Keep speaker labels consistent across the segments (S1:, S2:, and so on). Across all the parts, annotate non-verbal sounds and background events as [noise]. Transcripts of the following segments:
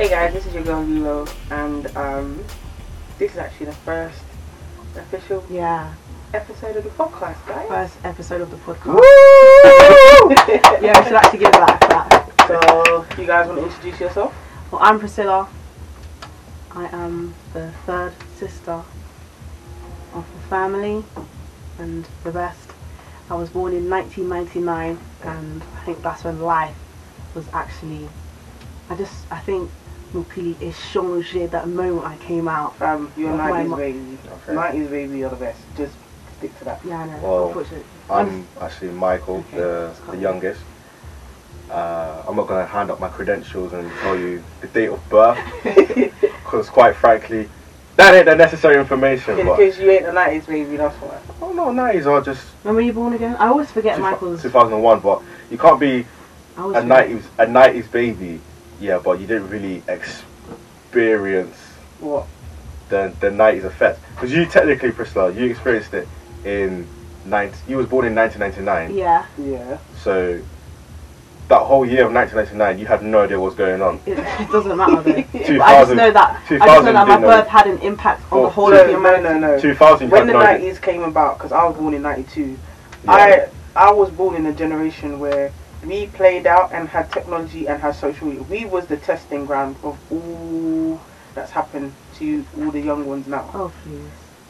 S1: is on Lilo, and um, this is actually the first official
S2: Yeah.
S1: episode of the podcast, guys. [laughs]
S2: First episode of the podcast.
S1: Woo!
S2: yeah, we should actually give that a clap.
S1: So, you guys want to introduce yourself?
S2: Well, I'm Priscilla. I am the third sister of the family and the best. I was born in 1999 and I think that's when life was actually, I just, I think Mupili is changé that moment I came out.
S1: Um, you're a
S2: Well, my
S1: 90s
S2: mo-
S1: baby.
S3: Okay.
S1: 90s baby, you're the best. Just stick to [laughs] that.
S2: Yeah, I know,
S3: Well,
S2: unfortunately.
S3: I'm actually Michael,
S2: Oh. Okay,
S3: the,
S2: that's cool.
S3: the youngest. Uh, I'm not going to hand up my credentials and tell you the date of
S2: [laughs]
S3: birth, because quite frankly, that ain't the necessary information.
S1: In
S3: But
S1: case you ain't the 90s baby, that's why.
S3: oh no, nineties are just
S2: When were you born again? I always forget
S3: two,
S2: Michael's.
S3: 2001. But you can't be
S2: I always
S3: a
S2: forget.
S3: nineties a nineties baby, yeah. But you didn't really experience
S1: What?
S3: the the nineties effect, because you technically, Priscilla, you experienced it in 90, You was born in 1999.
S2: Yeah.
S1: [laughs] Yeah.
S3: So that whole year of 1999, you had no idea what's going on.
S2: It, it doesn't matter
S1: [laughs]
S2: though. But I just
S3: 2000
S2: know that I just
S3: 2000
S2: know that my
S3: didn't know.
S2: birth had an impact on the
S3: Well,
S2: whole of
S1: No,
S2: humanity.
S1: no, no, no.
S3: 2000, you
S1: when
S3: had
S1: the
S3: no idea.
S1: 90s came about, because I was born in 92,
S3: Yeah.
S1: I I was born in a generation where we played out and had technology and had social media. We was the testing ground of all that's happened to all the young ones now.
S2: Oh please.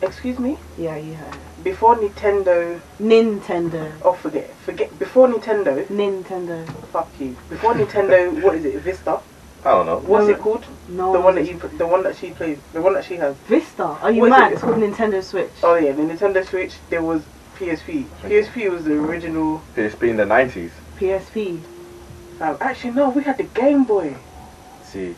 S1: Excuse me?
S2: Yeah, you heard. it.
S1: Before Nintendo,
S2: Nintendo.
S1: oh forget, forget, before Nintendo,
S2: Nintendo.
S1: fuck you.
S3: [laughs]
S1: Before Nintendo, what is it, Vista?
S3: I don't know.
S1: What's
S2: No.
S1: it called?
S2: No.
S1: The one that you, the one that she plays, the one that she has.
S2: Vista. Are you
S1: What is
S2: mad?
S1: it?
S2: It's called Nintendo Switch.
S1: Oh yeah, the Nintendo Switch, there was PSP. PSP was the original
S3: It's been the 90s.
S2: PSP.
S1: Um, actually, no, we had the Game Boy.
S3: See,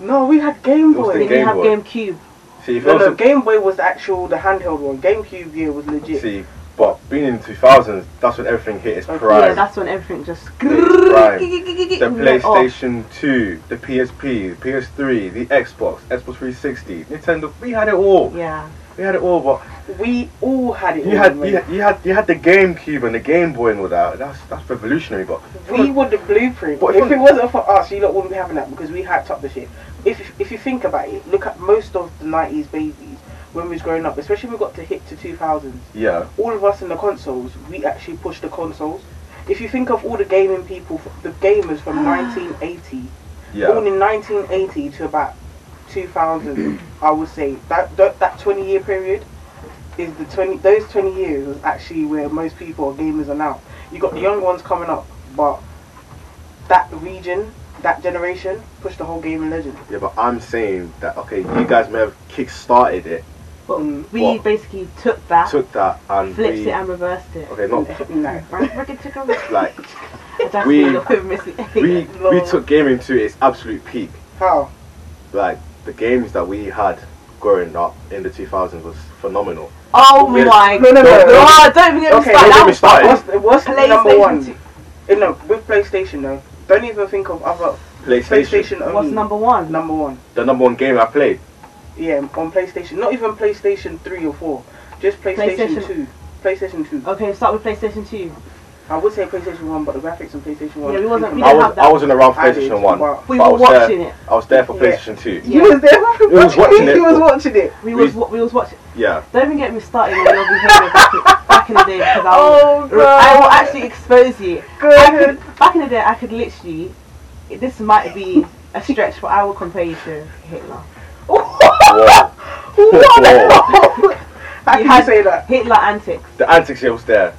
S1: No, we had Game
S3: It was
S1: Boy.
S3: the
S2: Did
S3: Game
S2: you have
S3: Boy.
S2: GameCube?
S3: see, if
S1: no,
S3: it was
S1: no, Game Boy was the actual, the handheld one. GameCube, yeah, was
S3: a,
S1: legit.
S3: see, but being in the 2000s, that's when everything hit its
S1: Okay.
S3: prime.
S2: Yeah, that's when everything just.
S3: Right. the
S2: We went off.
S3: PlayStation 2, the PSP, PS3, the Xbox, Xbox 360, Nintendo. We had it all.
S2: Yeah.
S3: We had it all. But
S1: We all had it.
S3: you
S1: all,
S3: had
S1: mate.
S3: you had you had, you had the GameCube and the Game Boy and all that. That's that's revolutionary. But
S1: we were the blueprint.
S3: But
S1: if
S3: from-
S1: it wasn't for us, you lot wouldn't be having that because we hyped up the shit. If if you think about it, look at most of the '90s babies when we was growing up, especially when we got to hit to 2000s.
S3: yeah,
S1: all of us in the consoles, we actually pushed the consoles. If you think of all the gaming people, the gamers from 1980, born
S3: yeah,
S1: in 1980 to about 2000, I would say that, that that 20 year period is the 20 those 20 years is actually where most people are gamers are now. You got the young ones coming up, but that region, that generation pushed the whole gaming legend.
S3: yeah. But I'm saying that okay, you guys may have kick-started it.
S2: But
S1: Mm.
S2: we
S3: What?
S2: basically took that,
S3: took that and
S2: flipped
S3: we,
S2: it, and reversed it. [laughs]
S3: okay,
S1: [laughs]
S3: not
S1: no.
S3: like
S2: I don't
S3: We-
S2: feel you're missing
S3: we we
S1: Lord.
S3: took gaming to its absolute peak.
S1: How?
S3: Like the games that we had growing up in the 2000s was phenomenal.
S2: Oh
S3: we-
S2: my
S1: No, no, no,
S3: no.
S2: god! Don't even get me
S1: Okay,
S2: started.
S3: don't
S2: That
S3: get me
S2: was
S3: started.
S1: What's, what's number
S2: PlayStation
S1: one?
S2: two.
S1: Eh, No, with PlayStation though. Don't even think of other
S3: PlayStation,
S1: PlayStation only.
S2: What's number one?
S1: Number one.
S3: the number one game I played.
S1: Yeah, on PlayStation. Not even PlayStation 3 or 4. Just PlayStation,
S2: PlayStation- Oh.
S1: 2. PlayStation 2.
S2: Okay, start with PlayStation 2.
S1: I would say PlayStation 1, but the graphics on PlayStation 1.
S2: Yeah, we wasn't- we
S3: I
S2: didn't
S1: [laughs]
S3: was
S2: have that.
S3: I wasn't around
S1: I did,
S3: PlayStation One.
S1: but-
S2: We
S3: but I
S2: were
S3: was there-
S2: watching it.
S3: I was there for
S1: Yeah.
S3: PlayStation Two.
S1: You was
S2: [laughs]
S1: there.
S3: We was watching it.
S1: You was watching it.
S2: We
S3: We-
S2: was wa- we was watching. [laughs]
S3: Yeah,
S2: Don't even get me started on your behaviour back, in- back in the day because I, was-
S1: Oh,
S2: I will actually expose you.
S1: Go
S2: [laughs] I
S1: ahead.
S2: could, back in the day, I could literally. This might be a stretch, but I will compare you to Hitler.
S3: Whoa.
S1: What? [laughs] How
S2: You
S1: can you
S2: had-
S1: say that?
S2: Hitler antics.
S3: the antics here was there.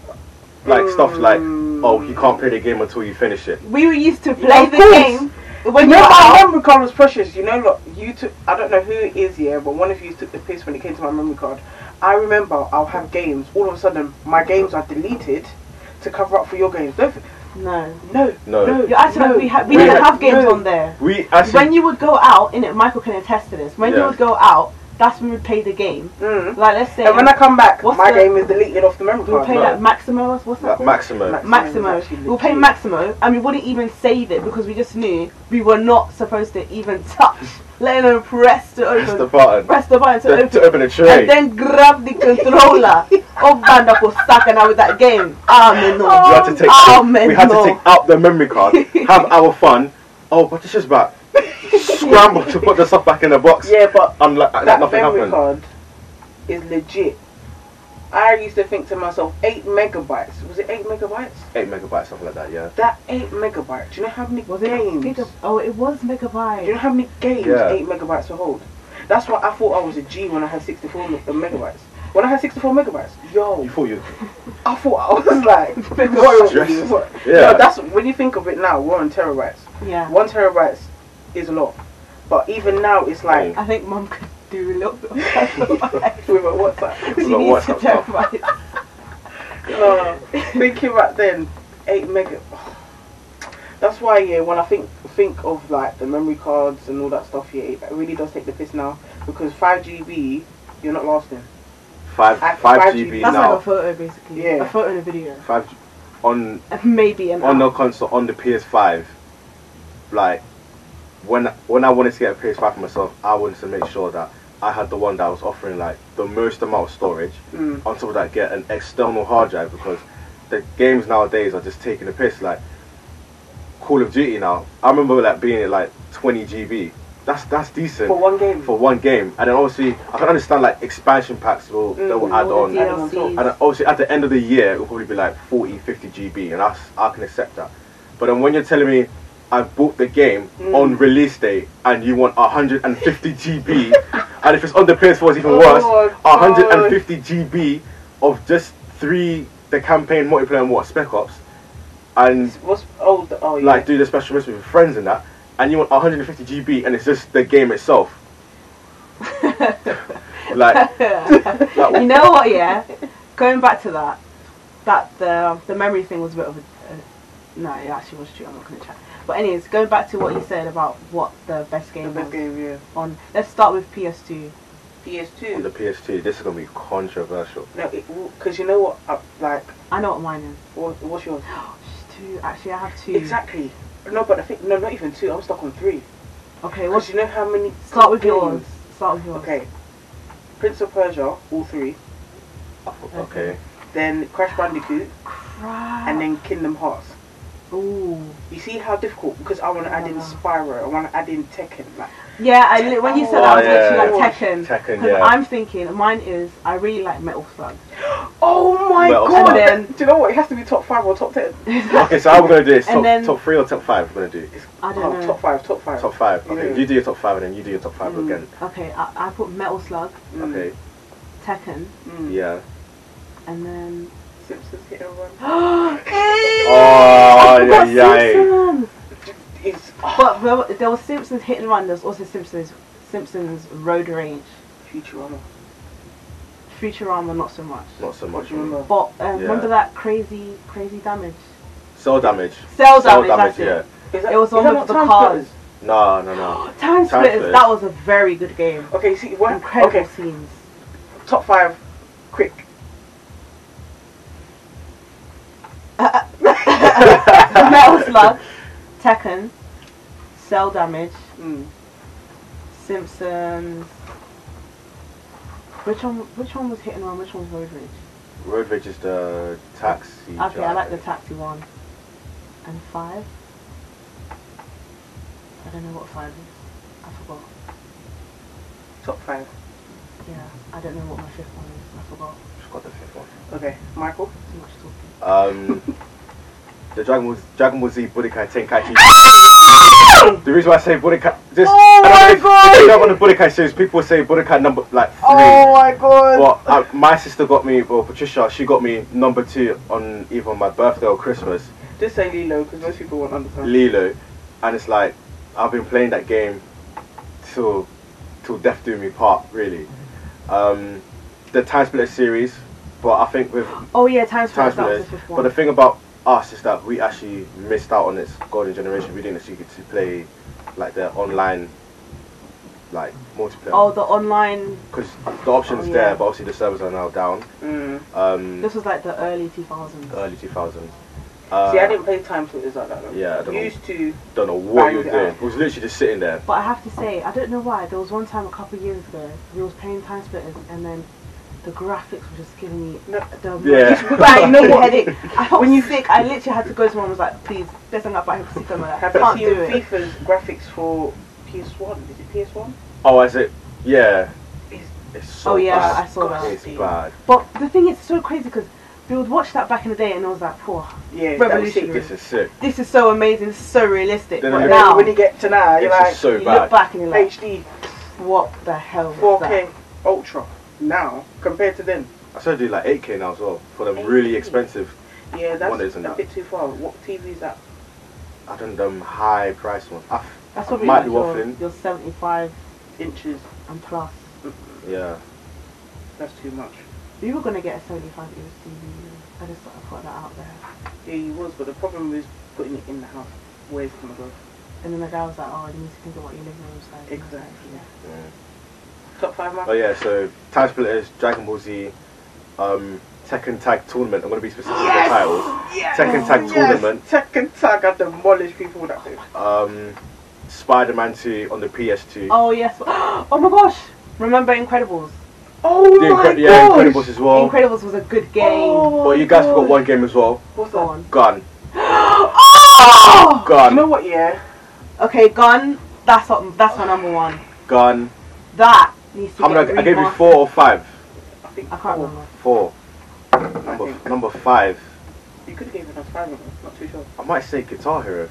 S3: Like stuff like,
S1: Mm.
S3: oh, you can't play the game until you finish it.
S2: We were used to play
S1: Of
S2: the
S1: course.
S2: game when you
S1: No,
S2: were
S1: my
S2: out.
S1: memory card was precious. You know, look, you took, I don't know who it is, yeah, but one of you took the piss when it came to my memory card. I remember I'll have games, all of a sudden, my games are deleted to cover up for your games. Don't,
S2: No,
S1: no,
S3: No.
S1: no.
S2: you actually
S1: no,
S2: we had we
S3: We
S2: didn't
S3: had-
S2: have games
S1: no.
S2: on there.
S3: We actually
S2: When you would go out, in it, Michael can attest to this. When you
S3: Yeah.
S2: would go out, that's when we would play the game.
S1: Mm.
S2: Like let's say
S1: And when I come back,
S2: What's
S1: my
S2: the-
S1: game is deleted off the memory
S2: we'll
S1: card.
S2: play
S3: No.
S2: like Maximo. What's that?
S3: like,
S2: called?
S3: Maximo.
S1: Like,
S2: Maximo. We'll pay Maximo and we wouldn't even save it because we just knew we were not supposed to even [laughs] touch, let alone press to
S3: Press the
S2: open.
S3: button
S2: Press the button to
S3: to, to
S2: open.
S3: open a tray.
S2: And then grab the
S3: [laughs]
S2: controller. oh, man, that was stuck and out with that game. Amen. No.
S3: You had to take.
S2: Amen.
S3: we had
S2: no.
S3: to take out the memory card, have our fun. Oh, but this is back. scrambled to put the stuff back in the box.
S1: Yeah, but
S3: I'm like, like
S1: that
S3: nothing
S1: memory
S3: happened.
S1: card is legit. I used to think to myself, eight megabytes. Was it eight megabytes?
S3: Eight megabytes, something like that. Yeah.
S1: That eight megabytes. Do you know how many
S2: Was it
S1: games?
S2: Mega, oh, it was
S1: Do you
S2: [laughs]
S1: know
S2: Megabyte.
S1: how many games
S3: Yeah.
S1: eight megabytes will hold? That's why I thought I was a G when I had 64 me- uh, megabytes. When I had 64 megabytes, yo,
S3: You thought you?
S1: I thought I was [laughs] like, [laughs]
S3: Stress.
S1: what?
S3: Yeah.
S1: No, that's when you think of it now. We're on terabytes.
S2: Yeah.
S1: One terabyte is a lot, but even now it's like
S2: I think Mum could do a little bit of
S3: [laughs]
S1: [laughs]
S2: Megabyte.
S1: with a
S2: [laughs]
S1: WhatsApp.
S2: she
S3: Well, [laughs]
S2: needs to
S3: WhatsApp's up.
S2: Megabyte.
S1: No, thinking back then, eight mega. That's why yeah, when I think think of like the memory cards and all that stuff, yeah, it really does take the piss now because five GB, you're not lasting.
S3: Five
S1: At
S3: five
S1: five
S3: GB
S1: GB.
S2: That's like a
S3: now.
S2: photo, basically.
S1: Yeah.
S2: A photo and a video.
S3: Five G- on
S2: Maybe an
S3: on the
S2: app.
S3: console on the PS5. Like when when I wanted to get a PS5 for myself, I wanted to make sure that I had the one that was offering like the most amount of storage.
S1: Mm.
S3: on top of that get an external hard drive because the games nowadays are just taking a piss like Call of Duty now I remember like being at like 20 GB that's that's decent
S1: For one game.
S3: for one game and then obviously I can understand like expansion packs will that will
S1: Mm,
S3: add
S2: all
S3: on
S2: the DLCs.
S3: and then obviously at the end of the year it will probably be like 40 50 GB and I, I can accept that but then when you're telling me I've bought the game
S1: Mm.
S3: on release day and you want
S1: [laughs]
S3: 150 GB and if it's on the PS4 it's even
S1: Oh
S3: worse
S1: my
S3: 150 GB of just three the campaign multiplayer and what Spec Ops and
S1: What's oh the, oh yeah.
S3: like do the special mission with your friends and that and you want 150 GB and it's just the game itself
S1: [laughs]
S3: like,
S2: [laughs]
S3: [laughs] like
S2: you know what? Yeah, going back to that, that the the memory thing was a bit of a, a no, it actually was true. I'm not gonna chat. But anyways, going back to what you said about what the best
S1: the
S2: game
S1: best
S2: was
S1: game, yeah.
S2: on. Let's start with PS2.
S3: on the
S1: PS2.
S3: PS2 this is gonna be controversial
S1: No, because you know what? I, like,
S2: I know what mine is.
S1: what, what's yours?
S2: Just two. Actually, I have two.
S1: Exactly. No, but I think no, not even two. I'm stuck on three.
S2: Okay.
S1: Because
S2: What's
S1: you know how many.
S2: start with
S1: games-
S2: yours. Start with yours.
S1: Okay. Prince of Persia, all three.
S3: okay
S1: Then Crash Bandicoot,
S2: Crap.
S1: and then Kingdom Hearts.
S2: Ooh.
S1: You see how difficult? Because I want to add in
S2: Yeah.
S1: Spyro, I want to add in Tekken. Like,
S2: Yeah, I li- when you said
S1: Oh,
S2: that, I was
S3: yeah,
S1: yeah.
S2: literally like Tekken.
S3: Tekken,
S2: 'Cause
S3: yeah.
S2: I'm thinking mine is I really like Metal Slug. [laughs]
S1: oh my
S3: Well,
S1: god!
S2: and then-
S1: Do you know what? It has to be top five or top ten.
S3: okay so how we're gonna do this
S2: And
S3: top,
S2: then-
S3: top 3 or top 5 we're gonna do
S2: I don't
S1: Oh,
S2: know.
S1: Top five, top five.
S3: top 5 okay
S1: Yeah.
S3: you do your top 5 and then you do your top 5
S2: Mm,
S3: again
S2: Okay, I, I put Metal Slug,
S1: Mm,
S3: okay
S2: Tekken,
S1: mm.
S3: yeah
S2: and then.
S1: Simpsons hit and [gasps] run.
S2: oh,
S3: oh
S2: I forgot
S3: yeah yeah
S2: Simpsons!
S1: It's
S2: But there, were- there was Simpsons Hit and Run, there was also Simpsons Simpsons Road Rage.
S1: Futurama.
S2: Futurama, not so much.
S3: not so
S1: What
S3: much
S1: do you remember?
S2: But uh, remember
S3: Yeah.
S2: that crazy, crazy damage?
S3: Cell damage.
S2: Cell damage, that's
S3: yeah.
S2: it.
S1: Is
S2: It was
S1: is
S2: one
S1: that
S2: with
S1: not
S2: the
S1: Time
S2: cars.
S1: Splitters?
S3: No, no,
S2: [gasps]
S3: no.
S2: Time Splitters,
S3: Splitters.
S2: that was a very good game.
S1: Okay, see what?
S2: Incredible
S3: [laughs]
S1: Okay,
S2: scenes. [laughs]
S1: top five, quick.
S2: Metal Slug, Tekken, Cell Damage,
S1: Mm.
S2: Simpsons. Which one? Which one was Hit and Run? Which one was Road Rage?
S3: Road Rage is the taxi.
S2: Okay, I like the
S3: driver.
S2: taxi one. And five. I don't know what five is. I forgot.
S1: Top five.
S2: Yeah, I don't know what my fifth one is. I forgot.
S3: Just got the fifth one.
S1: Okay, Michael.
S2: Too much talking. [laughs]
S3: Um, the Dragon Ball, Dragon Ball Z
S2: [laughs]
S3: Budokai Tenkaichi. the reason why I say Budokai, just
S1: Oh
S3: I don't
S1: my
S3: know if-
S1: God!
S3: if you have on the Budokai series, people say Budokai number like three.
S2: Oh
S1: my god.
S3: Well, I, my sister got me, well, Patricia, she got me number two on either my birthday or Christmas,
S1: Just say Lilo because most people won't understand.
S3: Lilo, and it's like I've been playing that game till till death do me part, really. Um, the Time Splitter series, but I think with
S2: Oh yeah, Time
S3: Time
S2: Splitters. That was the
S3: Splitters.
S2: fifth
S3: But
S2: one.
S3: the thing about us is that we actually missed out on this golden generation. We didn't actually get to play like the online, like
S2: oh,
S3: multiplayer,
S2: the online.
S3: because the options
S2: Oh, yeah.
S3: there, but obviously the servers are now down.
S1: Mm.
S3: Um,
S2: This was like the early 2000s.
S3: early 2000s. Uh,
S1: See, I didn't play Time Splitters like that. Though.
S3: Yeah, I don't know.
S1: Used to.
S3: don't know what you were
S1: Banged it
S3: doing.
S1: out.
S3: It was literally just sitting there.
S2: But I have to say, I don't know why, there was one time a couple of years ago, we was playing Time Splitters and then the graphics were just giving me
S1: No.
S2: the
S3: Yeah.
S2: most [laughs] bang, no more headache. I felt when you sick, I literally had to go to mum and was like, please, let's hang up, I have to see them. I
S1: Have
S2: can't
S1: you seen
S2: do it.
S1: FIFA's graphics for PS1. Is it PS1?
S3: Oh, I said, yeah.
S1: It's-
S3: It's so
S2: Oh, yeah,
S3: bad.
S2: I saw that.
S3: It's bad.
S2: But the thing is, it's so crazy because we would watch that back in the day and I was like, poor,
S1: Yeah.
S2: Revolution.
S1: That
S3: This
S2: Revolutionary.
S3: is sick.
S2: this is so amazing, this is so realistic.
S3: Then
S2: But
S3: I-
S1: and
S2: now,
S1: then when you get to now, you're
S3: This
S1: like
S3: is so
S2: you look
S3: bad.
S2: back and you're like,
S1: HD,
S2: what the hell was that?
S1: 4K, Ultra. Now compared to then,
S3: I should do like 8K now as well for the really
S1: 8K.
S3: expensive.
S1: yeah,
S3: One
S1: that's
S3: isn't
S1: a
S3: that.
S1: bit too far. What TV is that?
S3: I don't them high price Ah, ones. I, f-
S2: That's
S3: I
S2: probably
S3: might
S2: like
S3: be
S2: your,
S3: waffling.
S2: your 75
S1: Inches.
S2: and plus.
S3: Yeah.
S1: That's too much.
S2: We were going to get a 75 inch TV. I just thought I'd put that out there.
S1: Yeah, he was, but the problem is putting it in the house. Where's it gonna go?
S2: And then the guy was like, oh, you need to think about your living room size. And I was like,
S1: Exactly.
S2: yeah.
S3: Mm.
S1: Top five man.
S3: Oh yeah. So Tag Splitters, Dragon Ball Z, um, Tekken Tag Tournament. I'm gonna be specific with the titles.
S1: Yes!
S3: Tekken Tag Tournament.
S1: Tekken Tag. I demolished people with that thing.
S3: Um, Spider-Man 2 on the PS2.
S2: Oh, yes. [gasps] Oh my gosh. Remember Incredibles?
S1: Oh
S3: The
S1: my
S3: Incre-
S1: god.
S3: yeah, Incredibles as well.
S2: Incredibles was a good game.
S1: Oh,
S3: Well, you
S1: my
S3: guys forgot
S1: God.
S3: one game as well.
S1: What's
S2: Go
S1: that?
S2: on.
S3: Gun.
S2: [gasps] Oh!
S1: You
S3: Gun.
S1: know what? Yeah.
S2: Okay, Gun. That's what, that's my number one.
S3: Gun.
S2: That needs to
S3: How
S2: get
S3: many? I- I gave you
S2: remastered.
S3: four or five.
S1: I think
S2: I can't remember.
S3: Four.
S1: I
S3: Number
S1: think.
S3: number five.
S1: You could have given us five of them. Not too sure.
S3: I might say Guitar Hero.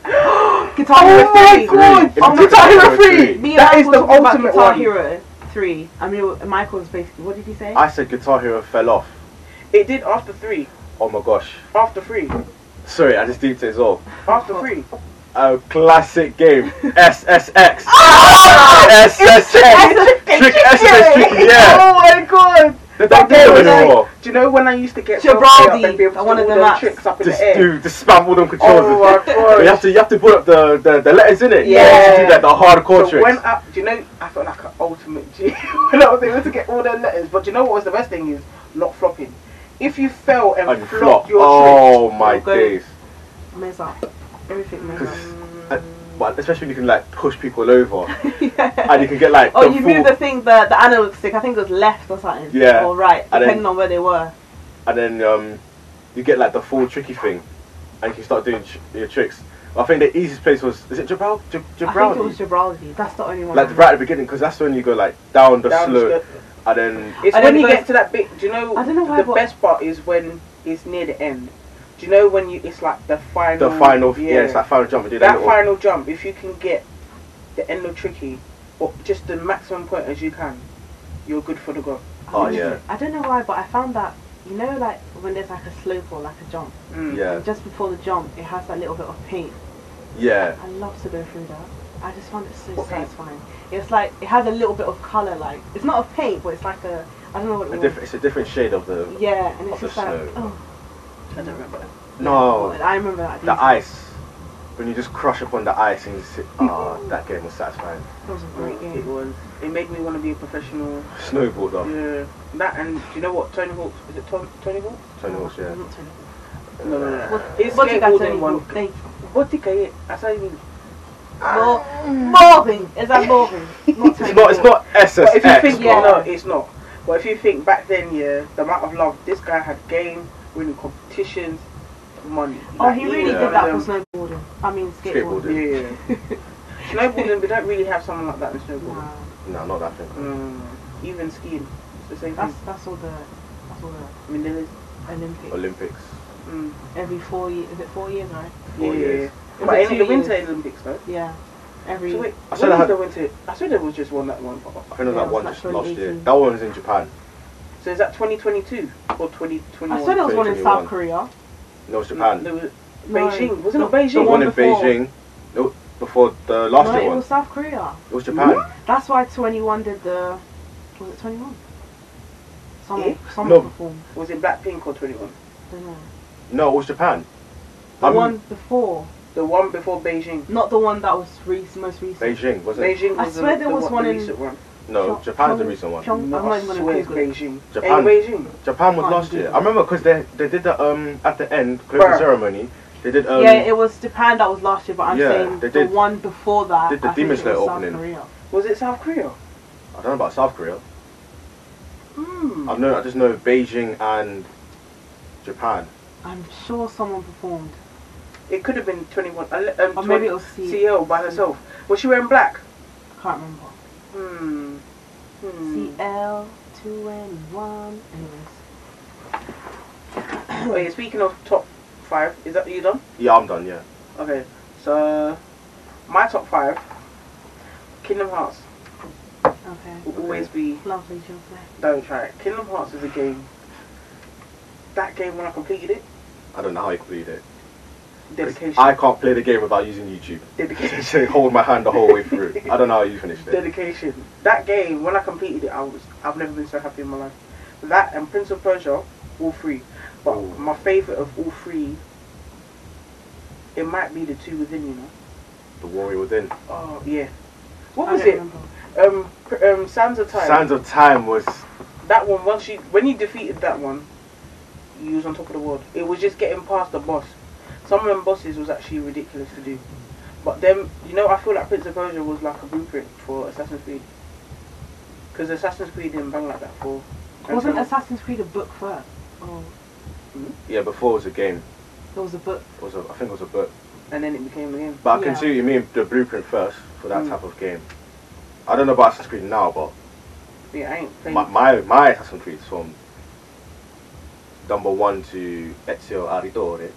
S2: Guitar Hero 3.
S3: Oh God.
S2: Oh,
S3: Guitar
S2: Guitar
S3: Hero
S2: Hero 3. Me and
S1: That
S2: Michael
S1: is the
S2: talked about
S1: ultimate
S2: Guitar
S1: one.
S2: Hero 3. I mean, Michael's basically, what did he say?
S3: I said Guitar Hero fell off.
S1: It did after three.
S3: Oh my gosh.
S1: After three.
S3: Sorry, I just deeped it as well.
S1: After three.
S3: A
S1: [laughs]
S3: classic game. SSX.
S1: Ah!
S3: SSX. Trick SSX.
S2: [laughs]
S3: Trick, Yeah.
S1: Oh my god.
S3: They don't do it anymore.
S1: Do you know when I used to get
S2: Gibraldi,
S1: selfie up and be able to
S2: I wanted
S1: do all
S2: them
S1: them
S2: apps.
S1: tricks up in
S3: Just
S1: the air?
S3: do, just spam all them controls.
S1: Oh my
S3: [laughs] But you have
S1: god.
S3: to, you have to pull up the, the, the letters in it.
S1: Yeah.
S3: You have to do that, the hardcore
S1: So when
S3: tricks.
S1: I, do you know, I felt like an ultimate [laughs] G when I was able to get all their letters. But do you know what was the best thing is not flopping. If you fell and,
S3: And
S1: flopped
S3: flop.
S1: your
S3: Oh my
S2: Go.
S3: days.
S2: Mess up. Everything mess up.
S3: [laughs]
S2: [laughs]
S3: Uh, But especially when you can like push people over
S2: yeah.
S3: and you can get like
S2: Oh,
S3: the
S2: you
S3: full,
S2: moved the thing, the, the analog stick, I think it was left or something.
S3: Yeah.
S2: Or right,
S3: And then-
S2: depending on where they were.
S3: and then um, you get like the full tricky thing, and you can start doing tr- your tricks. I think the easiest place was is it Gibral? Gib-
S2: I think it was
S3: Gibraldi?
S2: Gibraldi. That's the only one.
S3: Like right at the beginning, because that's when you go like down the
S1: Down the
S3: slope,
S1: slope.
S3: and then
S1: It's
S2: I
S1: when
S2: don't
S1: you
S2: know
S1: get
S2: if-
S1: to that bit. Do you know?
S2: I don't know why,
S1: The
S2: but-
S1: best part is when it's near the end. Do you know when you? It's like the final.
S3: the final yeah, it's that final jump. And do that,
S1: that
S3: little,
S1: final jump. If you can get the end of tricky, or just the maximum point as you can, you're good for the goal.
S3: Oh, yeah.
S2: I don't know why, but I found that, you know, like when there's like a slope or like a jump,
S1: Mm.
S3: yeah,
S2: and just before the jump, it has that little bit of paint.
S3: yeah,
S2: I love to go through that. I just find it so
S1: What paint?
S2: satisfying. It's like, it has a little bit of colour, like, it's not a paint, but it's like a, I don't know what
S3: a
S2: it
S3: diff- it's a different shade of the
S2: was. Yeah, and it's
S3: of the
S2: just like,
S3: snow.
S2: oh.
S1: I don't remember. that.
S3: no
S2: Well, I remember that.
S3: the
S2: detail.
S3: ice when you just crush upon the ice and you sit. Ah, that game was satisfying.
S2: It was a great
S1: It
S2: game.
S1: was. It made me want to be a professional.
S3: Snowboarder,
S1: Yeah. That and do you know what? Tony Hawk. Is it Tom, Tony Hawk?
S3: Tony Hawk's yeah.
S2: Not Tony Hawk.
S1: No, no, no.
S2: What-
S1: It's
S2: what you got,
S1: skateboarding
S2: Tony
S1: one.
S2: Hawk? Thank you.
S1: What did I? I saw you.
S2: More, Morgan. Is that
S3: [laughs]
S2: Morgan? Not
S3: Ah.
S2: [laughs]
S3: It's not. It's not SSX.
S1: But if you think,
S2: Yeah.
S1: yeah, no, it's not. But if you think back then, yeah, the amount of love this guy had game, winning competitions, money.
S2: Oh, he really
S3: Yeah.
S2: did that
S1: Um,
S2: for snowboarding. I mean skateboarding.
S3: Skateboarding.
S1: Yeah. [laughs] Snowboarding, we don't really have someone like that in snowboarding.
S2: Nah,
S3: No, not that thing.
S1: Mm, even skiing, it's the same
S2: that's
S1: thing.
S2: that's all the that's all the
S1: I mean, there is.
S2: Olympics.
S3: Olympics.
S1: Mm,
S2: Every four years, is it four years, right?
S1: yeah.
S3: Four years.
S2: Was
S1: But
S2: it
S1: only
S2: two
S1: the Winter
S2: years?
S1: Olympics, though.
S2: Yeah. Every.
S1: So wait,
S3: I
S1: I
S3: said
S1: when
S3: I
S1: is
S3: had-
S1: the Winter? I swear there was just one that one pop up.
S3: I think that
S2: Yeah,
S3: was that one
S2: like
S3: just last year.
S2: 2018.
S3: That one was in Japan.
S1: So is that 2022 or 2021?
S2: I said it was one in South
S3: 2021.
S2: Korea.
S3: No, it was Japan.
S1: There was
S2: No,
S1: Beijing. Wasn't
S2: no,
S1: it Beijing?
S3: The
S2: the
S3: one in
S2: before.
S3: Beijing. No, before the last
S2: no,
S3: year
S2: it
S3: one.
S2: was South Korea.
S3: It was Japan.
S2: That's why 21 did the. Was it 21? Someone,
S1: Eh?
S2: someone
S3: No.
S2: performed.
S1: Was it Blackpink or 21?
S2: don't know.
S3: No, it was Japan.
S2: The
S3: Um,
S2: one before,
S1: The one before Beijing.
S2: not the one that was re- most recent.
S3: Beijing, wasn't it?
S1: Beijing
S2: I
S1: was the-
S2: swear there
S1: the
S2: was one
S1: the
S2: in-
S1: recent one.
S3: No,
S2: Pyong-
S3: Japan's the
S2: Pyong-
S3: recent one.
S2: Pyong- I'm not even gonna
S1: swears
S2: Google it.
S1: Beijing.
S3: Japan.
S1: Hey, Beijing.
S3: Japan was
S2: Can't
S3: last
S2: do
S3: year.
S2: that.
S3: I remember because they they did the um at the end closing
S1: Bruh.
S3: ceremony. They did um
S2: yeah, it was Japan that was last year, but I'm
S3: Yeah,
S2: saying
S3: they
S2: the
S3: did-
S2: one before that.
S3: did the
S2: I think
S3: Demon
S2: it
S3: Slayer
S2: was
S3: opening.
S2: South Korea.
S1: Was it South Korea?
S3: I don't know about South Korea.
S1: Hmm.
S3: I know I just know Beijing and Japan.
S2: I'm sure someone performed.
S1: It could have been 21. ele- Um, E
S2: Or maybe
S1: 20
S2: it was C- E
S1: CL by herself. Was she wearing black?
S2: I Can't remember.
S1: Hmm.
S2: E
S1: Hmm.
S2: CL two and one. Anyways,
S1: Oh, yeah, speaking of top five, is that you done?
S3: Yeah, I'm done. Yeah.
S1: Okay, so my top five, Kingdom Hearts
S2: okay.
S1: will always be.
S2: Lovely job there.
S1: Don't try it. Kingdom Hearts is a game. That game when I completed it,
S3: I don't know how you complete it. 'Cause
S1: dedication,
S3: I can't play the game without using YouTube. [laughs]
S1: dedication,
S3: They hold my hand the whole way through. I don't know how you finished it.
S1: dedication. That game when I completed it, I was I've never been so happy in my life. That and Prince of Persia, all three. But
S3: Ooh.
S1: my favorite of all three, it might be the two within. You know.
S3: The Warrior Within.
S1: Oh yeah. What
S2: I
S1: was
S2: don't
S1: it?
S2: remember.
S1: Um, pr- um, Sands of Time.
S3: Sands of Time was
S1: That one, once you when you defeated that one, you was on top of the world. It was just getting past the boss. Some of them bosses was actually ridiculous to do. But then, you know, I feel like Prince of Persia was like a blueprint for Assassin's Creed. Because Assassin's Creed didn't bang like that for. and
S2: Wasn't
S1: so-
S2: Assassin's Creed a book first? Oh,
S3: yeah before it was a game.
S2: there was a book.
S3: It was a, I think it was a book.
S1: And then it became a game.
S3: But I can
S2: Yeah.
S3: see what you mean the blueprint first for that
S1: Mm.
S3: type of game. I don't know about Assassin's Creed now, but
S1: Yeah, I ain't playing.
S3: my my, my Assassin's Creed is from number one to Ezio Auditore.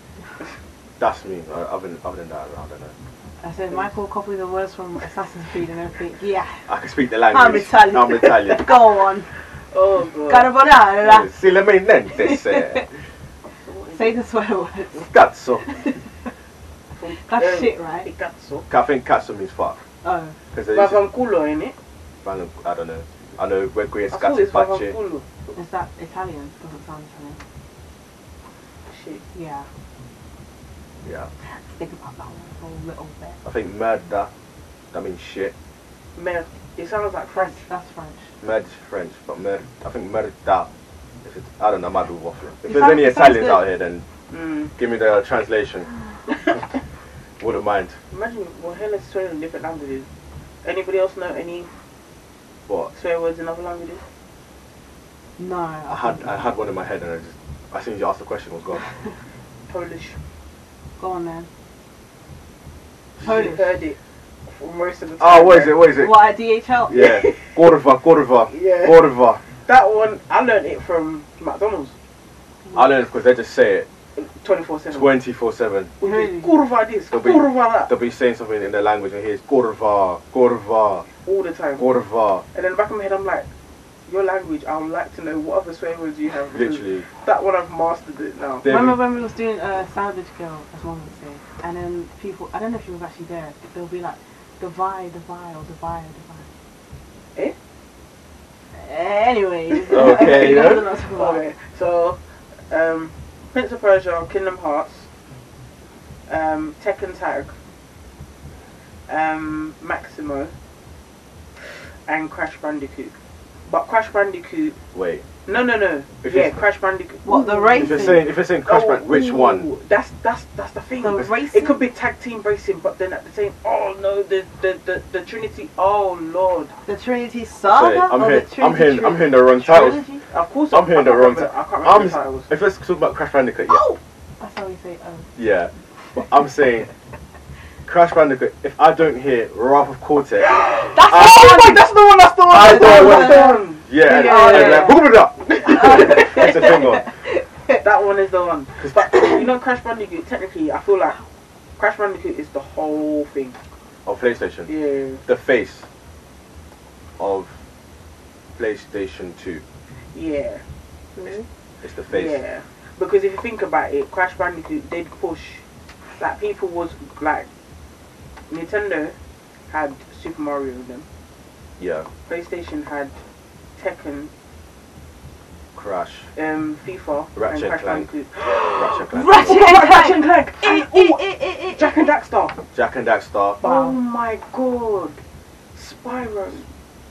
S3: That's me. Uh, Other than, other than that, I don't know.
S2: I said Michael copied the words from Assassin's Creed and everything. [laughs] Yeah.
S3: I can speak the language.
S2: Italian.
S3: I'm
S2: [laughs]
S3: Italian.
S2: Go on.
S1: oh god.
S2: Carbonara.
S3: Si le menente se.
S2: Say the swear words.
S3: Cazzo.
S2: That's
S1: Um,
S2: shit, right?
S1: Picazzo.
S3: I think cazzo means fuck.
S2: Oh.
S3: Because
S1: Favanculo in it.
S3: I don't know. I know where Greece
S1: I thought it's
S3: Cazzo
S1: Favanculo.
S2: Is that Italian? Doesn't sound Italian.
S1: Shit.
S2: Yeah.
S3: Yeah.
S2: Think about that whole little bit.
S3: I think murder. That means shit.
S1: Mer. It sounds like French.
S2: French. That's French.
S3: Murder is French, but murder. I think murder. If it's, I don't know. I might be waffling. If
S2: It
S3: there's
S2: sounds-
S3: any
S2: it sounds
S3: Italians
S2: good.
S3: out here, then
S1: Mm.
S3: give me the translation.
S1: [laughs]
S3: Wouldn't mind.
S1: Imagine, well, hell is swearing in different languages. Anybody else know any
S3: But
S1: swear words in other languages?
S2: No.
S3: I had I had one in my head, and I just as soon as you asked the question, it was [laughs] gone.
S1: Polish.
S2: Go on then.
S1: You
S2: Polish.
S1: heard it for most of the time.
S3: Oh, what is it? What is it?
S2: What, DHL?
S3: Yeah. Corva, Corva,
S1: Yeah.
S3: Corva.
S1: That one, I learned it from McDonald's
S3: I learned because they just say it
S1: 24 7.
S3: 24 7.
S2: Really?
S1: Kurva this,
S3: They'll be-
S1: kurva that.
S3: They'll be saying something in their language and here's Corva, Corva,
S1: All the time.
S3: Corva.
S1: And in the back of my head, I'm like, your language, I would like to know what other swear words you have. because
S3: Literally.
S1: That one, I've mastered it now.
S3: They-
S2: Remember when we was doing uh, Savage Girl, as one would say, and then people, I don't know if you was actually there, but they'll be like, Divide, divide, or divide, divide.
S1: Eh?
S2: Eh, Anyways. [laughs]
S3: Okay,
S2: you
S3: yeah.
S2: know what I'm talking about.
S1: Okay, so, um, Prince of Persia, Kingdom Hearts, um, Tekken Tag, um, Maximo, and Crash Bandicoot. But Crash Bandicoot,
S3: Wait.
S1: no, no, no.
S3: If
S1: yeah,
S3: it's-
S1: Crash Bandicoot.
S2: What, the
S1: Ooh.
S2: race?
S3: If you're saying, if you're saying Crash
S1: Oh,
S3: Bandicoot, which
S1: ooh,
S3: one?
S1: That's that's that's the thing.
S2: The
S1: It
S2: racing?
S1: could be tag team racing, but then at the same, oh no, the the the, the Trinity. Oh lord,
S2: The Trinity Saga?
S3: Sorry, I'm
S2: or
S3: hearing,
S2: the Trinity
S3: I'm hearing, I'm
S2: Trilogy?
S3: hearing the wrong titles.
S2: Trilogy?
S1: of course
S3: I'm hearing
S1: I can't
S3: the wrong
S1: remember- I can't remember
S3: I'm,
S1: the titles.
S3: if let's talk about Crash Bandicoot, yeah,
S1: Oh!
S2: That's how we say, oh.
S3: yeah. But I'm saying Crash Bandicoot. If I don't hear Wrath of
S1: [laughs]
S3: Cortex, yeah,
S2: That's
S3: Ah.
S2: oh my,
S1: that's the one. That's the one.
S3: [laughs] I
S1: that's
S3: don't
S1: the
S2: want-
S1: one.
S3: yeah,
S2: Yeah,
S3: yeah,
S2: yeah, yeah.
S3: it's a
S1: [laughs]
S3: thing on.
S1: That one is the one. But you know, Crash Bandicoot. Technically, I feel like Crash Bandicoot is the whole thing.
S3: on PlayStation.
S1: Yeah,
S3: The face of PlayStation 2.
S1: yeah,
S3: It's the face.
S1: yeah. Because if you think about it, Crash Bandicoot did push. Like people was like, Nintendo had Super Mario in them.
S3: Yeah.
S1: PlayStation had Tekken,
S3: Crash.
S1: um, FIFA,
S3: Ratchet
S1: and Crash
S3: Clank.
S1: Bandicoot. [laughs]
S3: Ratchet Clank.
S2: Ratchet
S1: Oh,
S2: Clank!
S1: Ratchet and Clank! And,
S2: Eh,
S1: oh,
S2: eh, eh, eh, eh.
S1: Jack and Daxter!
S3: Jack and Daxter.
S2: Wow.
S1: Oh my god! Spyro!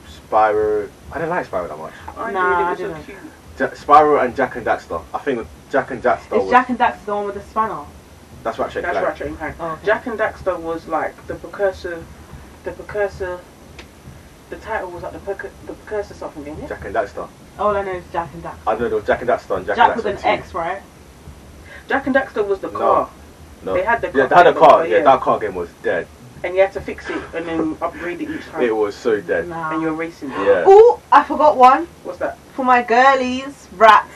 S3: Spyro. I didn't like Spyro that much.
S1: I
S2: Nah,
S1: did, it was
S2: I
S1: so cute.
S3: Ja- Spyro and Jack and Daxter. I think Jack and Daxter
S2: Is
S3: was.
S2: Jack and Dax the one with the spanner?
S3: that's Ratchet
S1: That's
S3: Clank.
S1: Ratchet and Clank.
S2: Oh, okay.
S1: Jack and Daxter was like the precursor, the precursor, the title was like the, precu- the precursor something, didn't it?
S3: Jack and Daxter.
S2: All Oh, I know is Jack and Dax.
S3: I know there was Jack and Daxter and Jack,
S2: Jack,
S3: and
S2: with
S3: Daxter
S2: an
S3: 2.
S2: X, right?
S1: Jack and Daxter was the
S3: No.
S1: car.
S3: No.
S1: They had the
S3: yeah,
S1: car
S3: they had a
S1: game,
S3: car.
S1: but
S3: Yeah,
S1: yeah.
S3: that car game was dead.
S1: and you had to fix it and then upgrade it each time.
S3: It was so dead.
S1: And
S2: Nah.
S1: you're racing. it.
S3: Yeah.
S2: Oh, I forgot one
S1: What's that?
S2: for my girlies, rats.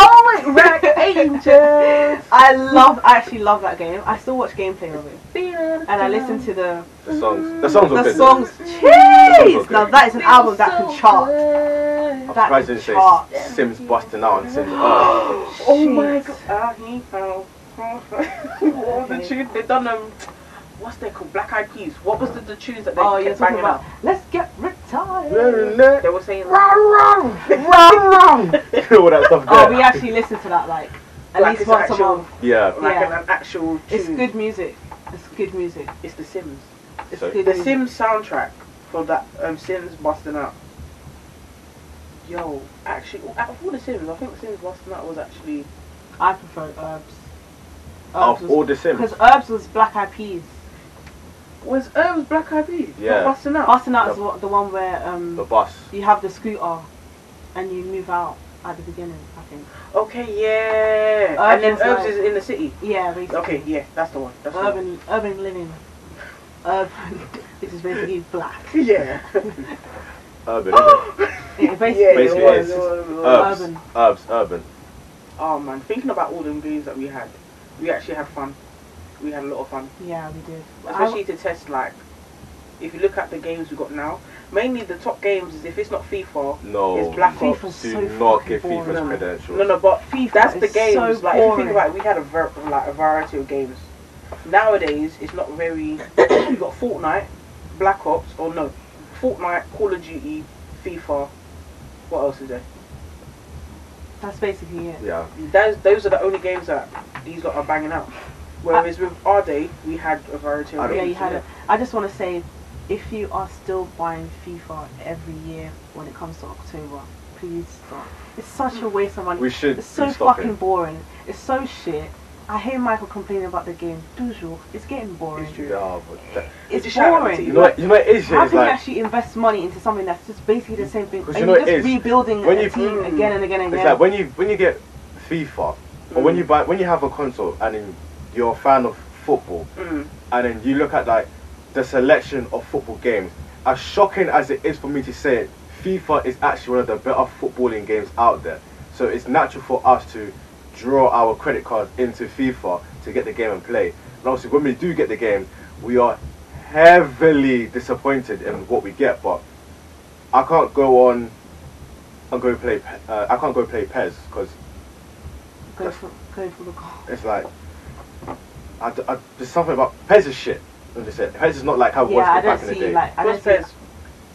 S1: Oh my rack angels.
S2: [laughs] I love, I actually love that game. I still watch gameplay of it, and I listen to the
S3: The songs. The songs were
S2: Mm. the
S3: good.
S2: songs.
S3: were
S2: Jeez,
S3: good.
S2: now that is an album that can chart. that
S3: I'm surprised you didn't
S2: chart.
S3: say Sims busting out
S2: [laughs]
S3: and [laughs] Sims. Oh,
S1: Oh my
S2: Jeez.
S1: god. Ah, he, oh.
S2: [laughs]
S1: what was the
S2: Okay.
S1: tune? They done um, what's they called? Black Eyed Peas. What was the, the tunes that they
S2: Oh, you're
S1: kept
S2: talking
S1: banging
S2: about.
S1: out?
S2: Let's get retired.
S1: They
S3: All
S1: were saying
S3: that stuff
S2: Oh,
S3: there.
S2: we actually listen to that like at
S1: Like
S2: least
S1: it's
S2: once a
S1: actual-
S2: month.
S3: yeah.
S1: like
S2: Yeah.
S1: an, an actual. Tune.
S2: It's good music. It's good music.
S1: It's The Sims.
S2: It's
S3: So-
S2: good.
S1: The
S2: music.
S3: Mm.
S1: Sims soundtrack for that um, Sims busting out. Yo, actually, out of all the Sims, I think The Sims busting out was actually
S2: I prefer herbs. Herbs
S3: Of all
S2: was
S3: the Sims.
S2: because herbs was black eyed peas.
S1: was um Black Eyed Peas. not
S3: Yeah.
S1: busting out.
S2: Busting out
S3: The-
S2: is what, the one where um
S3: The bus.
S2: you have the scooter and you move out at the beginning. I think.
S1: Okay, yeah.
S2: Herbs
S1: and then
S2: is
S1: Herbs
S2: like-
S1: is in the city.
S2: Yeah, basically.
S1: Okay, yeah, that's the one. That's the one.
S2: Urban urban living. Urban. [laughs] this is basically black.
S1: [laughs] Yeah.
S2: [gasps]
S3: Urban. isn't it?
S2: Yeah, basically.
S1: yeah,
S3: [laughs] Basically,
S1: it was,
S3: it's uh,
S1: it was, it was.
S3: Herbs.
S2: Urban.
S3: Herbs. Urban.
S1: Oh man, thinking about all them games that we had, we actually had fun. We had a lot of fun,
S2: Yeah, we did.
S1: especially to test like. If you look at the games we got now, mainly the top games is if it's not FIFA,
S3: No.
S1: It's Black Ops.
S2: FIFA's
S3: Do
S2: so
S3: not
S2: fucking
S3: give
S2: boring.
S3: FIFA's credentials.
S1: no, no, but
S2: FIFA
S1: that's the
S2: is so
S1: games. like if you
S2: boring.
S1: think about it, we had a ver- like a variety of games. Nowadays, it's not very. [coughs] you got Fortnite, Black Ops, or no, Fortnite, Call of Duty, FIFA. What else is there?
S2: That's basically it.
S3: Yeah.
S1: Those those are the only games that these lot are banging out. Whereas with our day, we had a variety
S3: I
S1: of
S3: don't
S2: Yeah,
S1: games.
S2: you had it. I just want to say, if you are still buying FIFA every year when it comes to October, please stop. It's such a waste of money.
S3: We should
S2: It's so
S3: be stopping.
S2: fucking boring. It's so shit. I hear Michael complaining about the game. Toujours, it's getting boring.
S1: It's true.
S3: Yeah, but that,
S2: It's
S1: Just shout out to
S2: boring.
S3: you know, what- you know what it is. yeah?
S2: How
S3: It's
S2: can you
S3: like
S2: actually invest money into something that's just basically the same thing?
S3: 'Cause
S2: And
S3: you
S2: you're
S3: know
S2: just
S3: it is.
S2: rebuilding
S3: When
S2: a
S3: you-
S2: team
S1: Mm.
S2: again and again and
S3: It's
S2: again.
S3: like when you when you get FIFA or
S2: Mm.
S3: when you buy when you have a console and then you're a fan of football
S1: Mm.
S3: and then you look at like the selection of football games. As shocking as it is for me to say it, FIFA is actually one of the better footballing games out there. So it's natural for us to draw our credit cards into FIFA to get the game and play. And obviously when we do get the game, we are heavily disappointed in what we get, but I can't go on and go play. Pe- Uh, I can't go play Pez because
S2: go, for, go for the goal.
S3: it's like I, d- I- there's something about Pez is shit. As I said, Pez is not like how it was
S2: Yeah, I
S3: back
S2: don't
S3: in the
S2: see
S3: day.
S2: like I don't
S1: What's
S2: see
S1: this?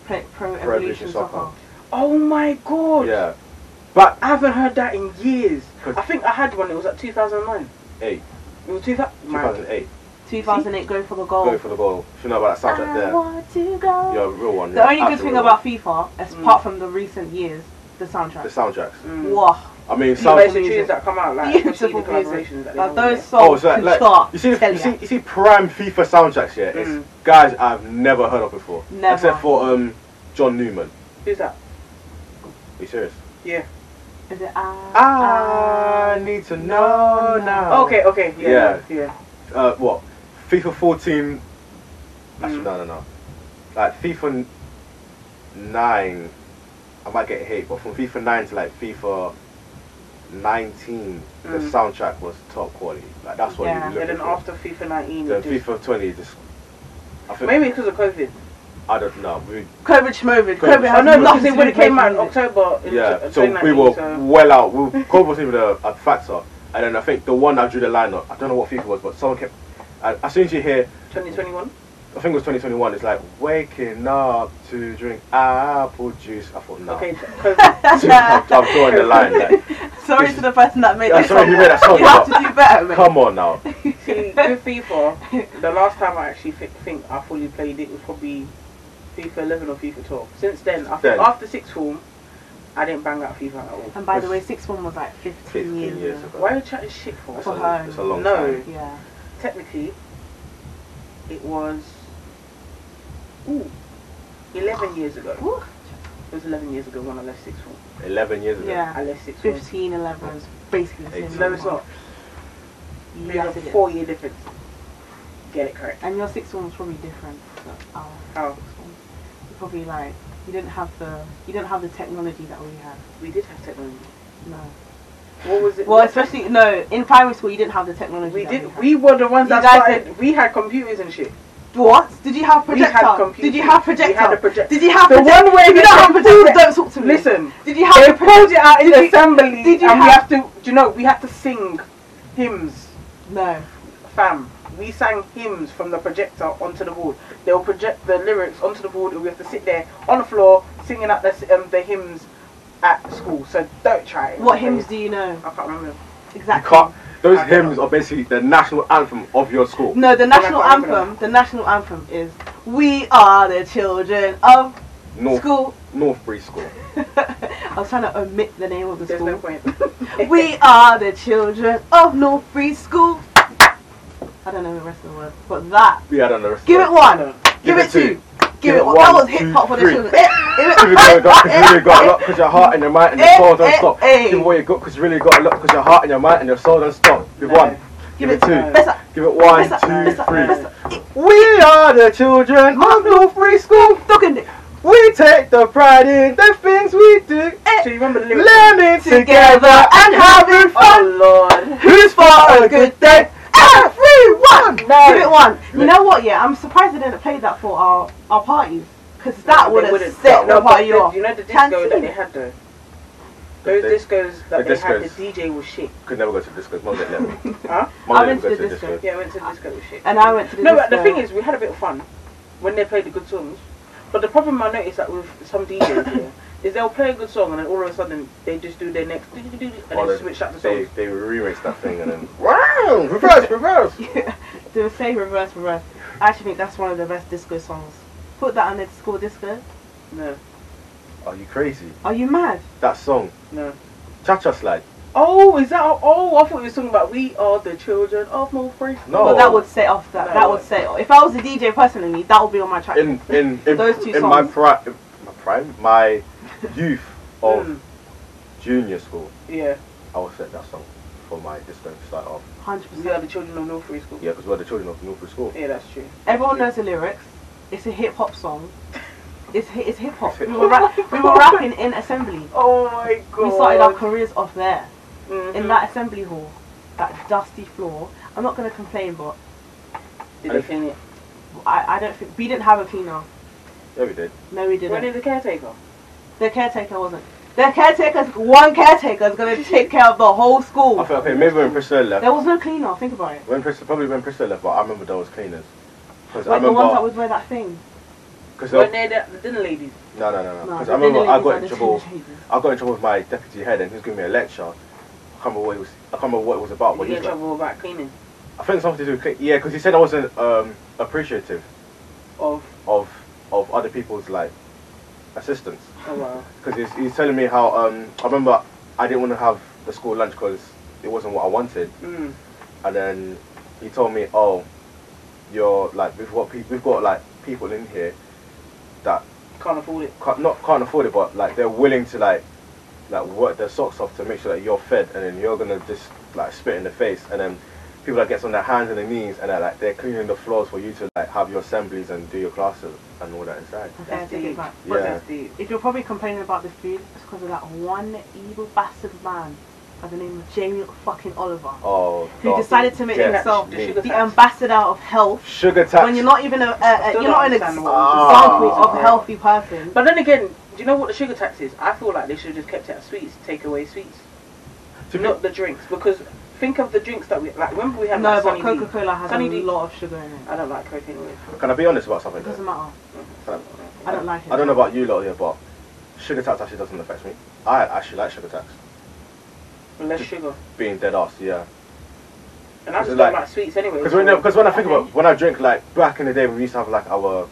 S2: play, pro
S3: Pro
S2: evolution
S3: Evolution Soccer.
S2: soccer.
S1: Oh my god!
S3: yeah, but
S1: I haven't heard that in years.
S3: 'Cause-
S1: I think I had one. It was at 2009.
S3: eight,
S1: It was 2000. man.
S3: 2008,
S2: 2008, go for the goal.
S3: going for the goal. You know about that soundtrack
S2: Oh. I
S3: there.
S2: want to go.
S3: You're a real one.
S2: The
S3: you're
S2: only good
S3: absolute
S2: thing
S3: real
S2: about FIFA, as
S1: Mm.
S2: apart from the recent years, the
S3: one. the
S2: soundtrack.
S3: soundtracks.
S1: Mm.
S2: Wow.
S3: I mean,
S1: So
S3: sound.
S1: there's the tunes that come out like you see the
S2: Beautiful music.
S1: collaborations that they
S3: Oh,
S2: Like
S1: do,
S2: those
S1: yeah.
S2: songs
S3: so like,
S2: can
S3: like,
S2: chart.
S3: you see, the,
S2: tell
S3: you
S2: ya.
S3: see, you see, prime FIFA soundtracks. Yeah, it's
S1: Mm.
S3: guys I've never heard of before,
S2: Never.
S3: except for um John Newman.
S1: Who's that?
S3: Are you serious?
S1: Yeah.
S2: Is it uh, ah,
S3: I need to know now.
S1: Oh, okay. Okay. Yeah.
S3: Oh. Yeah.
S1: Yeah. yeah.
S3: uh, what FIFA 14. Actually,
S1: Mm.
S3: no, no, no. Like FIFA 9, I might get hate, but from FIFA 9 to like FIFA 19, the
S1: Mm.
S3: soundtrack was top quality. Like that's what
S2: Yeah.
S3: you look
S1: And then
S3: for.
S1: after FIFA 19,
S3: Then
S1: it just-
S3: FIFA 20 just. I think
S1: maybe because of COVID.
S3: I don't know. We,
S2: COVID Schmovid.
S3: Covid.
S2: COVID
S1: I
S2: has
S1: know because
S2: nothing to
S1: it
S2: do
S1: when it
S2: with
S1: came out in
S2: music.
S1: October. In
S3: yeah,
S1: t-
S3: so we
S1: 2019,
S3: were
S1: so-
S3: well
S1: [laughs]
S3: out. We were- COVID wasn't even a, a uh, factor. And then I think the one I drew the line on, I don't know what FIFA was, but someone kept. And as soon as you hear
S1: 2021.
S3: I think it was 2021. It's like waking up to drink apple juice. I thought, no. [laughs]
S1: Okay.
S3: Okay.
S1: Because
S3: I'm,
S2: [laughs]
S3: I'm drawing the line. Like,
S2: Sorry to the person that made
S3: Yeah,
S2: that
S3: sorry
S2: song.
S3: who made that
S2: [laughs]
S3: song,
S2: You have to
S3: but-
S2: do better, man.
S3: come on now.
S1: see, with FIFA, the last time I actually thi- think I fully played it was probably FIFA 11 or FIFA 12. Since then, I think
S3: Then.
S1: after sixth form, I didn't bang out FIFA at all.
S2: And by the way, six one was like 15,
S3: 15
S2: years,
S3: years
S2: ago.
S3: ago.
S1: Why are you chatting shit for?
S3: That's a,
S2: For home.
S3: that's a long
S1: No.
S3: time.
S2: Yeah.
S1: technically, it was ooh, 11 years ago.
S2: Ooh.
S1: It was 11 years ago when I left sixth form.
S3: 11 years ago.
S2: Yeah.
S1: I left sixth form.
S2: 15, 11 was basically the same.
S3: Eighteen.
S1: No,
S2: number.
S1: it's not. There's
S2: Yes,
S1: a
S2: it is.
S1: four-year difference. get it correct.
S2: And your sixth one was probably different. to our
S1: How?
S2: sixth form. You probably like you didn't have the you didn't have the technology that we had.
S1: We did have technology.
S2: No.
S1: What was it?
S2: Well, especially no in primary school you didn't have the technology.
S1: we
S2: that
S1: did.
S2: had.
S1: We were the ones
S2: You
S1: that
S2: guys
S1: started. we had computers and shit.
S2: what? Did you have
S1: We had
S2: projector?
S1: computers.
S2: Did you have projector?
S1: We had a projector.
S2: Did you have
S1: The
S2: projector?
S1: one way
S2: If you
S1: they
S2: don't have
S1: can
S2: projector,
S1: prove it-
S2: don't talk to me.
S1: Listen,
S2: Did you
S1: they
S2: have the
S1: pulled it out in
S2: did you-
S1: assembly,
S2: did you
S1: and
S2: have-
S1: we have to. Do you know we had to sing hymns,
S2: No.
S1: fam? We sang hymns from the projector onto the board. They'll project the lyrics onto the board, and we have to sit there on the floor singing out the s- um, the hymns at school. So don't try it.
S2: What hymns do you know?
S1: I can't remember.
S2: Exactly.
S3: Can't, those
S1: I don't
S3: hymns
S1: know.
S3: are basically the national anthem of your school.
S2: No, the
S1: I
S2: national
S1: can't remember
S2: anthem. The national anthem is "We are the children of
S3: North
S2: school." [laughs]
S3: Northbury School.
S2: I was trying to omit the name of the
S1: There's
S2: school.
S1: no point. [laughs]
S2: [laughs] we are the children of North Free School. I don't know the rest of the words, but that.
S3: Yeah, I don't know. the rest
S2: Give
S3: of
S2: it one. Give,
S3: Give
S2: it
S3: it
S2: two. Give, it one. that was hip hop for the
S3: two,
S2: children.
S3: three.
S2: Eh, give it-
S3: You really got, 'cause you
S2: [laughs]
S3: really got a lot 'cause your heart and your mind and your
S2: Eh,
S3: soul don't
S2: eh,
S3: stop.
S2: eh.
S3: Give away you got 'cause you really got a lot 'cause your heart and your mind and your soul don't stop. Give
S1: No.
S3: one. Give it two.
S2: Mess up,
S3: Give it one,
S2: mess up, mess
S3: two,
S2: up,
S3: three.
S2: mess up.
S3: We are the children of North Free School.
S2: Talking it.
S3: We take the pride in the things we do.
S1: Do you remember the lyrics?
S3: Learning
S2: together and having fun.
S1: Oh Lord.
S3: Who's for a good day? Everyone.
S2: Give it one. You know what? Yeah, I'm surprised they didn't play that for our our parties because that
S1: They
S2: would have
S1: wouldn't.
S2: set
S1: No,
S2: the
S1: but
S2: party
S1: the-
S2: off.
S1: You know the disco
S2: Canteen.
S1: that they had though. Those
S3: The-
S1: discos that
S3: the
S1: they had, the
S3: discos.
S1: DJ was shit.
S3: Could never go to the disco. Mom didn't
S2: [laughs]
S3: let me.
S1: Huh?
S3: Mum
S2: I went
S3: didn't go
S2: to
S3: to
S2: the
S3: the
S2: disco.
S3: disco.
S1: Yeah, I went to the disco with shit.
S2: And I went to the
S1: no, but the
S2: disco.
S1: thing is, we had a bit of fun when they played the good songs. But the problem I noticed that with some DJs here [coughs] is they'll play a good song and then all of a sudden they just do their next and
S3: Oh,
S1: then switch up the
S3: they,
S1: songs.
S3: they remix that thing and then [laughs] wow, [laughs] reverse, reverse.
S2: [laughs] The say reverse reverse. I actually think that's one of the best disco songs. Put that on the school disco.
S1: No,
S3: Are you crazy?
S2: Are you mad?
S3: That song,
S1: no.
S3: Cha Cha Slide.
S1: Oh, is that? Oh, I thought you were talking about we are the children of North Free.
S3: No.
S2: Well, that would set off that.
S1: No,
S2: that
S1: it
S2: would
S1: won't.
S2: set off. If I was a DJ personally, that would be on my track.
S3: In in in,
S2: Those two
S3: in my
S2: songs.
S3: pri- in my prime,
S2: [laughs]
S3: my youth of
S2: Hmm.
S1: Mm,
S3: junior school,
S1: yeah,
S3: I will set that song for my disco to start off.
S2: Hundred
S1: we are
S2: percent.
S1: the children of North Free School.
S3: Yeah, because we're the children of Northwood School.
S1: yeah that's true.
S2: Everyone knows the lyrics. It's a hip hop song. It's hi- it's hip hop.
S3: It's
S2: We
S3: hip
S2: were
S1: hop.
S2: rap- we were rapping in assembly.
S1: Oh my god.
S2: We started our careers off there
S1: Mhm.
S2: in that assembly hall, that dusty floor. I'm not gonna complain, but
S1: Did they clean it?
S2: I, I don't think we didn't have a cleaner.
S3: Yeah, we did.
S2: No, we
S1: When
S2: didn't.
S1: did the caretaker?
S2: The caretaker wasn't. The caretaker's one caretaker is gonna take care of the whole school.
S3: I felt okay. Maybe when Priscilla left,
S2: There was no cleaner. Think about it.
S3: when Priscilla, probably when Priscilla left, but I remember there was cleaners. Because I
S2: Like the ones that
S3: remember,
S2: would wear that thing.
S3: because
S1: When they the, the dinner ladies.
S3: no, no, no, no.
S2: No,
S3: Because
S2: the
S3: I remember
S2: thin
S3: I
S2: ladies
S3: got
S2: are
S3: in
S2: the
S3: trouble.
S2: teenagers.
S3: I got in trouble with my deputy head, and he was giving me a lecture. I can't remember what it was. I can't remember what it was about.
S1: You
S3: But he
S1: get in
S3: was like,
S1: trouble about cleaning
S3: I think something to do with clean. Yeah, because he said I wasn't um, appreciative
S1: of
S3: of of other people's like assistance.
S1: oh wow.
S3: Because he's, he's telling me how um, I remember I didn't want to have the school lunch because it wasn't what I wanted,
S1: Mm.
S3: and then he told me, oh, you're like we've got pe- we've got like people in here that
S1: Can't afford it.
S3: can't, not can't afford it, but like they're willing to like like work their socks off to make sure that you're fed, and then you're gonna just like spit in the face, and then people that gets on their hands and their knees, and they're like they're cleaning the floors for you to like have your assemblies and do your classes and all that inside.
S2: Okay, I take it back.
S1: But
S3: Yeah.
S1: that's deep.
S2: If you're probably complaining about the food, it's because of that one evil bastard man by the name of Jamie fucking Oliver,
S3: Oh,
S2: who
S3: God.
S2: decided to make
S3: Yeah.
S2: himself
S1: The sugar
S2: the
S1: tax.
S2: ambassador of health
S3: sugar tax.
S2: when you're not even a, a, a
S1: Still
S2: you're
S1: don't
S2: not an ex-
S1: understand
S2: example
S1: what
S3: was said.
S2: of
S3: Ah.
S2: healthy person.
S1: But then again, do you know what the sugar tax is? I feel like they should have just kept it at sweets, take away sweets,
S3: To be-
S1: not the drinks. Because think of the drinks that we like. Remember we had
S2: no,
S1: like
S2: but
S1: Sunny D?
S2: Coca Cola has
S1: Sunny
S2: a
S1: D.
S2: lot of sugar in it.
S1: I don't like Coke anyway.
S3: Can I be honest about something?
S2: It doesn't
S3: though?
S2: matter.
S3: Can
S2: I don't like it.
S3: I don't know about you lot here, but sugar tax actually doesn't affect me. I actually like sugar tax.
S1: Less sugar.
S3: Being dead ass, yeah.
S1: And I
S3: Is
S1: just
S3: it
S1: don't
S3: like-
S1: like sweets anyway.
S3: Because when, because when I think about when I drink like back in the day when we used to have like our.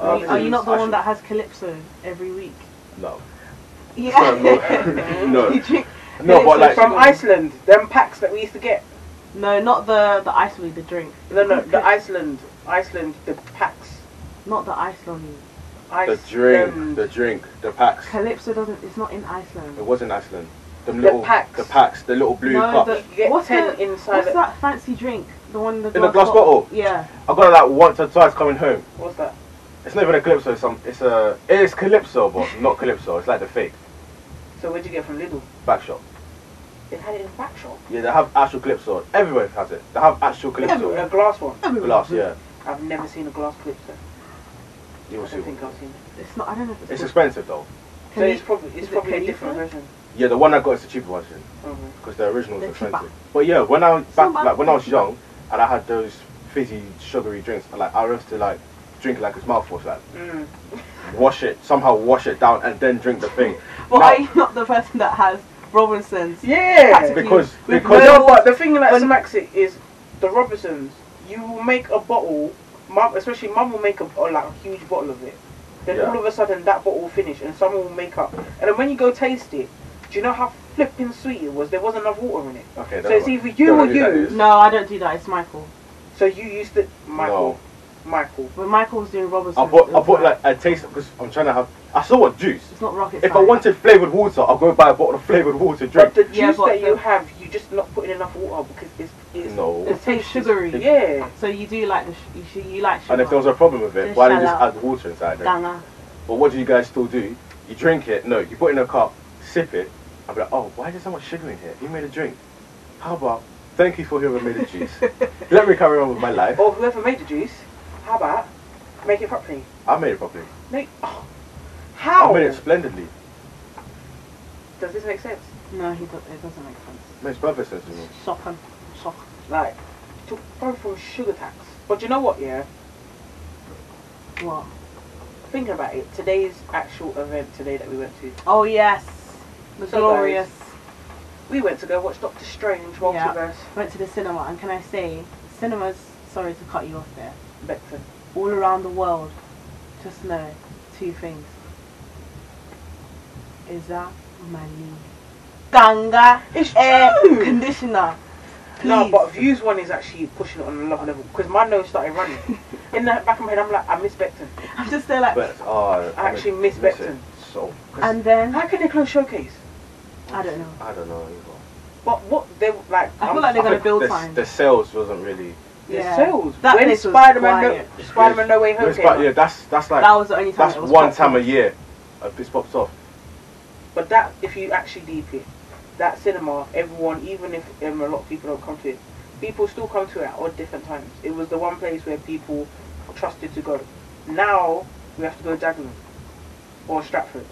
S1: Are
S3: uh,
S1: you-
S2: Are you
S3: things,
S2: not the one
S3: actually-
S2: that has calypso every week? [laughs]
S3: [laughs] No.
S2: Yeah.
S3: [laughs] no.
S2: [laughs] You drink-
S3: No, but
S2: Calypso
S3: like-
S1: from
S2: sugar.
S1: Iceland, them packs that we used to get.
S2: No, not the the ice weed, the drink.
S1: No, no, the Iceland, Iceland, the packs.
S2: Not the Iceland.
S3: The
S1: Iceland,
S3: drink, the drink, the packs.
S2: Calypso doesn't. It's not in Iceland.
S3: It was in Iceland. Them
S1: The
S3: little
S1: packs.
S3: the packs, the little blue
S2: No,
S3: cups.
S2: the-
S1: you get
S2: What's
S1: ten
S2: the-
S1: inside.
S2: What's
S1: the-
S2: that fancy drink? the one in the
S3: In the glass bottle.
S2: Yeah.
S3: I got it like once or twice coming home.
S1: What's that?
S3: It's not even a calypso. It's some. It's a. It's calypso, but not calypso. It's like the fake
S1: So where'd you get from Lidl?
S3: back shop.
S1: They had it in a back shop.
S3: Yeah, they have actual calypso. Everywhere has it. They have actual calypso.
S1: A glass one.
S3: Glass, yeah.
S1: I've never seen a glass calypso. I
S3: You will see.
S1: don't think I've seen it.
S2: It's not. I don't know if it's.
S3: It's expensive
S2: called
S3: though.
S1: So it's
S2: Cali-
S1: probably
S2: is
S1: it's
S2: it Oh,
S1: probably a
S2: Califa?
S1: different version.
S3: Yeah, the one I got is the cheaper version
S1: Mhm.
S3: because the original was
S2: They're cheaper.
S3: expensive. But yeah, when I back
S2: Some are
S3: like when I was
S2: expensive.
S3: young and I had those fizzy sugary drinks, I, like I used to like drink it like it's mouthwash, like
S1: Mm.
S3: wash it somehow wash it down and then drink the thing.
S2: But
S3: Now-
S2: are you not the person that has Robinsons?
S1: Yeah.
S2: Practically
S3: Because-
S2: with
S3: because-
S1: But
S2: no
S1: no, but the thing that
S2: When-
S1: smacks it is the Robinsons. You will make a bottle, mum, especially mum will make a, a like a huge bottle of it. Then
S3: Yeah.
S1: all of a sudden that bottle will finish and someone will make up. And then when you go taste it, do you know how flipping sweet it was? There wasn't enough water in it.
S3: Okay,
S1: So
S3: never
S1: it's
S3: mind.
S1: either you
S3: Don't
S1: or
S3: know who that
S1: you.
S3: is.
S2: No, I don't do that. It's Michael.
S1: So you used to Michael. Michael.
S2: When Michael was doing Robinsons,
S3: I bought
S2: it
S3: I
S2: was
S3: bought like a taste because I'm trying to have. I still want juice.
S2: It's not rocket
S3: If I
S2: science.
S3: wanted flavored water, I'll go buy a bottle of [laughs] flavored water
S1: But
S3: drink.
S1: the juice
S2: Yeah, but
S1: that you
S2: the-
S1: have, you just not putting enough water because it's it's
S3: No.
S1: It
S2: It's too
S1: tastes
S2: sugary.
S1: Yeah.
S2: So you do like the sh- you, sh- you like sugar.
S3: And if there was a problem with it,
S2: Just
S3: why
S2: shut
S3: didn't you just
S2: up.
S3: add water inside there?
S2: Ganger.
S3: But what do you guys still do? You drink it? No, you put it in a cup, sip it. I'll be like, oh, why is there so much sugar in here? Who made a drink? How about, thank you for whoever made
S2: [laughs]
S3: the juice. Let me carry on with my life.
S1: Or whoever made the juice, how about make it properly?
S3: I made it properly.
S1: Make oh, how
S3: I made it splendidly.
S1: does this make sense?
S2: No, he do- it doesn't make sense.
S3: makes perfect sense to me.
S2: Shopping. Shop.
S1: Like to go from sugar tax. But you know what? Yeah,
S2: What?
S1: thinking about it, today's actual event today that we went to,
S2: Oh yes, the
S1: So
S2: glorious.
S1: we went to go watch Doctor Strange
S2: Yeah.
S1: Multiverse
S2: Went to the cinema, and can I say, cinemas? Sorry to cut you off there.
S1: Vector.
S2: All around the world, just know two things. Is that money? Ganga
S1: It's
S2: air
S1: true.
S2: conditioner.
S1: No,
S2: Please.
S1: but views one is actually pushing it on another level because my nose started running. [laughs] In the back of my head, I'm like, I miss Beckton.
S2: I'm just there like.
S3: But, oh,
S1: I actually miss
S3: it.
S1: Beckton.
S3: So, 'cause
S2: and then
S1: How can they close showcase?
S2: I don't know.
S3: I don't know either.
S1: But what they like?
S2: I feel
S1: I'm-
S2: like they
S3: I
S2: got a
S3: think
S2: build
S3: the,
S2: time.
S3: The sales wasn't really.
S1: There's
S2: Yeah.
S1: sales.
S2: That
S1: when
S2: place was
S1: Spider-Man,
S2: quiet.
S1: no, Spider-Man No Way Home
S3: It's
S1: came
S3: quite-
S1: out.
S3: yeah, that's that's like
S2: that was the only time.
S3: that's
S2: it was
S3: one
S2: proper.
S3: time a year. A bit pops off.
S1: But that, if you actually deep it, that cinema, everyone, even if um, a lot of people don't come to it, people still come to it at odd different times. It was the one place where people trusted to go. Now we have to go Dagenham or Stratford,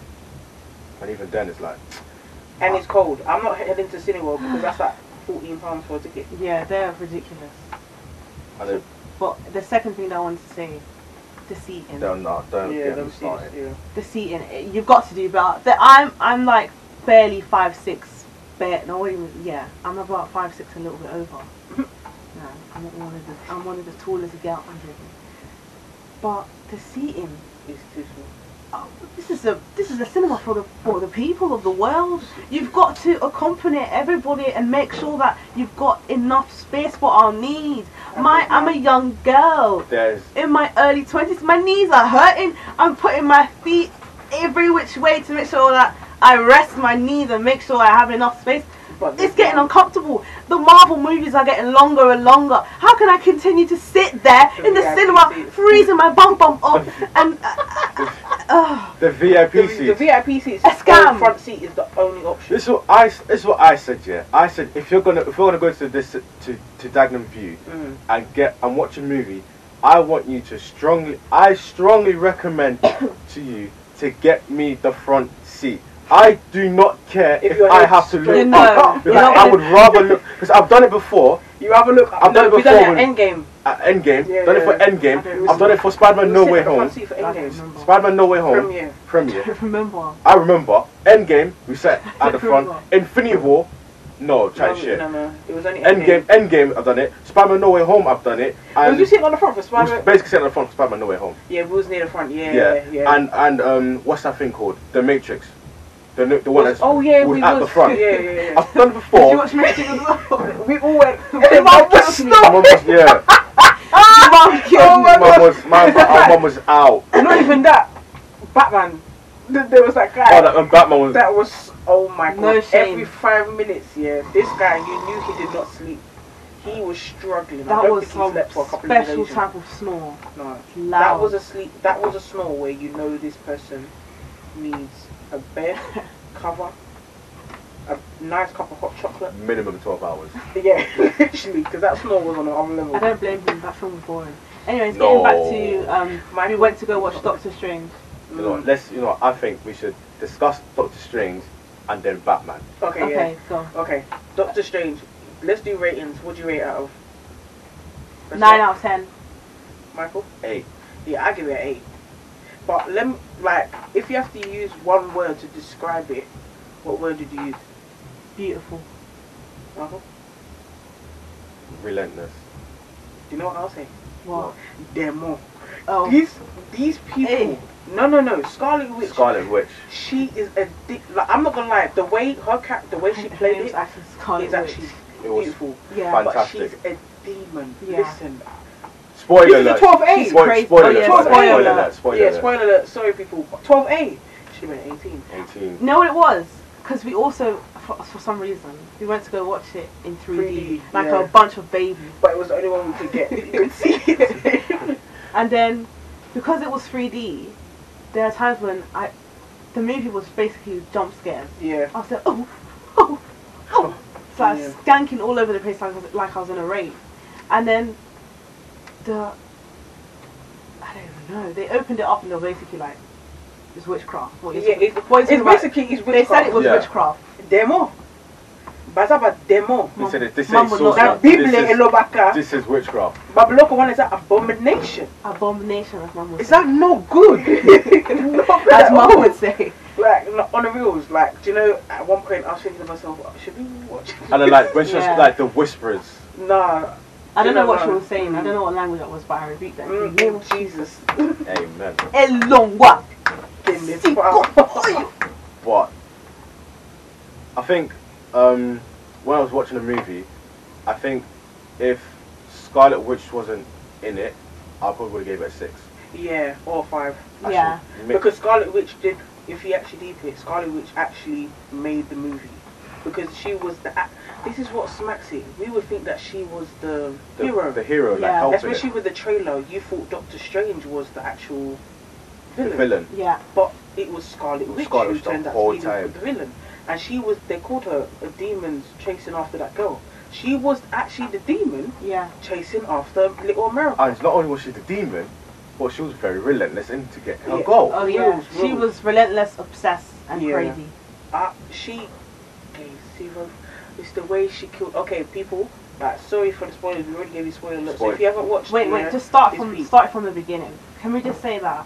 S3: And even then, it's like
S1: and it's cold. I'm not heading to Cineworld because that's like 14 pounds for a ticket.
S2: Yeah, they're ridiculous.
S3: I don't,
S2: But the second thing that I wanted to say, the seating,
S3: don't, know, don't
S1: yeah,
S3: get
S1: them
S3: me
S1: seats,
S3: started.
S1: yeah.
S2: the seating, eh, you've got to do better. The- I'm I'm like barely five six, bare no, what even, yeah, I'm about five six, a little bit over. [coughs] no, I'm not one of the I'm one of the tallest girl under them. But the seating,
S1: It's too small.
S2: oh, this is a this is a cinema for the for the people of the world. You've got to accompany everybody and make sure that you've got enough space for our needs. My I'm a young girl
S3: There's
S2: in my early 20s. My knees are hurting. I'm putting my feet every which way to make sure that I rest my knees and make sure I have enough space.
S1: But
S2: It's getting uncomfortable. The Marvel movies are getting longer and longer. How can I continue to sit there in the
S1: Yeah, I can see
S2: cinema
S1: it.
S2: freezing my bum bum
S1: [laughs]
S2: up and uh,
S3: the VIP
S1: The,
S3: seats.
S1: the VIP seats,
S2: A scam.
S1: the front seat is the only option.
S3: this is what I s- this is what I said. Yeah, I said if you're gonna if you're gonna go to this to to Dagenham View
S1: Mm.
S3: and get and watch a movie, I want you to strongly I strongly recommend [coughs] to you to get me the front seat. I do not care
S1: If
S3: if,
S1: your
S3: I
S1: head's
S3: have to look
S1: straight
S2: No,
S3: up
S2: you're
S3: because
S2: not gonna-
S3: I would rather look because I've done it before
S1: You have a look.
S3: I've
S1: no,
S3: done it
S1: we've done
S3: before
S1: it at Endgame.
S3: at Endgame,
S1: Yeah,
S3: done it
S1: yeah.
S3: for
S2: I don't
S3: Endgame, I've done
S2: remember.
S3: it for Spider-Man
S1: You
S3: No
S1: sit
S3: Way
S1: at the
S3: Home,
S1: front seat for
S2: I don't
S1: Endgame.
S2: remember.
S3: Spider-Man No Way Home
S1: Premiere.
S2: I
S3: premiere.
S2: don't [laughs] remember.
S3: I remember Endgame, we
S1: [laughs]
S3: sat at the front.
S2: Remember.
S3: Infinity War, no,
S1: No,
S3: try shit.
S1: no, no. It was only
S3: Endgame, Endgame, I've done it. Spider-Man No Way Home, I've done it.
S1: Was
S3: And
S1: you sitting on the front for
S3: we was
S1: Spider?
S3: basically sat at the front for Spider-Man No Way Home.
S1: yeah, we was near the front. Yeah,
S3: Yeah.
S1: yeah. yeah.
S3: And and um, what's that thing called? The Matrix. The no- the one
S1: Was-
S3: that's
S1: oh yeah,
S3: was
S1: we
S3: at
S1: was,
S3: the front.
S1: Yeah, yeah, yeah.
S3: I've done
S2: Did you
S3: it before.
S2: watch Matrix as well?
S1: we all
S3: [laughs]
S1: went.
S2: Your mum killed me.
S3: My mum was
S1: [laughs]
S3: yeah.
S2: Your mum killed me.
S3: my mum was my,
S1: [laughs]
S3: my mum was out.
S1: Not even that. Batman. Th- There was that guy.
S3: Oh, that, and Batman was.
S1: that was. Oh my god.
S2: No shame.
S1: Every five minutes, yeah. This guy, you knew he did not sleep. he was struggling. [laughs] I
S2: That
S1: don't
S2: was
S1: think he slept for a
S2: some
S1: couple of
S2: special
S1: days.
S2: type of snore.
S1: No.
S2: Loud.
S1: That was a sleep. That was a snore where you know this person needs a bed [laughs] cover, a nice cup of hot chocolate. [laughs]
S3: Minimum 12 hours.
S1: Yeah, [laughs] literally, because that snore was on another level.
S2: I don't blame him. That film was boring. Anyways,
S3: No.
S2: getting back to um,
S1: My-
S2: we went to go watch Doctor Strange.
S3: You
S1: Mm.
S3: know, let's, you know, I think we should discuss Doctor Strange and then Batman.
S1: Okay,
S2: Okay, go.
S1: yeah. Okay, Doctor Strange. Let's do ratings. What do you rate out of? Let's
S2: Nine
S1: start.
S2: out of ten.
S1: Michael.
S3: Hey,
S1: Yeah, I give it an eight. But let me, like, if you have to use one word to describe it, what word did you use,
S2: Beautiful.
S1: Michael?
S3: relentless.
S1: Do you know what I'll say?
S2: What?
S1: Demo.
S2: Oh, [laughs]
S1: These these people.
S2: Hey.
S1: No, no, no. Scarlet Witch.
S3: Scarlet Witch.
S1: She is a dick. Like, I'm not gonna lie. The way her cat, the way she
S2: Her
S1: played
S2: name's
S1: it,
S2: actually Scarlet
S1: is actually
S3: It was
S1: beautiful.
S2: Yeah.
S3: fun.
S1: But
S3: fantastic.
S1: she's a demon.
S2: Yeah.
S1: Listen.
S3: Spoiler
S1: This is the
S3: alert.
S1: 12 8.
S3: Spoil-
S2: Crazy.
S3: spoiler
S2: Oh,
S3: alert.
S2: yeah, spoiler
S3: sorry, Spoiler
S2: alert.
S3: alert. Spoiler
S1: yeah,
S3: alert.
S1: spoiler alert. Sorry, people. 12 8. She went 18.
S3: 18.
S2: You know what it was? Because we also, for, for some reason, we went to go watch it in 3D,
S1: 3D,
S2: like
S1: yeah.
S2: a bunch of babies.
S1: But it was the only one we could get. You could
S2: [laughs]
S1: see it.
S2: And then, because it was 3D, there are times when I, the movie was basically jump scares.
S1: yeah.
S2: I was like, oh, oh, oh. So I was
S1: Yeah.
S2: skanking all over the place like I was, like I was in a rave. And then the, I don't even know, they opened it up and they were basically like, it's witchcraft. What
S1: Yeah,
S2: you're
S1: it,
S2: talking-
S1: it's
S2: what you're talking about.
S1: basically it's
S2: They said it was
S3: Yeah.
S2: witchcraft.
S1: demo. Bazaba demo.
S3: They said it- this
S2: Mum
S3: ain't
S2: would not-
S3: sorcery.
S1: Now
S2: Now,
S3: This
S1: Bible
S3: is-
S1: elobaka.
S3: This is witchcraft.
S1: Babyloko one is an abomination.
S2: Abomination, as mum would
S1: Is Oh.
S2: say.
S1: that no good? [laughs] Not good
S2: As
S1: at
S2: mum
S1: all.
S2: would say.
S1: Like no- on the reels, like do you know? At one point, I was thinking to myself, should we watch?
S3: And then, like, when she was,
S2: Yeah.
S3: like, the whispers.
S1: [laughs] Nah.
S2: I don't
S1: You
S2: know
S1: know
S2: what she
S1: what?
S2: was saying. I don't know what language that was, but I repeat that.
S1: Mm,
S2: Mm.
S1: mm, Jesus.
S3: Amen.
S2: Elongwa.
S1: Then this
S3: But I think um, when I was watching the movie, I think if Scarlet Witch wasn't in it, I probably would have gave it a six.
S1: [laughs] Yeah, or five.
S2: [laughs]
S3: Actually,
S2: Yeah.
S3: mi-
S1: Because Scarlet Witch did. If you actually deep it, Scarlet Witch actually made the movie because she was the. ac- This is what smacks it. We would think that she was the,
S3: the
S1: hero.
S3: the hero, like
S2: Yeah.
S3: helping
S1: Especially
S3: it,
S1: with the trailer, you thought Doctor Strange was the actual
S3: the
S1: villain,
S3: villain.
S2: Yeah.
S1: but it was Scarlet
S3: It was
S1: Witch
S3: Scarlet
S1: who
S3: Witch the
S1: turned out
S3: whole
S1: to be the,
S3: time.
S1: the villain. And she was, they called her a demon chasing after that girl. She was actually the demon
S2: Yeah.
S1: chasing after Little America.
S3: And not only was she the demon, but she was very relentless in to get her
S1: Yeah.
S3: goal.
S2: Oh yeah.
S1: Rules,
S2: She
S1: rules.
S2: was relentless, obsessed, and
S1: Yeah.
S2: crazy.
S1: Uh, she gave zero. It's the way she killed. Okay, people, uh, sorry for the spoilers. We already gave you spoiler alert. So
S3: Spoil-
S1: if you haven't watched
S2: Wait,
S1: it,
S2: wait.
S1: yeah,
S2: Just start
S1: it's
S2: from
S1: peak.
S2: start from the beginning. Can we just say that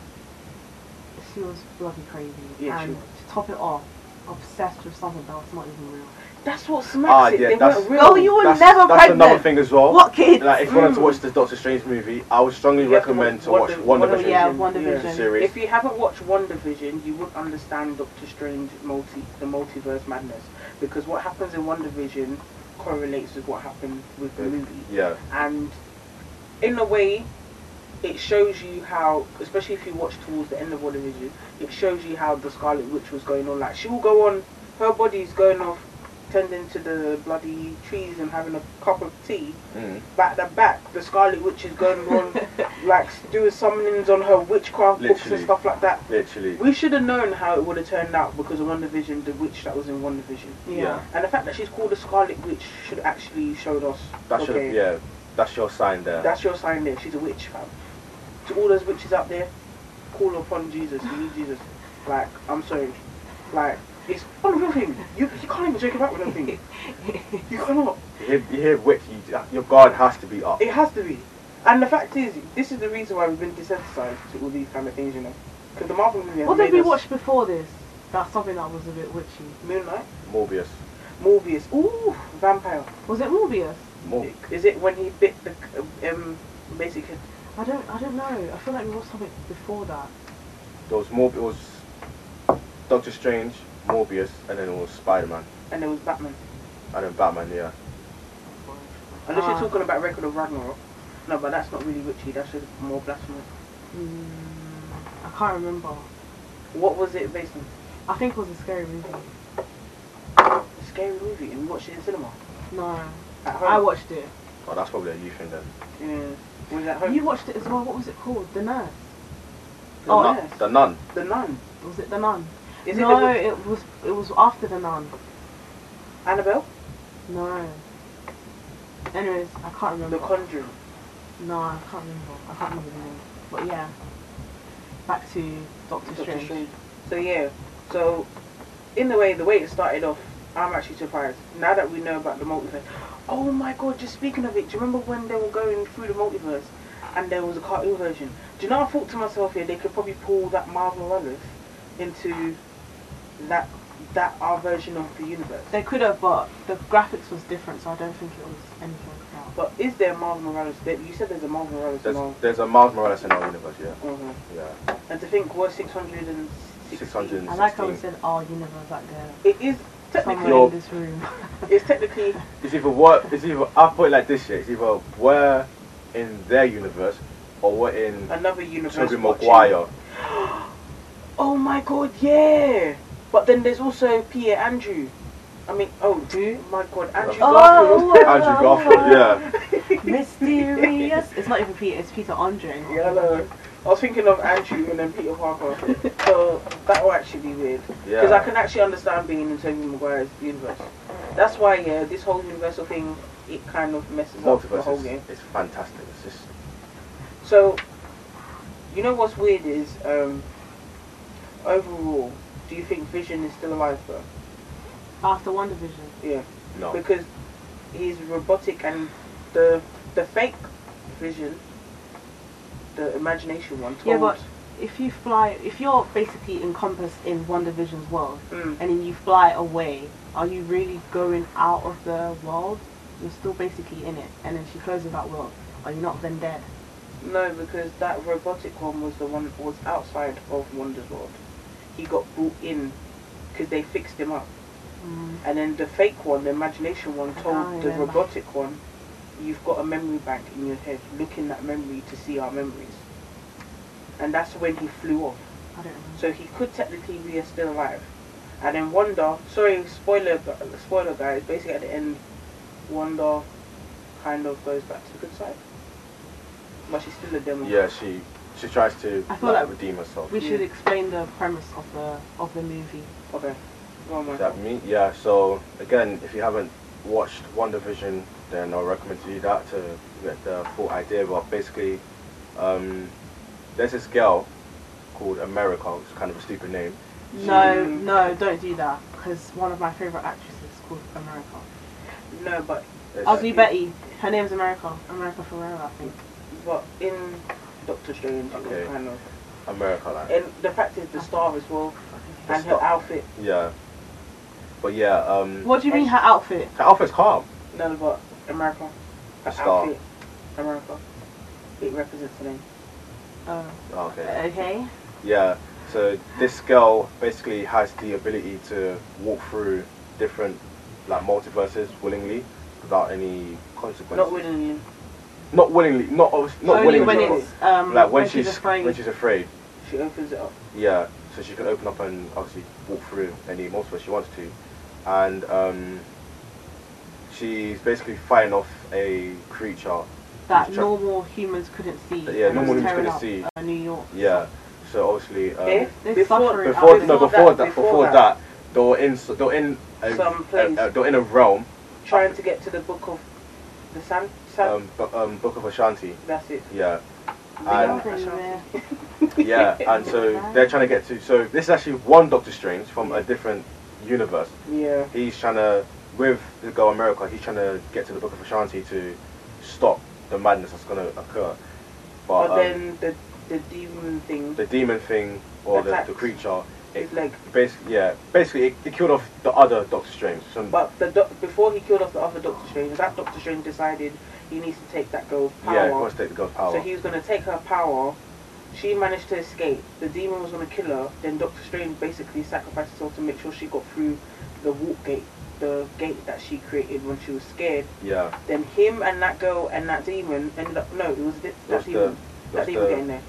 S2: she was bloody crazy
S1: Yeah, she
S2: and
S1: was.
S2: to top it off, obsessed with something that was not even real.
S1: That's what smacks
S3: Ah,
S1: it.
S3: yeah,
S1: they
S3: that's-
S1: weren't real.
S2: Girl, you were
S3: that's
S2: never
S3: that's
S2: pregnant.
S3: another thing as well.
S2: What kids?
S3: Like, if you wanted to
S1: Mm.
S3: watch the Doctor Strange movie, I would strongly
S1: You have to
S3: recommend to
S1: watch
S3: watch
S1: Wonder-
S3: Wonder
S1: Wonder-
S3: Vision
S2: yeah,
S1: Vision,
S2: One
S1: yeah.
S2: Division.
S3: series.
S1: If you haven't watched WandaVision, you won't understand Doctor Strange multi the multiverse madness because what happens in WandaVision correlates with what happened with the movie,
S3: yeah,
S1: and in a way, it shows you how, especially if you watch towards the end of WandaVision, it shows you how the Scarlet Witch was going on. Like she will go on, her body's going off, tending to the bloody trees and having a cup of tea
S3: mm,
S1: back to back. The Scarlet Witch is going on, like doing summonings on her witchcraft books and
S3: Literally.
S1: stuff like that.
S3: literally.
S1: We should have known how it would have turned out because of WandaVision, the witch that was in WandaVision.
S3: Yeah.
S1: And the fact that she's called the Scarlet Witch should actually showed us.
S3: That should
S1: okay,
S3: have, yeah, that's your sign there.
S1: That's your sign there. She's a witch, fam. To all those witches out there, call upon Jesus. You need Jesus. Like, I'm sorry. Like, it's unreal thing. You, you can't even joke about with them thing.
S2: [laughs]
S1: You cannot.
S3: You hear, you hear witch, you, your guard has to be up.
S1: It has to be. And the fact is, this is the reason why we've been desensitized to all these kind of things, you know. Because the Marvel movie has
S2: What
S1: made
S2: did we
S1: us-
S2: watch before this? That's something that was a bit witchy.
S1: Moon Knight,
S3: Morbius.
S1: Morbius, ooh, vampire.
S2: Was it Morbius?
S3: Mor-
S1: Is it when he bit the um basically?
S2: I don't, I don't know. I feel like we watched something before that.
S3: there was Morbius, it was Doctor Strange, Morbius, and then it was Spider Man,
S1: And there was Batman.
S3: and then Batman, yeah.
S1: Unless
S2: Ah.
S1: you're talking about Record of Ragnarok. No, but that's not really witchy. That's just more blasphemous.
S2: Mm, I can't remember.
S1: What was it based on?
S2: I think it was a scary movie.
S1: A scary movie and we watched it in cinema.
S2: No,
S1: At home.
S2: I watched it.
S3: But Oh, that's probably a youth thing then.
S1: Yeah. Was that home?
S2: You watched it as well. What was it called? The Nurse.
S3: The
S1: Oh,
S3: nun,
S1: yes.
S3: the nun.
S1: the nun.
S2: Was it The Nun?
S1: Is it
S2: no,
S1: the,
S2: it, was it was after The Nun.
S1: Annabelle?
S2: No. Anyways, I can't remember.
S1: The Conjuring.
S2: no, I can't remember. I can't remember the name. But yeah. Back to Doctor,
S1: Doctor
S2: Strange.
S1: Strange. So yeah. So in the way, the way it started off, I'm actually surprised now that we know about the multiverse. Oh my god! Just speaking of it, do you remember when they were going through the multiverse and there was a cartoon version? Do you know? I thought to myself, yeah, they could probably pull that Marvel Runners into that that our version of the universe.
S2: They could have, but the graphics was different, so I don't think it was anything like that.
S1: But is there a Marvel Morales? There- You said there's a Marvel Morales.
S3: There's,
S1: No.
S3: there's a Miles Morales in our universe, yeah.
S1: hmm
S3: Yeah.
S1: And to think we're 660.
S3: 600.
S2: I like how we
S3: 16.
S2: said "Oh, our universe out there.
S1: It is technically,
S2: Somewhere in
S1: [laughs]
S2: this room.
S1: it's technically,
S3: It's either what it's either I put it like this shit, it's either we're in their universe or we're in
S1: another universe.
S3: Toby
S1: watching.
S3: Maguire.
S1: Oh my god, yeah! But then there's also Pierre Andrew. I mean, oh, who? My god, Andrew
S2: Oh.
S1: Garfield.
S3: Andrew Garfield, yeah.
S2: Mysterious. It's not even Peter. It's Peter Andre.
S1: [laughs] Yeah, I know. I was thinking of Andrew and then Peter Parker. So that will actually be weird. Because I
S3: Yeah.
S1: can actually understand being in Tobey Maguire's universe. That's why, yeah, this whole universal thing, it kind of messes up the whole
S3: Multiverse
S1: game.
S3: is, is fantastic. It's just
S1: So, you know what's weird is, um, overall, do you think Vision is still alive though?
S2: After One Division.
S1: Yeah.
S3: no.
S1: because he's robotic and the the fake vision, the imagination one. Told,
S2: Yeah, but- If you fly, if you're basically encompassed in One Division's world,
S1: Mm,
S2: and then you fly away, are you really going out of the world? You're still basically in it, and then she closes that world. Are you not then dead?
S1: no, because that robotic one was the one that was outside of Wonder's world. He got brought in because they fixed him up,
S2: Mm,
S1: and then the fake one, the imagination one, told
S2: Ah, Hmm. I
S1: the
S2: remember.
S1: robotic one, "You've got a memory bank in your head. Look in that memory to see our memories." And that's when he flew off.
S2: I don't know.
S1: So he could technically be still alive. And then Wanda, sorry, spoiler, gu- spoiler guys. Basically, at the end, Wanda kind of goes back to the good side, but she's still a demo.
S3: Yeah, she she tries to
S2: I feel
S3: like,
S2: like
S3: redeem herself.
S2: We
S1: Yeah.
S2: should explain the premise of the of the movie.
S1: Okay. Oh my
S3: Is that me? Yeah, so again, if you haven't watched One Division, then I'll recommend you do that to get the full idea. But basically, um, there's this girl called America, which is kind of a stupid name.
S2: No,
S1: Mm.
S2: no, don't do that, because one of my favorite actresses called America.
S1: No, but
S3: It's-
S2: Ugly Betty. Her name's America. America Ferrera, I think.
S1: but in Doctor Strange, it was
S3: Okay.
S1: kind of.
S3: America, like.
S1: And the fact is, the star as well,
S3: The
S1: and
S3: star.
S1: her outfit.
S3: Yeah. But yeah, um,
S2: What do you mean her outfit?
S3: her outfit's calm.
S1: No, but America. Her
S3: The star.
S1: outfit, America. It represents her name.
S2: Oh,
S3: Okay.
S2: okay.
S3: Yeah. So this girl basically has the ability to walk through different like multiverses willingly without any consequences.
S1: Not willingly.
S3: Not willingly. Not obvi- not
S2: Only
S3: willingly.
S2: when
S1: but-
S2: it's um
S3: like when,
S2: she's, afraid.
S3: when she's afraid.
S1: She opens it up.
S3: Yeah. So she can open up and obviously walk through any multiverse she wants to, and um, she's basically fighting off a creature
S2: that
S3: she's tra-
S2: normal humans couldn't see.
S3: Yeah,
S2: and
S1: normal
S2: was
S3: humans
S2: tearing
S3: couldn't see.
S2: up, Uh, New York.
S3: Yeah. So obviously, um,
S1: if
S2: They're
S1: before,
S2: suffering.
S3: before
S2: Oh,
S3: no
S1: before
S3: before
S1: that-
S3: that,
S1: before
S3: before,
S1: that.
S3: that, they were in so- they were in a,
S1: Some
S3: a,
S1: place.
S3: a- they were in a realm,
S1: trying to get to the book of the San. San
S3: um, bu- um, Book of Ashanti.
S1: that's it.
S3: Yeah,
S1: Yeah.
S3: and
S2: Nothing there.
S3: [laughs]
S1: [laughs]
S3: yeah, and so they're trying to get to. So this is actually one Doctor Strange from a different universe.
S1: Yeah.
S3: He's trying to with the girl America. He's trying to get to the Book of Ashanti to stop the madness that's going to occur.
S1: But,
S3: But, um,
S1: then the the demon thing
S3: the demon thing or the, the
S1: Attacks.
S3: creature,
S1: is
S3: it
S1: like.
S3: basically yeah, basically it, it killed off the other Doctor Strange. Some,
S1: But the doc- before he killed off the other Doctor Strange, that Doctor Strange decided he needs to take that girl's power.
S3: yeah, he wants to take the girl's power.
S1: So he was gonna take her power. She managed to escape. The demon was gonna kill her. Then Doctor Strange basically sacrificed herself to make sure she got through the walk gate, the gate that she created when she was scared.
S3: yeah.
S1: Then him and that girl and that demon ended up. No, it was thi- that
S3: That's
S1: demon.
S3: the-
S1: that
S3: That's
S1: demon
S3: the-
S1: getting there.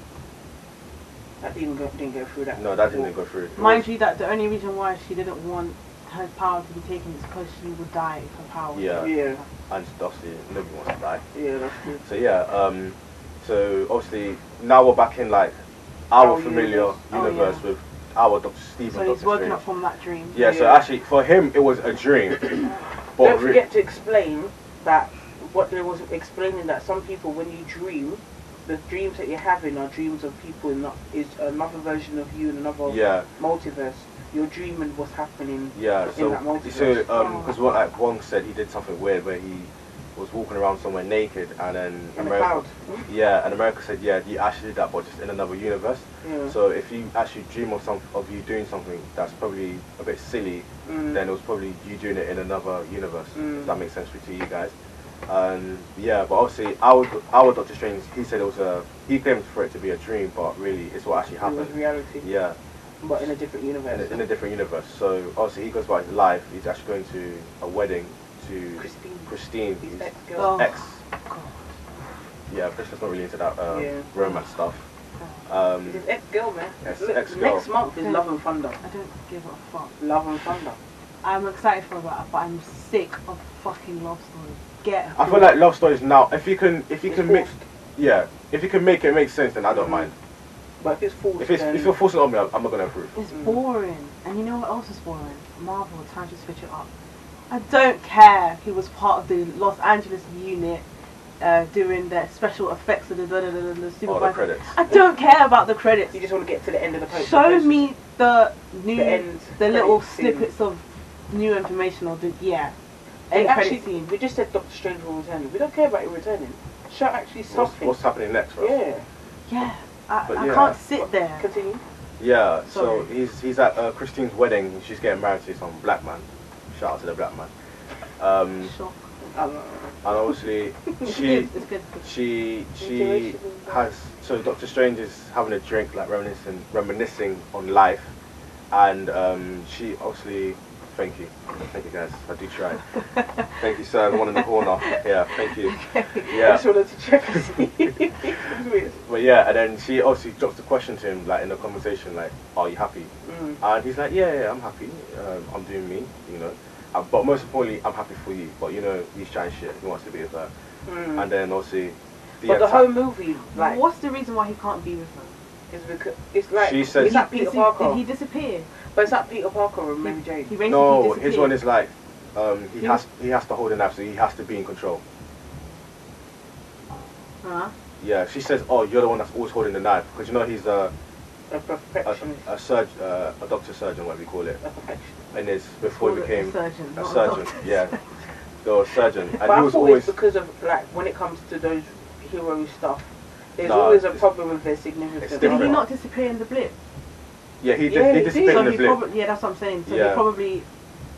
S1: That demon go, didn't go through that.
S3: No, that didn't go through.
S2: Mind you, that the only reason why she didn't want her power to be taken is because she would die if her power was
S3: Yeah.
S2: taken.
S1: Yeah,
S3: and stuff. So nobody wants to die.
S1: yeah, that's good.
S3: So yeah, um, so obviously now we're back in like our
S1: Our
S3: familiar
S1: universe.
S3: universe,
S2: Oh,
S3: with our Doctor Steve
S2: So
S3: and
S2: he's
S3: Doctor
S2: woken
S3: Strange.
S2: up from that dream.
S3: yeah, so
S1: Yeah.
S3: actually for him it was a dream, but
S1: [coughs] Don't
S3: re-
S1: forget to explain that what they was explaining that some people when you dream, the dreams that you're having are dreams of people in a- is another version of you in another
S3: yeah,
S1: multiverse. You're dreaming what's happening.
S3: yeah.
S1: In
S3: So
S1: that multiverse.
S3: so um, because what like Wong said, he did something weird where he was walking around somewhere naked and then
S1: In a
S3: America,
S1: cloud.
S3: yeah, and America said yeah, you actually did that, but just in another universe.
S1: Yeah.
S3: So if you actually dream of some of you doing something that's probably a bit silly,
S1: Mm.
S3: then it was probably you doing it in another universe.
S1: Mm.
S3: If that makes sense to you guys. Um, yeah, but obviously our our Doctor Strange, he said it was a he claimed for it to be a dream, but really it's what actually
S1: it was
S3: happened.
S1: reality,
S3: Yeah,
S1: but in a different
S3: in a,
S1: universe.
S3: in a different universe. So obviously he goes about his life. He's actually going to a wedding to
S1: Christine,
S3: Christine,
S1: his
S3: his
S1: ex-girl.
S2: Oh.
S3: ex. Yeah, Christine's not really into that um,
S1: Yeah.
S3: romance stuff. Um,
S1: It's his ex-girl, man.
S3: Yes,
S1: Look,
S3: ex-girl.
S1: Next month is
S2: Okay.
S1: Love and Thunder.
S2: I don't give a fuck.
S1: Love and Thunder.
S2: I'm excited for that, but I'm sick of fucking love stories. Get
S3: I feel like love stories now. If you can, if you
S1: It's
S3: can make,
S1: forced.
S3: yeah, if you can make it make sense, then I don't
S1: Mhm.
S3: mind.
S1: But if it's forced,
S3: If it's
S1: then
S3: if you're forcing it on me, I'm I'm not gonna approve.
S2: It's
S1: Mm.
S2: boring. And you know what else is boring? Marvel trying to switch it up. I don't care. He was part of the Los Angeles unit uh, doing their special effects of the da da da da da
S3: All the
S2: supervisor.
S3: credits.
S2: I don't care about the credits.
S1: you just want to get to the end of the post.
S2: Show me the new,
S1: The
S2: the,
S1: end
S2: little
S1: credit scene.
S2: snippets of new information or the yeah,
S1: They
S2: end
S1: actually,
S2: credit scene.
S1: we just said Doctor Strange will return. We don't care about it returning. Show actually
S3: What's,
S1: something.
S3: what's happening next? Russ?
S1: yeah.
S2: Yeah, I,
S3: But
S2: I
S3: yeah.
S2: can't sit there.
S1: Continue.
S3: Yeah, so
S2: Sorry.
S3: he's he's at uh, Christine's wedding. She's getting married to some black man. Shout out to the black man. Um,
S2: Shock.
S1: Um,
S3: and obviously
S2: It's
S3: she
S2: good. It's good.
S3: she she
S1: Interracial.
S3: has so Doctor Strange is having a drink, like reminiscing reminiscing on life, and um, she obviously thank you, thank you guys. I do try. thank you, sir. The one in the corner. Yeah, thank you.
S1: I
S3: Yeah.
S1: just wanted to check and see. [laughs] It's weird.
S3: But yeah, and then she obviously drops the question to him, like in the conversation, like, "Are you happy?"
S1: Mm.
S3: And he's like, "Yeah, yeah, I'm happy. Um, I'm doing me, you know. Uh, but most importantly, I'm happy for you. But you know, he's trying shit. He wants to be with her.
S1: Mm.
S3: And then obviously, the
S1: but the
S3: attack-
S1: whole movie, like,
S2: What's the reason why he can't be with her?
S1: is because it's like
S3: She said-
S1: it's like Peter
S2: Is he-
S1: Parker,
S2: Did he disappear?
S1: but it's like Peter Parker and Mary
S2: He
S1: Jane.
S2: basically
S3: no,
S2: disappeared.
S3: his one is like, um, he
S2: He-
S3: has he has to hold a knife, so he has to be in control.
S2: Huh?
S3: Yeah, she says, "Oh, you're the one that's always holding the knife, because you know he's a
S1: A
S3: a,
S1: perfectionist,
S3: a surg, uh, a doctor surgeon, whatever you call it,
S1: a perfectionist.
S3: and it's before he
S2: Call it
S3: became
S2: a surgeon.
S3: a
S2: not
S3: surgeon.
S2: doctor.
S3: Yeah, the surgeon, and
S1: But
S3: he
S1: I
S3: was
S1: thought
S3: always."
S1: it's because of like when it comes to those hero stuff, there's
S3: Nah,
S1: always a
S3: it's-
S1: problem with their significance.
S3: it's
S2: Did he
S3: different.
S2: not disappear in the blip?
S3: Yeah, he did.
S1: Yeah,
S3: he,
S1: he did.
S3: disappeared in
S2: So
S3: the
S2: he
S3: blip.
S2: probably yeah, that's what I'm saying. So
S3: Yeah.
S2: he probably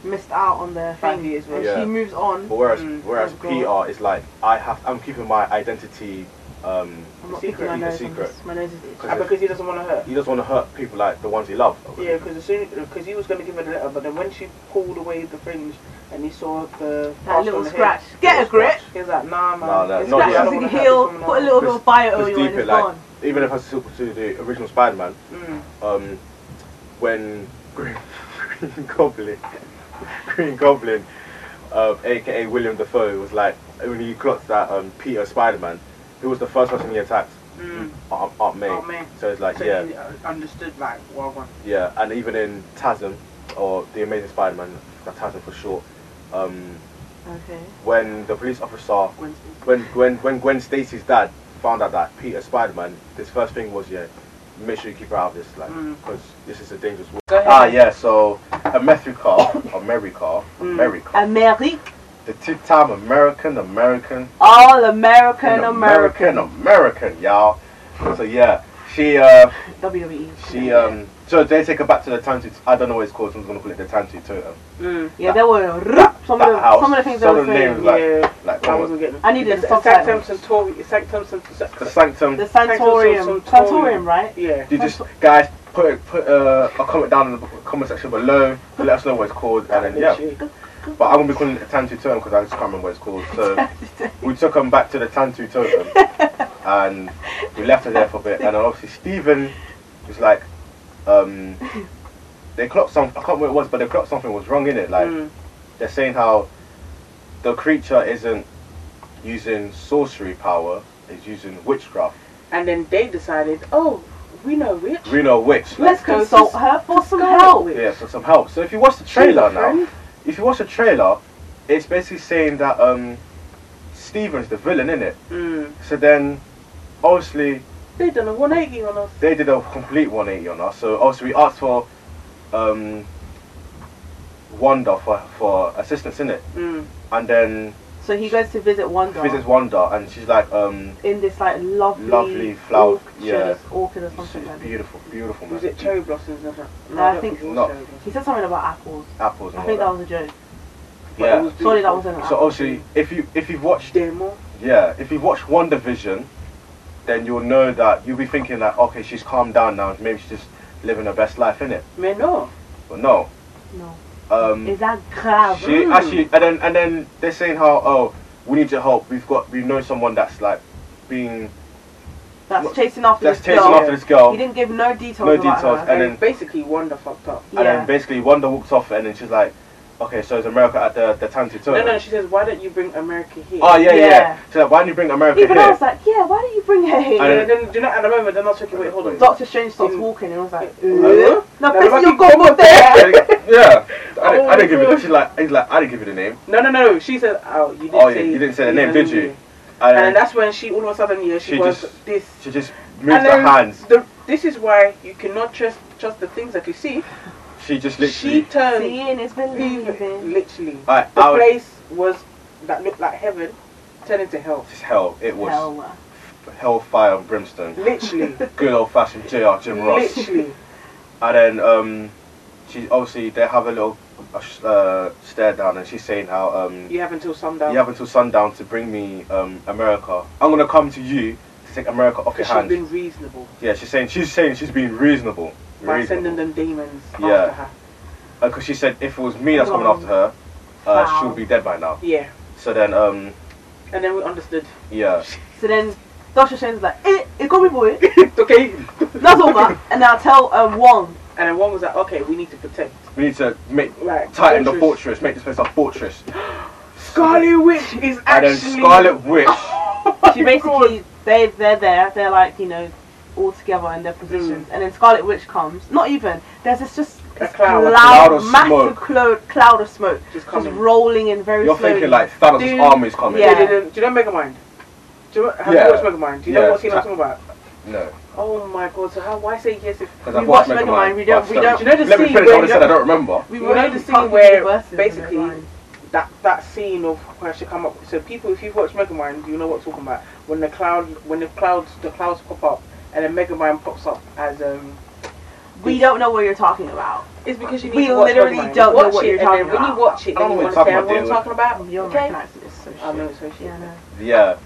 S2: missed out on the
S1: Five
S2: thing.
S1: years
S2: and
S3: worth. Yeah.
S2: she moves on.
S3: But whereas
S1: Mm,
S3: whereas
S2: oh God.
S3: PR is like I have I'm keeping my identity. Um,
S2: I'm not
S1: Secret.
S2: picking my
S3: Keep it
S2: nose. I'm
S3: secret.
S2: just- my nose is itchy.
S1: And because he doesn't want to hurt.
S3: he doesn't want to hurt people like the ones he loves.
S1: Yeah, because as soon because he was going to give her the letter, but then when she pulled away the fringe and he saw the cast on
S2: That little
S1: the head,
S2: scratch. Get a grip.
S1: he was like, Nah, man.
S3: Nah, nah,
S1: it's
S3: not
S1: like, I
S3: yet.
S1: don't
S2: Scratch onto the
S1: wanna hurt
S2: heel.
S1: this woman
S2: Put a
S1: now."
S2: little bit
S3: Because-
S2: of bio
S3: because
S2: oil
S3: deep
S2: and
S3: it,
S2: it's
S3: like-
S2: gone.
S3: Even if I sequel to the original Spider-Man,
S1: Mm.
S3: um, when [laughs] Green, Green Goblin, [laughs] Green Goblin, uh, aka William Dafoe, was like when he clocked that um, Peter Spider-Man, who was the first person he attacked,
S1: Mm.
S3: Aunt, Aunt May.
S1: Aunt May.
S3: So it's like
S1: So
S3: yeah,
S1: he uh, understood like well, well.
S3: Yeah, and even in TASM, or The Amazing Spider-Man, not TASM for short, um,
S2: Okay.
S3: when the police officer,
S1: Gwen-
S3: when, when, when Gwen Stacy's dad found out that Peter Spider-Man, his first thing was, yeah, make sure you keep her out of this, like,
S1: Mm.
S3: because this is a dangerous world.
S1: Go ahead.
S3: Ah, yeah, so America, America,
S1: Mm.
S3: America,
S2: Amerique.
S3: the two-time American, American,
S2: All American, American.
S3: American, American, y'all. So, yeah, she, uh,
S2: WWE.
S3: she, um, so they take her back to the Tantu, I don't know what it's called, so I'm going to um, call it the Tantu Totem.
S1: Mm.
S2: Yeah, there were rup- some of
S3: that
S2: the
S3: house,
S2: some of the things
S3: some
S2: they
S3: of
S2: were
S3: the
S2: saying.
S3: names, like-
S1: yeah,
S3: Like,
S1: I
S3: one
S1: wasn't
S3: was-
S1: getting.
S2: I needed
S1: the
S2: the
S1: Sanctum
S2: subtitles.
S1: Centauri. Sanctum Centauri.
S3: the Sanctum.
S2: The Santorium.
S1: Sanctum Sanctorium.
S2: Santorium, right?
S1: Yeah.
S3: You just guys put put uh, a comment down in the comment section below. Let us know what it's called, and then yeah. But I'm gonna be calling it the Tantu Totem because I just can't remember what it's called. So we took them back to the Tantu Totem, and we left her there for a bit. And then obviously Stephen was like, um, they clocked some. I can't remember what it was, but they clocked something was wrong in it. Like
S1: Mm.
S3: they're saying how the creature isn't using sorcery power; it's using witchcraft.
S1: And then they decided, oh, we know which.
S3: We know
S1: Let's
S3: witch.
S2: Let's
S1: go
S2: consult
S1: to-
S2: her for some
S1: Scarlet
S2: help.
S1: Witch.
S3: Yeah, for some help. So if you watch the trailer now, if you watch the trailer, it's basically saying that um, Steven's the villain in it.
S1: Mm.
S3: So then, obviously,
S1: They done a 180 on us.
S3: they did a complete 180 on us. So obviously, we asked for um, Wanda for for assistance in it,
S1: Mm.
S3: and then
S2: So he goes to visit Wanda
S3: visits Wanda, and she's like, um,
S2: in this like lovely,
S3: Lovely flower-
S2: orchard,
S3: yeah.
S2: orchid or something
S3: she's
S2: like that.
S3: beautiful, beautiful
S1: Was
S3: man.
S1: it cherry blossoms? or something?
S2: No,
S1: that
S2: I think-
S1: was
S3: No.
S1: cherry blossoms.
S2: He said something about apples.
S3: Apples and
S2: I
S3: all
S2: think that
S3: that.
S2: was a joke.
S1: But it
S3: Yeah.
S1: was
S2: Surely that
S1: beautiful.
S2: wasn't an
S3: So
S2: apple.
S3: obviously, if you if you've watched
S1: Demo.
S3: Yeah, if you watch Wonder Vision, then you'll know that you'll be thinking that okay, she's calmed down now. Maybe she's just living her best life in it.
S1: Mais no.
S3: But no,
S2: No.
S3: um,
S2: Is that grave?
S3: she
S1: Mm.
S3: actually and then and then they're saying how oh we need your help. We've got we know someone that's like being
S2: That's chasing after
S3: that's
S2: this
S3: chasing
S2: girl.
S3: after this girl.
S2: He didn't give no details.
S3: No
S2: about
S3: details,
S2: Her.
S1: And,
S3: And then-
S1: basically Wanda fucked up.
S3: And
S2: Yeah.
S3: then basically Wonder walks off and then she's like, okay, so is America at the the Tanti Tour?
S1: No, no, she says, why don't you bring America here?
S3: Oh yeah, yeah.
S2: Yeah.
S3: She's like, why didn't you bring America
S2: Even I
S3: here?
S2: was like, yeah, why don't you bring her here?
S3: I
S1: And then, do you know, at the moment, they're not talking, wait, hold on.
S2: Doctor Strange starts
S1: Mm.
S2: walking and I was like,
S1: Mm.
S2: uh, now
S1: Now
S2: place
S1: the fucking
S2: your gobble there.
S3: yeah, I didn't, I
S1: Oh,
S3: didn't give
S1: God.
S3: it. She's like, he's like, I didn't give you the name.
S1: No, no, no. She said, "Oh, you didn't
S3: Oh, yeah,
S1: say
S3: you didn't say the
S1: you
S3: name,
S1: didn't
S3: did you?"
S1: know And that's when she all of a sudden, yeah, she,
S3: She
S1: was
S3: just-
S1: this.
S3: She just
S1: And
S3: moves her
S1: then
S3: hands.
S1: The, this is why you cannot trust trust the things that you see.
S3: She just
S1: She
S3: literally.
S1: turned.
S2: Seeing is believing.
S1: Literally,
S3: Alright,
S1: the
S3: I was-
S1: place was that looked like heaven turned into hell.
S3: Just hell. It was
S2: Hell, uh,
S3: hellfire and brimstone.
S1: Literally,
S3: Good old fashioned JR Jim Ross.
S1: literally.
S3: And then um, she obviously they have a little uh, sh- uh, stare down, and she's saying how um,
S1: You have until sundown.
S3: you have until sundown to bring me um America. I'm gonna come to you to take America off your
S1: because she's
S3: hands.
S1: been reasonable
S3: Yeah, she's saying she's saying she's being reasonable.
S1: by sending
S3: Reasonable.
S1: them demons
S3: Yeah.
S1: after her.
S3: Because she said if it was me that's coming
S2: Wrong.
S3: after her, uh,
S2: Wow.
S3: she would be dead by now.
S1: Yeah,
S3: So then um,
S1: and then we
S3: [laughs]
S1: understood.
S3: yeah.
S2: So then Doctor Strange's like, eh, it got me
S3: [laughs]
S2: boy.
S1: okay,
S2: That's all that. And then I tell um, Wong,
S1: and then one was like, okay, we need to protect.
S3: We need to make
S1: Like
S3: tighten the fortress, make this place a fortress.
S1: Scarlet Witch is
S3: And
S1: actually [laughs]
S3: then Scarlet Witch, [laughs]
S2: she basically they they're there, they're like you know all together in
S3: Mm.
S2: their positions, and then Scarlet Witch comes. Not even there's this just this
S1: cloud, a
S3: cloud of
S2: massive
S3: smoke.
S2: cloud, cloud of smoke,
S1: Just
S2: just
S1: coming.
S2: rolling in very
S3: you're
S2: slowly.
S3: thinking like Thanos'
S1: Dude.
S3: army is coming.
S2: Yeah.
S1: Yeah. Do you know Megamind? Do you, know- have
S3: Yeah.
S1: you watched Megamind? Do you know
S3: Yeah.
S1: what scene I'm talking about?
S3: No,
S1: Oh my god! So how? Why say yes if?
S3: because
S2: We
S3: I've
S2: watched
S3: watched Mega
S2: Megamind,
S3: Mind.
S2: we don't-
S3: but
S2: we
S3: still.
S2: don't-
S1: Do you know the
S3: Let me
S1: scene
S3: finish what
S1: where
S3: I said. I don't remember.
S2: we
S1: You know
S2: really
S1: the scene
S2: can't do
S1: where
S2: universes in
S1: basically-
S2: their mind.
S1: that that scene of where she come up. So people, if you've watched Megamind, you know what I'm talking about. When the cloud, when the clouds, the clouds pop up, and then Megamind pops up as um.
S2: we don't know what you're talking about.
S1: It's because you
S2: We literally don't know what you're talking
S1: When
S2: about.
S1: you watch it,
S3: I don't
S1: then you
S3: know
S1: want to
S3: what
S1: say
S3: you're
S1: what I'm talking
S3: talking
S1: about.
S2: You don't
S1: Okay.
S2: recognize this. So
S1: I'm not
S2: shit. Yeah, I
S1: associated.
S2: know.
S3: Yeah,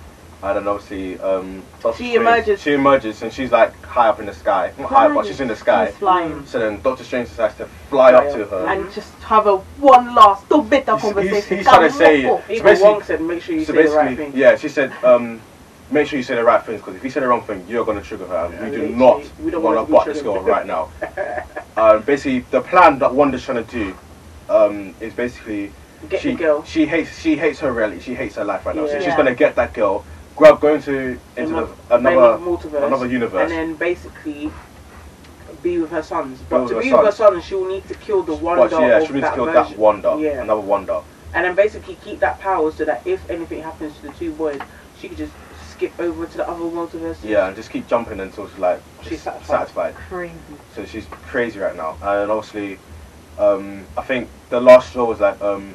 S3: and then obviously um, Doctor
S2: She
S3: Strange-
S2: emerges.
S3: She emerges, and she's like high up in the sky. Not high, but
S2: Flying.
S3: she's in the sky. Mm.
S2: She's flying.
S3: So then Doctor Strange decides to fly up to her.
S2: And just have a one last little bit of
S3: Mm-hmm. He's-
S2: conversation.
S3: he's- he's trying to say-
S2: Come on.
S3: So
S1: Even
S3: basically-
S1: Wong said, make sure you
S3: so
S1: say the right
S3: basically,
S1: thing.
S3: yeah, she said, um, make sure you say the right things because if you say the wrong thing, you're gonna trigger her. and we do
S1: Literally,
S3: not
S1: we don't
S3: want
S1: want
S3: to
S1: to
S3: butt
S1: be
S3: this girl
S1: triggered.
S3: right now. um, basically, the plan that Wanda's trying to do um, is basically
S1: Get
S3: she
S1: the girl.
S3: she hates she hates her reality. She hates her life right now. So
S1: Yeah.
S3: she's
S2: Yeah.
S3: gonna get that girl, grab going to into
S1: Another-
S3: the, another
S1: multiverse.
S3: another
S1: and
S3: universe.
S1: then basically be with her sons.
S3: Be
S1: But
S3: with
S1: to
S3: her
S1: be with her
S3: sons.
S1: sons, she will need to kill the Wanda
S3: but yeah,
S1: of
S3: she needs
S1: that
S3: to kill
S1: version.
S3: that Wanda,
S1: Yeah.
S3: another Wanda.
S1: And then basically keep that power so that if anything happens to the two boys, she could just skip over to the other multiverse.
S3: Yeah, and just keep jumping until she's like
S1: She's satisfied.
S3: satisfied.
S2: Crazy.
S3: So she's crazy right now. And obviously, um, I think the last straw was like um,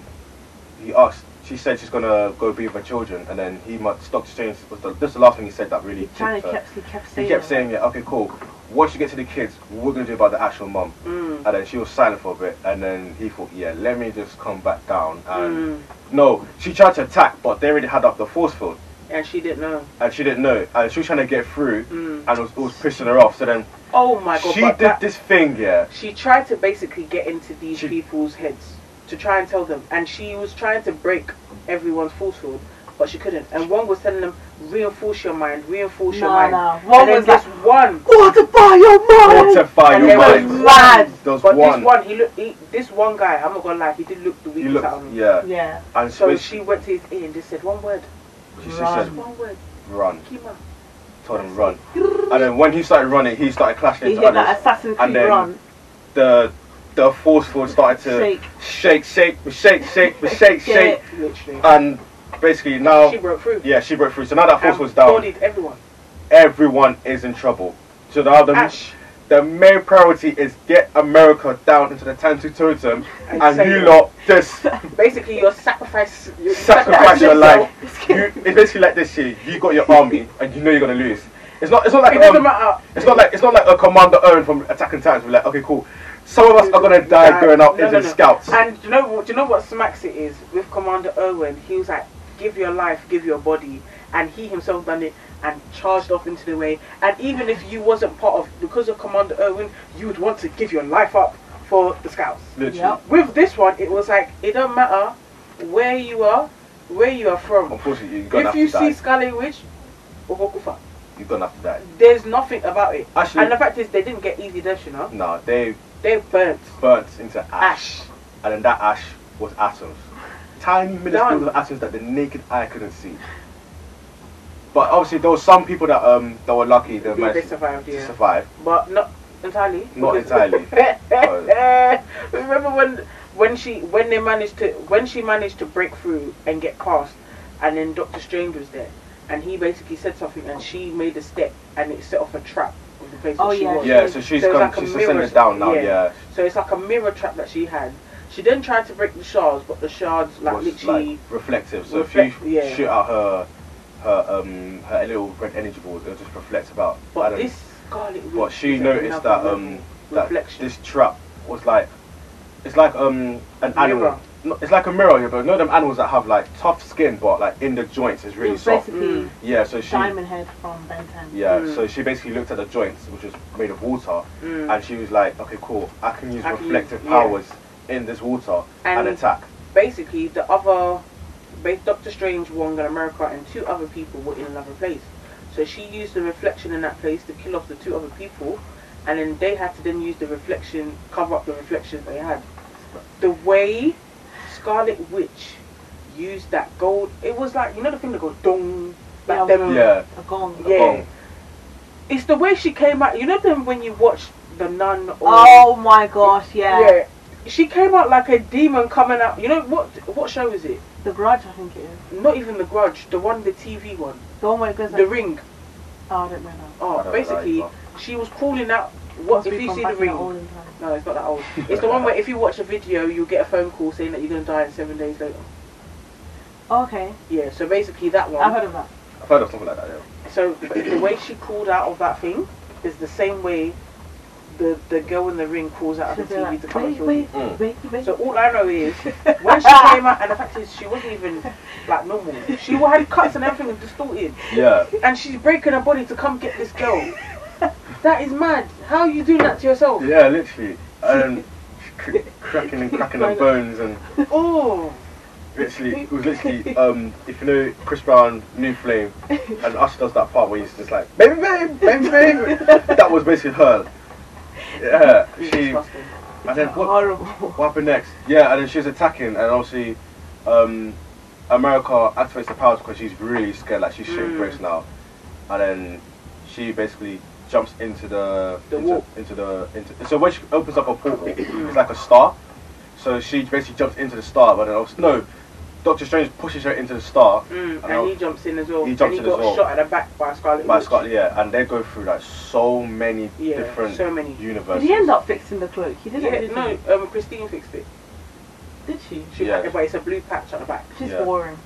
S3: he asked. She said she's gonna go be with her children, and then he must. Doctor Strange was the, this is the last thing he said that really.
S2: He kind
S3: tipped her.
S2: of kept, he kept saying.
S3: He kept
S2: it.
S3: saying, "Yeah, okay, cool. Once you get to the kids, what we're gonna do about the actual mum."
S1: Mm.
S3: And then she was silent for a bit, and then he thought, "Yeah, let me just come back down." And
S1: Mm.
S3: no, she tried to attack, but they already had up the force field,
S1: And she didn't know.
S3: and she didn't know. And she was trying to get through,
S1: Mm.
S3: and it was, it was pushing her off. So then
S1: Oh my god!
S3: she
S1: but
S3: did
S1: that-
S3: this thing, yeah.
S1: she tried to basically get into these
S3: She-
S1: people's heads to try and tell them, and she was trying to break everyone's falsehood, but she couldn't. And one was telling them, reinforce your mind, reinforce your
S4: No,
S1: mind.
S4: no.
S1: And
S4: One
S1: then
S4: was
S1: this
S4: like,
S1: one,
S4: fortify your mind.
S3: Fortify
S1: And
S3: your
S1: there was
S3: mind.
S4: mad.
S3: There was
S1: but
S3: one.
S1: this one, he looked. He, this one guy, I'm not gonna lie, he did look the
S3: You
S1: weakest
S3: look,
S1: out of me.
S3: yeah.
S4: Yeah.
S3: And
S1: So
S3: so she,
S1: she went to his ear and just said one word,
S3: she
S4: Run.
S3: said,
S1: just one word,
S3: run.
S1: Kima.
S3: Told him run. And then when he started running, he started clashing
S4: He
S3: into
S4: hit
S3: others.
S4: that Assassin's
S3: And
S4: Creed
S3: then-
S4: run.
S3: The the force field started to
S4: Shake.
S3: shake, shake, shake,
S1: [laughs]
S3: shake, shake,
S4: Yeah.
S3: shake,
S1: Literally,
S3: and basically now,
S1: she broke through.
S3: yeah, she broke through. So now that force
S1: and
S3: was down,
S1: bullied everyone.
S3: everyone is in trouble. So now the
S1: Ash
S3: the main priority is get America down into the Tantu totem,
S1: And
S3: and
S1: save
S3: you
S1: it.
S3: lot
S1: [laughs]
S3: just
S1: Basically, your sacrifice, your
S3: [laughs] sacrifice your life.
S1: [laughs]
S3: You, it's basically like this year. You got your army, and you know you're gonna lose. It's not. It's not like
S1: It doesn't
S3: um,
S1: matter.
S3: It's not like it's not like a commander Owen from Attack on Titan. We're like, okay, cool. Some of us are gonna die
S1: Like,
S3: going out
S1: no,
S3: as
S1: no,
S3: in
S1: no.
S3: scouts.
S1: And do you know what? Do you know what smacks it is with Commander Owen? He was like, "Give your life, give your body," and he himself done it and charged off into the way. And even if you wasn't part of, because of Commander Owen, you would want to give your life up for the scouts.
S3: Literally.
S4: Yep.
S1: With this one, it was like it don't matter where you are, where you are from.
S3: Unfortunately, Oh, you're gonna
S1: If
S3: have
S1: you
S3: to
S1: see
S3: die.
S1: Scully Witch or Hokufa,
S3: You're gonna have to die.
S1: there's nothing about it.
S3: Actually,
S1: And the fact is, they didn't get easy deaths, you know.
S3: no, they
S1: They burnt
S3: burnt into ash,
S1: ash.
S3: and then that ash was atoms, tiny minuscule
S1: Done.
S3: of atoms that the naked eye couldn't see. But obviously, there were some people that um that were lucky that
S1: They, they
S3: managed
S1: survived,
S3: to
S1: yeah.
S3: survive.
S1: But not entirely. [laughs] Eh,
S3: Not entirely.
S1: Remember when when she when they managed to when she managed to break through and get cast, and then Doctor Strange was there, and he basically said something, and she made a step, and it set off a trap of the place
S4: Oh,
S1: that she
S4: yeah,
S1: was.
S3: Yeah, so she's
S1: So it's
S3: come,
S1: like a
S3: she's
S1: mirror
S3: ascended
S1: sh-
S3: down now.
S1: yeah.
S3: Yeah,
S1: So it's like a mirror trap that she had. She then tried to break the shards, but the shards like
S3: was,
S1: literally
S3: like, reflective. So
S1: reflect-
S3: if you
S1: yeah.
S3: shoot out her her um her little red energy balls, it'll just reflect about. I
S1: But
S3: don't
S1: this Scarlet Witch.
S3: But she
S1: is
S3: noticed that
S1: another
S3: um
S1: level.
S3: that
S1: reflection.
S3: this trap was like it's like um an animal.
S1: Mirror.
S3: No, it's like a mirror, yeah, but you know them animals that have like tough skin, but like in the joints is
S4: It
S3: really
S4: was
S3: soft.
S4: basically
S3: Yeah, so she
S4: Diamond Head from Ben 10.
S3: yeah,
S1: Mm.
S3: so she basically looked at the joints, which was made of water,
S1: Mm.
S3: and she was like, okay, cool, I can use
S1: I can use-
S3: reflective
S1: yeah.
S3: powers in this water and,
S1: And-
S3: attack.
S1: basically the other ba- Doctor Strange, Wong and America and two other people were in another place. So she used the reflection in that place to kill off the two other people and then they had to then use the reflection cover up the reflections they had. The way Scarlet Witch used that gold it was like you know the thing that goes dong
S4: Yeah,
S1: like them
S3: Yeah,
S4: A gong.
S1: Yeah.
S3: boom.
S1: it's the way she came out you know them when you watch the nun or
S4: Oh my gosh, yeah.
S1: yeah. She came out like a demon coming out you know what what show is it?
S4: The Grudge, I think it is.
S1: Not even the grudge, the one the TV one.
S4: The one where it goes
S1: The
S4: like,
S1: ring.
S4: oh, I don't remember.
S3: I
S1: Oh,
S3: don't
S1: basically,
S3: like
S1: she was calling out. What
S4: Must
S1: if
S4: be
S1: you
S4: from
S1: see
S4: back
S1: the
S4: in
S1: ring?
S4: olden times.
S1: No, it's not that
S3: [laughs]
S1: old. It's the one where if you watch a video, you'll get a phone call saying that you're gonna die in seven days later.
S4: Oh, Okay,
S1: Yeah. So basically, that
S4: I've
S1: one.
S4: heard of that.
S3: I've heard of something like that. Yeah.
S1: So the way she called out of that thing is the same way the the girl in the ring calls out
S4: She'll
S1: of the
S4: be
S1: TV
S4: like,
S1: to come and
S4: wait,
S1: kill you.
S4: wait,
S3: Mm.
S4: wait, wait.
S1: So all I know
S3: [laughs]
S1: is when she came out, and the fact is she wasn't even like normal. She had cuts and everything was distorted.
S3: yeah.
S1: [laughs] and she's breaking her body to come get this girl. that is mad. How are you doing that to yourself?
S3: Yeah, literally.
S1: [laughs]
S3: Um, cr- cracking and cracking her bones and
S1: Oh,
S3: literally, it
S1: [laughs]
S3: was literally, um, if you know Chris Brown, New Flame, and Usher does that part where he's just like, baby, baby,
S1: [laughs]
S3: baby, baby. That was basically her. Yeah,
S1: it's
S3: she,
S1: disgusting.
S3: and then what, [laughs]
S4: Horrible.
S3: what happened next? Yeah, and then she's attacking, and obviously, um, America activates the powers because she's really scared, like she's
S1: Mm.
S3: shooting bricks now, and then she basically jumps into the,
S1: The
S3: into,
S1: wall.
S3: into the into. So when she opens up a portal, it's like a star. So she basically jumps into the star, but then also, no, Doctor Strange pushes her into the star
S1: Mm,
S3: know.
S1: and he jumps in as well.
S3: He
S1: and
S3: jumps
S1: he
S3: in as
S1: got
S3: well.
S1: shot at the back by Scarlet.
S3: by
S1: Witch.
S3: Scott, yeah, and they go through like so many
S1: Mm. Yeah,
S3: different
S1: so many.
S4: Did
S3: universes.
S4: he end up fixing the cloak? He didn't,
S1: Yeah,
S4: did
S1: no,
S4: he?
S1: um, Christine fixed it.
S4: Did she?
S1: She
S3: Yeah.
S1: packed it, but it's a blue patch at the back.
S4: She's
S3: Yeah.
S4: boring.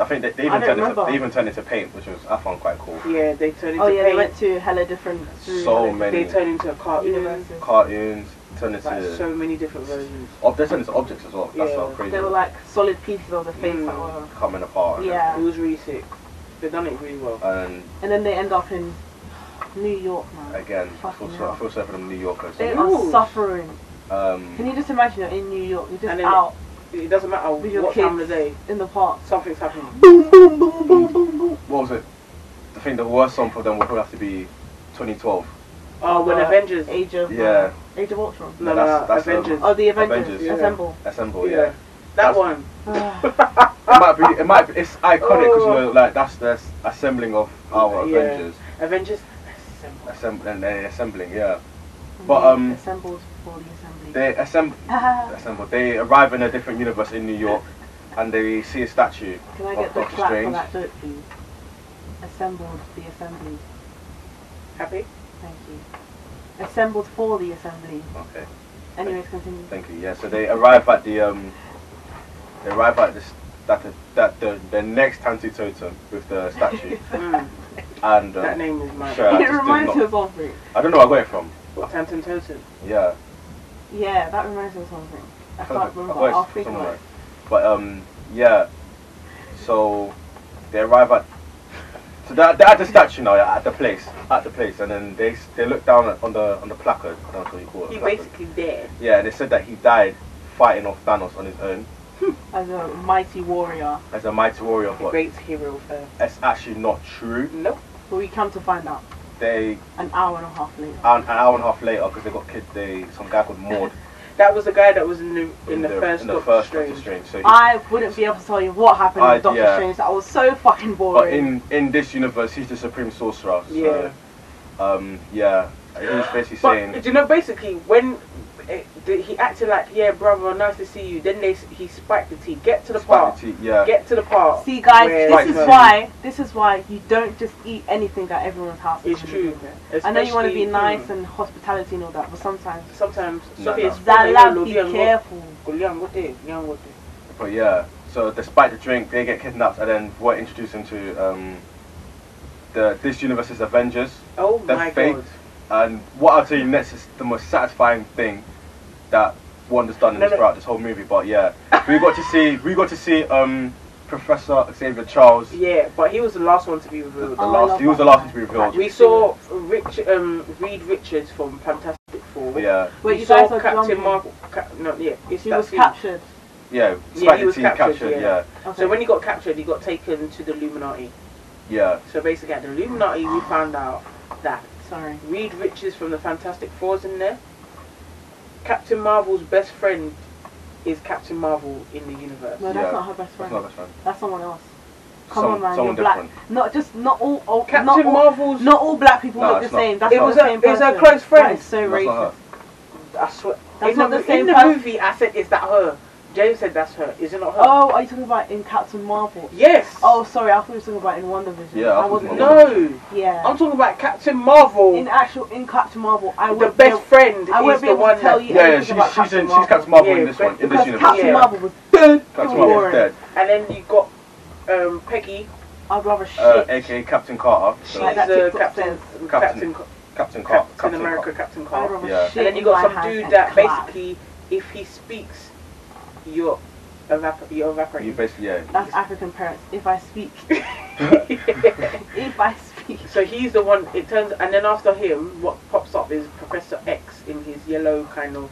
S3: I think they, they
S4: I
S3: even
S4: don't
S3: turned it to,
S4: remember.
S3: they even turned it to paint, which was I found quite cool.
S1: Yeah, they turn into
S4: Oh yeah, they
S1: paint.
S4: went to hella different through
S3: So
S4: hella
S3: many.
S1: They turn into a cartoon.
S4: universes.
S3: cartoons, turn into
S1: Like so many different versions.
S3: ob- they turn into objects as well. That's
S1: Yeah.
S3: so crazy.
S4: They were like solid pieces of the face
S1: Mm.
S4: that were.
S3: coming apart. and
S4: Yeah.
S1: It was really sick. They done it really well.
S3: everything.
S4: And then they end up in New York, man.
S3: And again, I feel
S4: Fucking
S3: so-
S4: hell.
S3: I feel sorry for them New Yorkers.
S4: They
S1: Ooh.
S4: are suffering. Can
S3: Um,
S4: you just imagine you're in New York, you're just
S1: And then-
S4: out
S1: It doesn't matter
S4: With your
S1: what time of
S4: kids.
S1: the day,
S4: in the park.
S2: Oh,
S1: something's happening.
S4: Boom, boom, boom, boom, boom,
S3: what was it? I think the worst song for them would probably have to be 2012.
S1: Oh, when
S2: Uh,
S1: Avengers.
S2: Age of
S3: Yeah,
S2: Age of Ultron.
S1: No, no,
S3: that's-
S1: no,
S3: that's the-
S1: Avengers.
S2: Oh, the Avengers,
S3: Avengers,
S1: yeah.
S3: [sighs]
S2: assemble.
S3: Assemble.
S1: Yeah.
S3: Yeah,
S1: that
S3: that's-
S1: one.
S2: Ah,
S3: it might be. It might. Be, it's iconic because
S1: Oh.
S3: you know, like that's the s- assembling of our
S1: Yeah.
S3: Avengers.
S1: Avengers.
S3: Assemb- and they assembling. Yeah, But, um,
S2: assembled for the assembly. [laughs]
S3: they assemble.
S2: Ah,
S3: assemble. They arrive in a different universe in New York, and they see a statue.
S2: Can I
S3: of
S2: get the
S3: Doctor
S2: clap for
S3: Strange.
S2: that joke, please? Assembled the assembly.
S3: [laughs]
S1: Happy?
S2: Thank you. Assembled for the assembly.
S3: Okay,
S2: Anyways, continue.
S3: thank you. Yeah, so they arrive at the um, they arrive at this that the, that the the next Tantu Totem with the
S2: [laughs]
S3: statue
S1: Mm,
S3: and
S1: that
S3: um,
S1: name is mine.
S3: Sure. I
S2: it
S3: just did
S2: reminds
S3: not-
S2: me of something.
S3: I don't know where I got it from.
S1: What, Tantan Totem?
S3: Yeah,
S2: Yeah, that reminds me of something. I
S3: I
S2: can't
S3: got
S2: remember. I'll
S3: it
S2: think of
S3: somewhere.
S2: it.
S3: But um, yeah. So they arrive at so they're, they're at the statue now. Yeah, at the place, at the place, and then they s- they look down at, on the on the placard. I don't know what you call it.
S1: He
S3: placard.
S1: basically dead.
S3: Yeah, they said that he died fighting off Thanos on his own
S2: As a mighty warrior.
S3: as a mighty warrior,
S1: The
S3: but
S1: great hero first.
S3: it's actually not true.
S1: Nope.
S2: But we come to find out
S3: They
S2: an hour and a half later.
S3: an, an hour and a half later, because they got kid, they some guy called Maud
S1: That was the guy that was in the in, the, first
S3: in
S1: Doctor
S3: the first
S1: Strange.
S3: Doctor Strange. So, he,
S2: I wouldn't be able to tell you what happened
S3: I-
S2: with Doctor
S3: yeah.
S2: Strange. That was so fucking
S3: but
S2: boring.
S3: in in this universe, he's the supreme sorcerer. So,
S1: Yeah.
S3: Um. Yeah. He was basically
S1: But
S3: saying.
S1: do you know, basically, when eh, the- he acted like, "Yeah, brother, nice to see you," then they s- he spiked the tea. Get to the
S3: "Fuck
S1: part.
S3: the tea," Yeah.
S1: Get to the part.
S2: See, guys,
S1: where-
S3: Right,
S2: this is
S3: so-
S2: why this is why you don't just eat anything at everyone's house.
S1: It's true.
S2: I know you want to be
S1: Especially- um,
S2: nice and hospitality and all that, but sometimes
S1: Sometimes.
S3: No,
S1: Sophie
S3: no.
S1: is probably not
S2: that be
S1: Lodi and Ro-
S2: careful.
S1: Golian, what day? Golian, what day?
S3: But yeah. So despite the drink, they get kidnapped, and then we're introduced into um. The this universe's Avengers.
S1: Oh
S3: The
S1: my
S3: fake-
S1: god.
S3: And what I'll tell you next is the most satisfying thing that Wanda's done in
S1: No,
S3: this,
S1: no.
S3: throughout this whole movie. But yeah, we got to see we got to see um, Professor Xavier Charles.
S1: Yeah, but he was the last one to be
S3: The, the
S1: revealed.
S2: Oh, I love
S3: last, he was the
S2: that.
S3: last one to be revealed.
S1: We saw Rich, um, Reed Richards from Fantastic Four.
S3: yeah,
S1: We
S2: Wait, you
S1: saw
S2: guys are
S1: Captain
S2: jumping.
S1: Marvel. Cap, no, yeah, it's
S2: He
S1: that
S2: was
S1: scene.
S2: captured.
S3: yeah.
S1: he
S3: Spidey
S1: was
S3: team
S1: captured,
S3: captured.
S1: yeah.
S3: Yeah,
S2: Okay.
S1: So when he got captured, he got taken to the Illuminati.
S3: yeah.
S1: So basically, at the Illuminati, we found out that
S2: Sorry.
S1: Reed Richards from the Fantastic Four's in there. Captain Marvel's best friend is Captain Marvel in the universe.
S2: No, that's
S3: Yeah.
S2: not her best
S3: That's
S2: friend.
S3: not best friend.
S2: That's someone else. Come
S3: Someone-
S2: on, man,
S3: someone
S2: you're black.
S3: different.
S2: Not just not all, all
S1: Captain
S2: not all,
S1: Marvel's.
S2: not all black people
S3: No,
S2: look the
S3: it's not.
S2: same. That's
S3: It
S2: not
S3: was
S2: the
S1: a-
S2: same
S1: it was a
S2: person.
S1: close friend.
S2: That is so
S3: That's
S2: racist.
S3: not her.
S1: I swear.
S2: That's
S1: in
S2: not
S1: the,
S2: the same
S1: in the
S2: person.
S1: movie, I said, "Is that her?" James said, "That's her." Is it not her?
S2: Oh, are you talking about in Captain Marvel?
S1: Yes.
S2: Oh, sorry, I thought you were talking about in WandaVision.
S3: Yeah, I
S2: I
S3: thought
S2: wasn't.
S3: you were-
S1: no.
S2: Yeah.
S1: I'm talking about Captain Marvel.
S2: in actual in Captain Marvel, I
S1: the
S2: would
S1: best friend
S2: I wouldn't
S1: is
S2: be
S1: the
S2: able to
S1: one
S2: tell
S1: that,
S2: you-
S3: Yeah, yeah.
S2: anything
S3: She's
S2: about
S3: she's, in,
S2: Captain
S3: she's Captain Marvel
S1: Yeah,
S3: in this one. In this
S2: because
S3: universe.
S2: Captain
S1: Yeah.
S2: Marvel was.
S3: Captain
S2: was
S3: Marvel
S2: boring.
S3: dead.
S1: and then you got um, Peggy.
S2: I'd rather shit.
S3: Uh, AKA Captain Carter.
S1: She's
S3: So
S2: Like that
S1: the
S2: TikTok
S1: Captain,
S2: says.
S1: Captain, Captain,
S3: Captain Carter.
S1: Captain,
S3: Captain
S1: America,
S3: Carter.
S1: Captain
S2: I'd
S1: Carter.
S2: rather
S3: Yeah.
S2: shit
S1: And then you
S2: in
S1: got
S2: my
S1: some
S2: hand
S1: dude
S2: and
S1: that
S2: clap.
S1: basically, if he speaks, you're evap- you're
S3: You
S1: evaporating.
S3: basically yeah.
S2: That's African parents. If I speak,
S1: [laughs]
S2: if I speak,
S1: so he's the one. It turns, and then after him, what pops up is Professor X in his yellow kind of.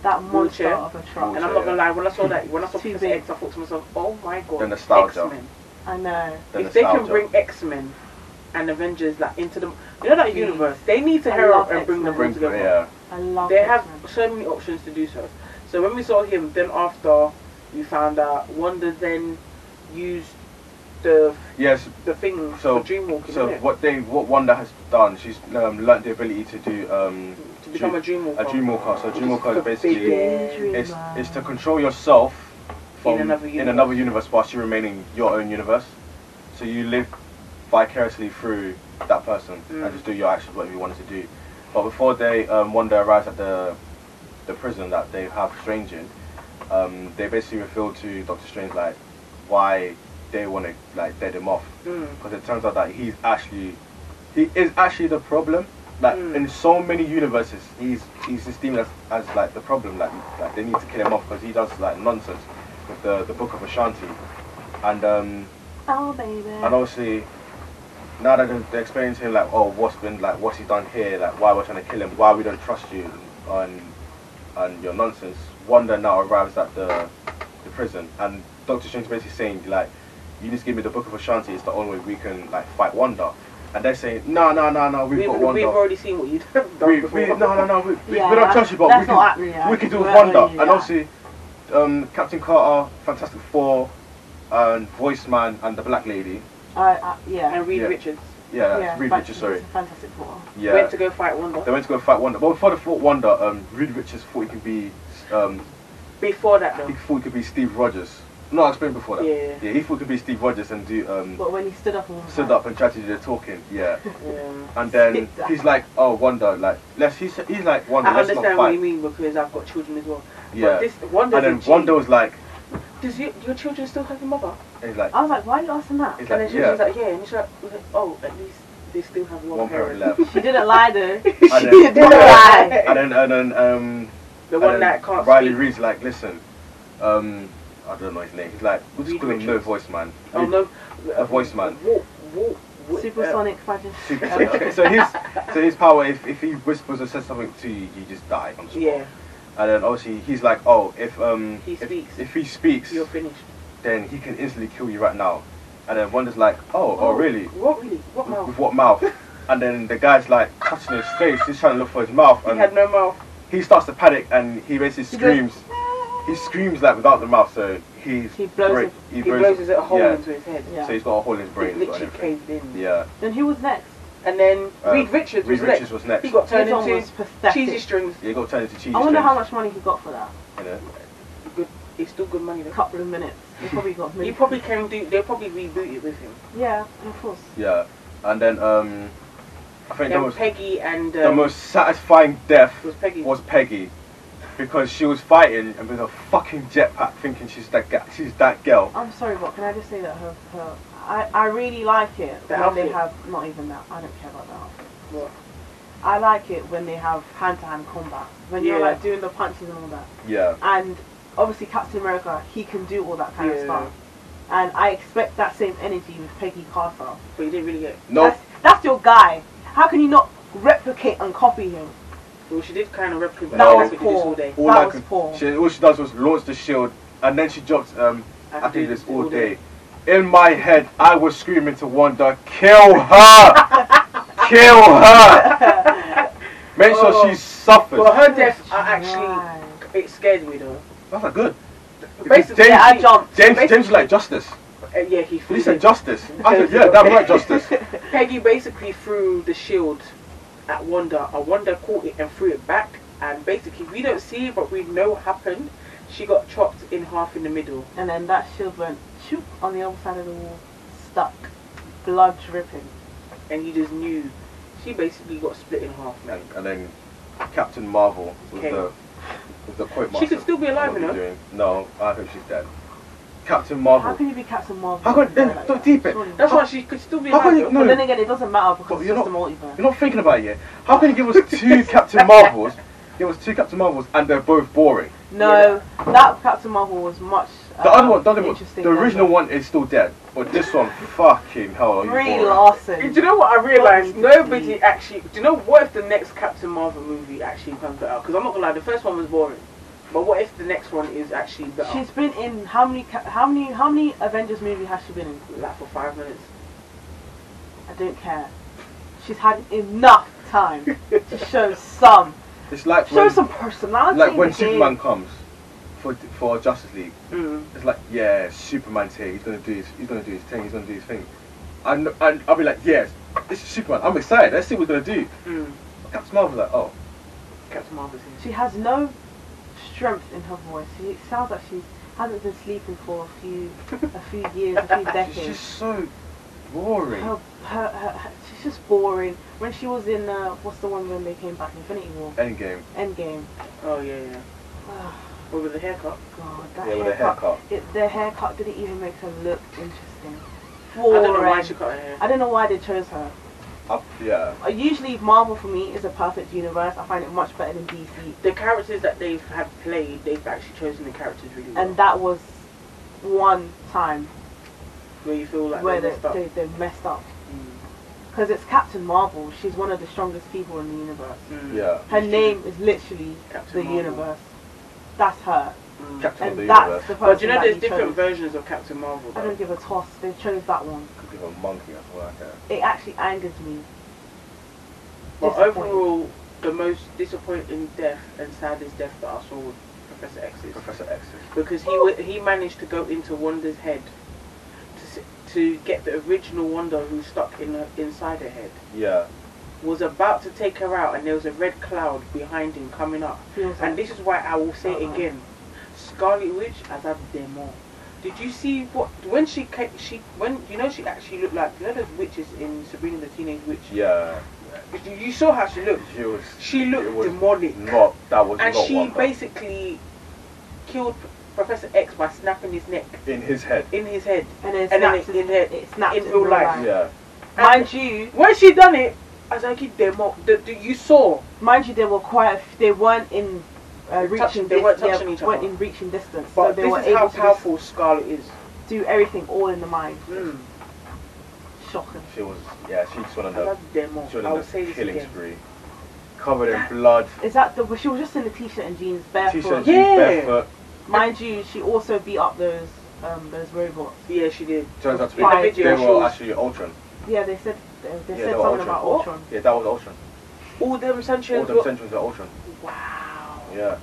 S2: that monster
S1: Wheelchair.
S2: of a truck.
S1: And I'm not gonna lie, when I saw that, when I saw
S2: Too
S1: Professor
S2: big.
S1: X, I thought to myself, oh my god,
S3: The nostalgia.
S1: X-Men.
S2: I know.
S3: the
S1: if they can
S3: nostalgia.
S1: bring X Men and Avengers like into the you know that universe, they need to
S2: I
S1: hair up
S2: love
S1: and bring them all
S3: Bring-
S1: together.
S3: yeah.
S2: I love.
S1: They have
S2: X-Men.
S1: so many options to do so. So when we saw him, then after we found out Wanda then used the
S3: Yes,
S1: the thing
S3: So-
S1: for dreamwalking,
S3: So
S1: innit?
S3: what they what Wanda has done, she's um, learnt the ability to do um,
S1: to become a dreamwalker.
S3: a dreamwalker. So a dreamwalker is
S1: Just a big
S3: basically
S1: dream.
S3: it's it's to control yourself from
S1: In another universe.
S3: another universe whilst you remain in your own universe. So you live vicariously through that person
S1: Mm.
S3: and just do your actions whatever you wanted to do. But before they um, Wanda arrives at the the prison that they have Strange in, um, they basically reveal to Doctor Strange like why they want to like dead him off
S1: Mm.
S3: because it turns out that he's actually he is actually the problem. Like
S1: Mm.
S3: in so many universes, he's he's esteemed as, as like the problem. Like, like they need to kill him off because he does like nonsense with the the Book of Ashanti, and um
S2: Oh baby.
S3: and obviously now that they're- they're explaining to him like oh what's been like what's he done here like why we're trying to kill him why we don't trust you and and your nonsense. Wanda now arrives at the the prison and Doctor Strange basically saying like you just give me the Book of Ashanti. It's the only way we can like fight Wanda. And they say, no, no, no, no, we've
S1: We've,
S3: got
S1: we've,
S3: Wanda.
S1: already seen what you have [laughs] done
S3: we,
S1: before.
S3: we, no, no, no, we, we,
S2: Yeah,
S3: we don't
S2: that-
S3: trust you, but
S2: that's
S3: we
S2: not
S3: can,
S2: happening, yeah.
S3: we can do it with
S2: We're not
S3: Wanda.
S2: doing it,
S3: And
S2: yeah.
S3: obviously, um, Captain Carter, Fantastic Four, and Voice Man, and the Black Lady.
S2: I, I, yeah.
S1: And Reed
S3: Yeah.
S1: Richards
S3: Yeah,
S2: yeah,
S3: Reed
S2: Fan-
S3: Richards, sorry.
S2: it's a Fantastic Four.
S3: Yeah.
S1: went to go fight Wanda.
S3: They went to go fight Wanda. But before the fought Wanda, um, Reed Richards thought he could be, um,
S1: Before that, though,
S3: he thought he could be Steve Rogers. No, I explained before that.
S1: Yeah.
S3: Yeah, he thought he could be Steve Rogers and do um,
S2: But when he stood up and was
S3: stood
S2: like,
S3: up and tried to do the talking.
S1: [laughs]
S3: Yeah.
S1: yeah.
S3: And then
S2: Spit that.
S3: he's like, oh Wanda, like let's he's he's like Wanda,
S1: I
S3: let's not
S1: understand what you
S3: fight.
S1: mean because I've got children as well.
S3: Yeah.
S1: But this Wanda's
S3: And then
S1: in
S3: Wanda was like,
S1: Does your, your children still have your mother?
S3: he's like
S2: I was like, why are you asking that?
S3: he's
S1: and then
S3: like
S1: she was
S3: yeah,
S1: like, yeah. And she's like, was like, oh, at least they still have one,
S3: one parent
S1: parent. [laughs]
S3: left.
S2: She didn't lie though.
S3: And
S1: she
S3: then-
S1: didn't lie.
S3: And then and then um
S1: The
S3: and
S1: one
S3: then
S1: that can't
S3: Riley
S1: speak.
S3: Reed's like, listen, um I don't know his name. He's like, we'll just
S1: Reed
S3: call him No
S1: Richards.
S3: Voice Man.
S1: Oh no.
S3: A voice man.
S1: Walk, walk, walk,
S2: Supersonic fighting.
S3: Super- so his so his power if, if he whispers or says something to you, you just die on the spot.
S1: Yeah,
S3: And then obviously he's like, oh, if um
S1: He
S3: if,
S1: speaks.
S3: if he speaks,
S1: you're finished.
S3: then he can instantly kill you right now. And then Wanda's like, oh, oh, really?
S1: What really? What mouth?
S3: With
S1: [laughs]
S3: what mouth? and then the guy's like touching his face, he's trying to look for his mouth,
S1: He
S3: and
S1: had no mouth.
S3: he starts to panic and he basically
S2: He goes,
S3: screams. He screams like without the mouth, so he's
S1: He blows
S3: bra-
S1: it- He blows his a hole
S3: yeah.
S1: into his head.
S2: Yeah.
S3: So he's got a hole in his brain.
S1: It
S3: as well and
S1: literally
S3: everything.
S1: caved in.
S3: Yeah.
S2: Then who was next?
S1: And then
S3: Um,
S1: Reed Richards
S3: Reed
S1: was
S3: Richards
S1: next.
S3: was next.
S1: He got turned
S2: His one was
S1: into cheesy
S2: pathetic.
S1: strings.
S3: Yeah, he got turned into cheese.
S2: I wonder
S3: strings,
S2: how much money he got for that.
S3: you know.
S1: It's still good money
S2: A
S1: though.
S2: couple of minutes. He probably got
S1: You
S2: millions.
S1: probably can do. They'll probably reboot it with him.
S2: Yeah, of course.
S3: Yeah. And then um, I think that
S1: Then
S3: was
S1: Peggy and um,
S3: the most satisfying death
S1: was Peggy.
S3: was Peggy because she was fighting and with a fucking jetpack, thinking she's that ga- she's that girl.
S2: I'm sorry, but can I just say that her, her I, I really like it
S1: The
S2: when
S1: outfit.
S2: they have not even that. I don't care about that outfit.
S1: What?
S2: I like it when they have hand-to-hand combat when you're
S1: Yeah.
S2: like doing the punches and all that.
S3: Yeah,
S2: And obviously Captain America, he can do all that kind of
S1: Yeah.
S2: stuff. And I expect that same energy with Peggy Carter.
S1: but you didn't really get. It.
S3: no,
S2: That's, that's your guy. How can you not replicate and copy him?
S1: Well, she did kind of replicate.
S3: That
S1: what
S3: was
S1: we did this
S2: poor.
S1: all day.
S3: all
S2: that
S3: I
S2: was
S3: could,
S2: poor.
S3: she, all she does was launch the shield and then she drops. Um,
S1: I
S3: I
S1: could do
S3: did this all day. In my head, I was screaming to Wanda, "Kill
S1: [laughs]
S3: her! Kill her! Make sure
S1: Oh.
S3: she suffers."
S1: Well, her death, I actually,
S2: Right.
S1: it scared me though.
S3: That's not good.
S1: Basically,
S3: James,
S2: yeah, I jumped.
S3: James, James was like justice.
S1: Uh, yeah, he
S3: He
S1: threw.
S3: said
S1: the-
S3: justice. I said, "Yeah, damn right, justice."
S1: Peggy basically threw the shield at Wanda. and Wanda caught it and threw it back. And basically, we don't see it, but we know what happened. She got chopped in half in the middle.
S2: And then that shield went shoop on the other side of the wall, stuck, blood dripping.
S1: and you just knew she basically got split in half, man.
S3: [laughs] and, and then Captain Marvel was
S1: Okay.
S3: the was the quote
S1: She
S3: master
S1: could still be
S3: of
S1: alive,
S3: what
S1: you
S3: they're
S1: know?
S3: doing. No, I hope she's dead. Captain
S2: How
S3: Marvel.
S2: can you be Captain Marvel?
S3: How can- then
S2: Like that?
S3: don't deep it.
S2: Surely.
S1: That's why she could still be
S3: How
S1: alive.
S3: can you-
S1: though.
S3: no.
S2: But then again, it doesn't matter because
S3: But
S2: it's
S3: you're
S2: just a multiverse.
S3: You're not thinking about it yet. How can you give us
S1: [laughs]
S3: two Captain Marvels? Give us two Captain Marvels and they're both boring.
S2: No, that Captain Marvel was much. uh,
S3: The
S1: Ah,
S3: other one, the, other one,
S2: interesting
S3: the
S2: than
S3: original one is still dead, but this one, fucking hell, are you
S2: Brie
S3: boring?
S1: Do
S2: Larson.
S1: you know what I realised?
S2: Don't need to
S1: Nobody
S2: see.
S1: actually. Do you know what if the next Captain Marvel movie actually comes out? Because I'm not gonna lie, the first one was boring. But what if the next one is actually better?
S2: She's been in how many? ca- How many? How many Avengers movie has she been in?
S1: like for five minutes.
S2: I don't care. She's had enough time to
S3: [laughs]
S2: show some,
S3: It's like
S2: show
S3: when,
S2: some personality.
S3: like
S2: in
S3: when
S2: the game.
S3: Superman comes for for Justice League.
S1: Mm.
S3: It's like, yeah, Superman's here. He's gonna do his, he's gonna do his thing. He's gonna do his thing. And and I'll be like, yes, this is Superman. I'm excited. Let's see what he's gonna do.
S1: Mm.
S3: Captain Marvel's like, oh,
S1: Captain Marvel's here.
S2: She has no strength in her voice. She it sounds like she hasn't been sleeping for a few, a few years, a few
S3: [laughs] she's
S2: decades.
S3: just so boring.
S2: Her, her, her, her- she's just boring. When she was in, uh, what's the one when they came back, Infinity War,
S3: Endgame.
S2: Endgame.
S1: Oh yeah, yeah.
S2: Oh,
S1: What with the haircut?
S2: God, that
S3: Yeah, with a
S2: haircut.
S3: haircut.
S2: It, the haircut didn't even make her look interesting.
S1: I don't know why
S2: Boring.
S1: she cut her hair.
S2: I don't know why they chose her.
S3: Up, yeah.
S2: Uh, Usually, Marvel for me is a perfect universe. I find it much better than DC,
S1: The characters that they've had played, they've actually chosen the characters really well.
S2: and that was one time
S1: where you feel like
S2: where
S1: they
S2: they,
S1: messed up.
S2: they, they messed up.
S1: Mm.
S2: Because it's Captain Marvel. She's one of the strongest people in the universe.
S1: Mm.
S3: Yeah.
S2: Her name is literally
S1: Captain
S2: the
S1: Marvel.
S2: universe. That's her.
S3: Captain of the
S2: and that's
S3: Universe.
S2: the person
S1: But do you know
S2: that
S1: there's
S2: he
S1: different
S2: chose.
S1: versions of Captain Marvel?
S2: I
S1: though?
S2: don't give a toss. They chose that one.
S3: Could give a monkey as well. I guess.
S2: It actually angered me.
S1: But
S2: Disappointing.
S1: overall, the most disappointing death and saddest death that I saw was Professor X's
S3: Professor X.
S1: because he wa he managed to go into Wanda's head to s- to get the original Wanda who's stuck in her, inside her head
S3: Yeah.
S1: was about to take her out and there was a red cloud behind him coming up
S2: He was
S1: and
S2: like,
S1: this is why I will say it
S3: Uh-huh.
S2: Uh-uh.
S1: again Scarlet Witch as a demo did you see what when she came, she when you know she actually looked like you know those witches in Sabrina the Teenage Witch
S3: Yeah.
S1: You- you saw how she looked
S3: She was
S1: she
S3: It
S1: looked
S3: was
S1: demonic
S3: not. That was
S1: and
S3: not
S1: she
S3: Wanda.
S1: basically killed Professor X by snapping his neck
S3: in his head.
S1: in his head.
S2: and it
S1: and then
S2: snapped
S1: it-
S2: his-
S1: in her-
S2: it snapped
S1: in real life.
S3: Yeah.
S2: Mind you,
S1: When she done it, as I keep them up, the, the, you saw
S2: mind you, they were quite. They weren't in uh, reaching.
S1: Touching- they
S2: dis-
S1: weren't touching
S2: yeah,
S1: each
S2: weren't
S1: other.
S2: in reaching distance.
S1: but
S2: so they were
S1: this is how
S2: able to just
S1: powerful Scarlet is.
S2: do everything all in the mind.
S1: Mm.
S2: Shocking.
S3: She was. Yeah. She just went on
S1: I
S3: the.
S1: love them all.
S3: She went
S1: I
S3: on
S1: will
S3: the
S1: say this
S3: killing
S1: again.
S3: spree. Covered in blood.
S2: Is that the? She was just in a t-shirt and jeans, barefoot.
S3: T-shirt,
S1: Yeah.
S3: jeans, barefoot.
S2: Mind you, she also beat up those um those robots.
S1: Yeah, she did.
S3: Turns out to be
S2: In the
S1: video,
S3: they
S1: she
S3: were
S1: was-
S3: actually Ultron.
S2: Yeah, they said they, they
S3: Yeah,
S2: said
S3: they were
S2: something
S3: Ultron.
S2: about
S1: What?
S2: Ultron.
S3: Yeah, that was Ultron.
S1: All them
S3: All
S1: centurions.
S3: the
S1: were-
S3: centuries are Ultron.
S1: Wow.
S3: Yeah.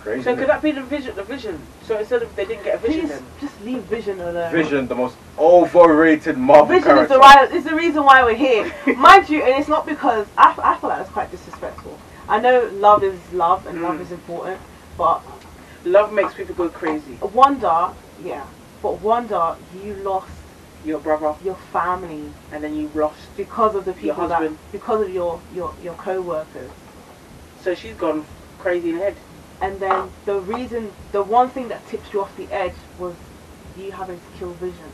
S3: Crazy.
S1: So
S3: isn't
S1: could
S3: it?
S1: that be the vision? The vision. So instead of they didn't get a vision,
S2: Please
S1: then
S2: just leave Vision alone.
S3: Vision, the most overrated Marvel
S2: Vision is
S3: character.
S2: the right, is the reason why we're here, mind you. And it's not because I, f- I feel like that's quite disrespectful. I know love is love and love
S1: Mm.
S2: is important, but
S1: love makes people go crazy.
S2: Wanda, yeah, but Wanda, you lost
S1: Your brother,
S2: your family
S1: and then you lost.
S2: because of the
S1: Your
S2: people that
S1: husband.
S2: because of your your your co-workers.
S1: So she's gone crazy in the head.
S2: And then the reason, the one thing that tipped you off the edge was you having to kill Vision.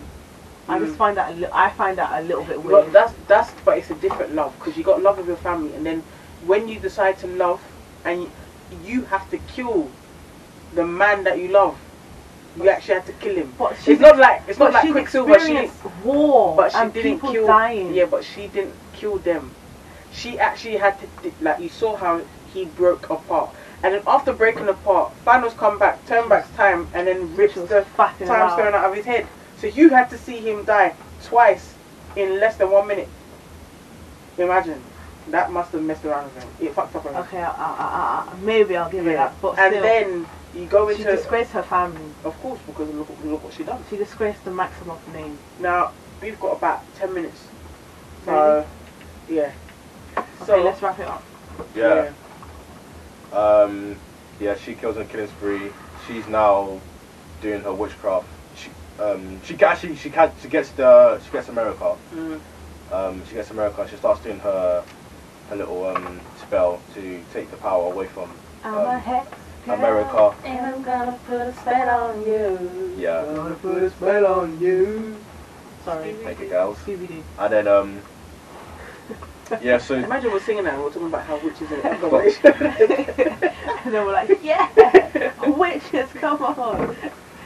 S2: I just
S1: Mm.
S2: find that a li- I find that a little bit
S1: Well,
S2: weird.
S1: that's that's but it's a different love because you got love of your family, and then when you decide to love, and you, you have to kill the man that you love, you actually had to kill him.
S2: but she's
S1: It's not like it's not
S2: but
S1: like
S2: she's
S1: Quicksilver. She didn't,
S2: experienced war
S1: but she
S2: and
S1: didn't
S2: people
S1: kill.
S2: dying.
S1: Yeah, but she didn't kill them. She actually had to di- like you saw how he broke apart, and then after breaking apart, Thanos come back, turn back time, and then rips
S2: She was
S1: the
S2: fucking
S1: time
S2: around.
S1: stone out of his head. So you had to see him die twice in less than one minute. Imagine. That must have messed around with him. It fucked up with him.
S2: Okay, I, I, I, I, maybe I'll give her
S1: Yeah.
S2: that. But
S1: and
S2: still,
S1: then you go
S2: she
S1: into
S2: disgraced her family.
S1: of course because look, look what she done.
S2: She disgraced the Maximoff name.
S1: Now we've got about ten minutes. So
S2: Really?
S1: yeah.
S2: Okay,
S1: So
S2: let's wrap it up.
S3: Yeah. Um, yeah, she kills on killing spree. She's now doing her witchcraft. She um, she ca- actually she ca- she gets the she gets America.
S1: Mm.
S3: Um, she gets America. She starts doing her her little um, spell to take the power away from
S2: I'm
S3: Um,
S2: a hex. girl,
S3: America.
S2: And I'm gonna put a spell on you.
S3: Yeah.
S2: Sorry.
S3: Thank you, girls.
S2: Scooby [laughs] Doo.
S3: And then um, yeah. So
S1: Imagine we're singing that and we're talking about how witches
S3: [laughs]
S1: are
S2: and then we're like,
S1: [laughs]
S2: yeah, witches, come on.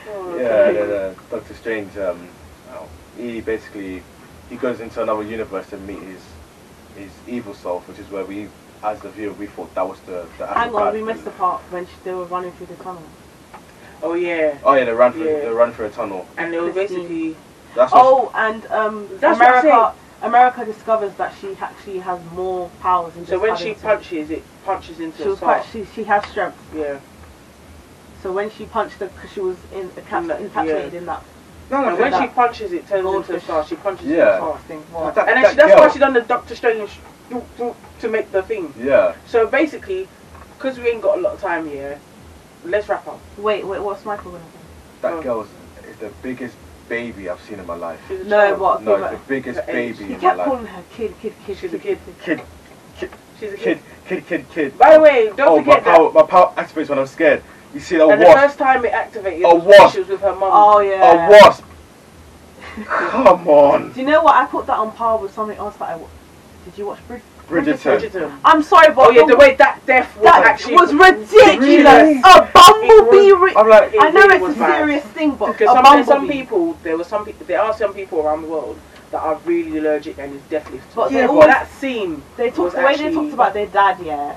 S1: Oh,
S3: Yeah, the, the Doctor Strange. Um, oh, he basically he goes into another universe to meet his his evil self, which is where we, as the viewer, we thought that was the. the actual
S2: Hang on,
S3: bad
S2: we missed the
S3: villain.
S2: part when she, they were running through the tunnel.
S1: [laughs] Oh yeah.
S3: Oh yeah, they ran through
S1: Yeah.
S3: they ran through a tunnel.
S1: And they were
S2: Christine.
S1: basically
S3: That's what
S2: Oh, and um,
S1: That's what I'm
S2: America. America discovers that she actually has more powers. Than
S1: so
S2: just
S1: when
S2: having
S1: she
S2: to-
S1: punches it punches into
S2: she
S1: the
S2: was quite.
S1: star.
S2: She, she has strength.
S1: Yeah.
S2: So when she punched her, because she was in
S1: In that-
S2: encapsulated encapsulated in that
S3: no,
S1: And when she
S2: that-
S1: punches it turns into a
S2: Goldfish.
S1: star, she punches
S3: Yeah.
S1: into a star.
S2: sort of thing. Well,
S3: That-
S1: And then she, that's
S3: girl.
S1: why she done the Doctor Strange to make the thing.
S3: yeah.
S1: So basically, because we ain't got a lot of time here, let's wrap up.
S2: wait, wait, what's Michael gonna
S3: That
S1: Oh.
S3: girl is, is the biggest baby I've seen in my life.
S1: She's a
S2: do? No,
S1: child.
S2: what?
S3: No,
S2: give her-
S3: the biggest
S1: Her age.
S2: he
S3: baby in my
S2: kept
S3: life.
S2: calling her kid, kid, kid.
S1: She's a kid.
S3: Kid, kid,
S1: She's a
S3: kid,
S1: kid.
S3: kid, kid, kid.
S1: By the way, don't
S3: oh, my
S1: forget
S3: power, my power activates when I'm scared. You see that
S1: that. And the
S3: wasp?
S1: first time it activated,
S3: A
S1: was when
S3: wasp.
S1: she was with her mum.
S2: Oh yeah.
S3: A wasp. Come on.
S2: Do you know what? I put that on par with something else that I. Wa- Did you watch Brid?
S3: Bridgerton.
S1: Bridgerton.
S2: I'm sorry, but
S1: Oh yeah, the
S2: you-
S1: way that death was
S2: that
S1: actually
S2: was ridiculous.
S3: Really?
S2: A bumblebee.
S1: It
S2: Re-
S3: I'm like,
S1: it
S2: I know
S1: really was
S2: it's a
S1: bad.
S2: serious thing, but
S1: because some,
S2: a
S1: there's
S2: bumblebee.
S1: some people, there were some people, there are some people around the world that are really allergic and is deathly.
S2: But
S1: But
S2: they
S1: yeah,
S2: always-
S1: that scene,
S2: they
S1: was
S2: talked the way they
S1: actually-
S2: talked about their dad. Yeah,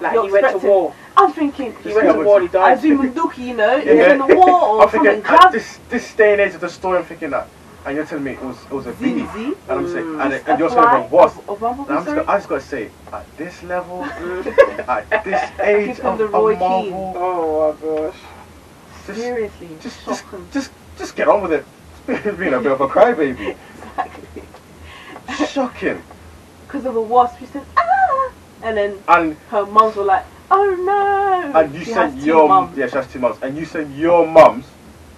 S1: Like
S2: You're
S1: he went to
S2: expecting-
S1: war.
S2: I'm thinking,
S1: He went to war. He
S2: I
S1: died.
S2: do Munduki, you
S3: [laughs]
S2: know,
S3: Yeah,
S2: he's
S3: yeah.
S2: in the war or
S3: I'm thinking
S2: something.
S3: at
S2: Grab
S3: this this day and age of the story. I'm thinking that, and you're telling me it was it was a
S2: Zinzi,
S3: biggie, [laughs] and I'm saying, and,
S2: just
S3: it- and you're
S2: a
S3: saying
S2: fly
S3: it was.
S2: of- of Bumblebee,
S3: And I'm just,
S2: sorry.
S3: gonna- I just gotta say, at this level,
S1: Mm.
S3: at this age
S2: Give him
S3: of,
S2: the
S3: of
S2: Roy
S3: Marvel,
S1: [laughs] oh my gosh.
S3: "Ah, just,
S2: Seriously,
S3: just, just,
S2: shocking.
S3: just, just get on with it. [laughs] It's being a bit of a crybaby.
S2: [laughs] Exactly.
S3: Shocking.
S2: Because of a wasp, she said, ah! And then
S3: And
S2: her mums were like, oh no!
S3: and you
S2: She
S3: sent
S2: has two
S3: your
S2: mums.
S3: yeah, she has two mums, and you sent your mums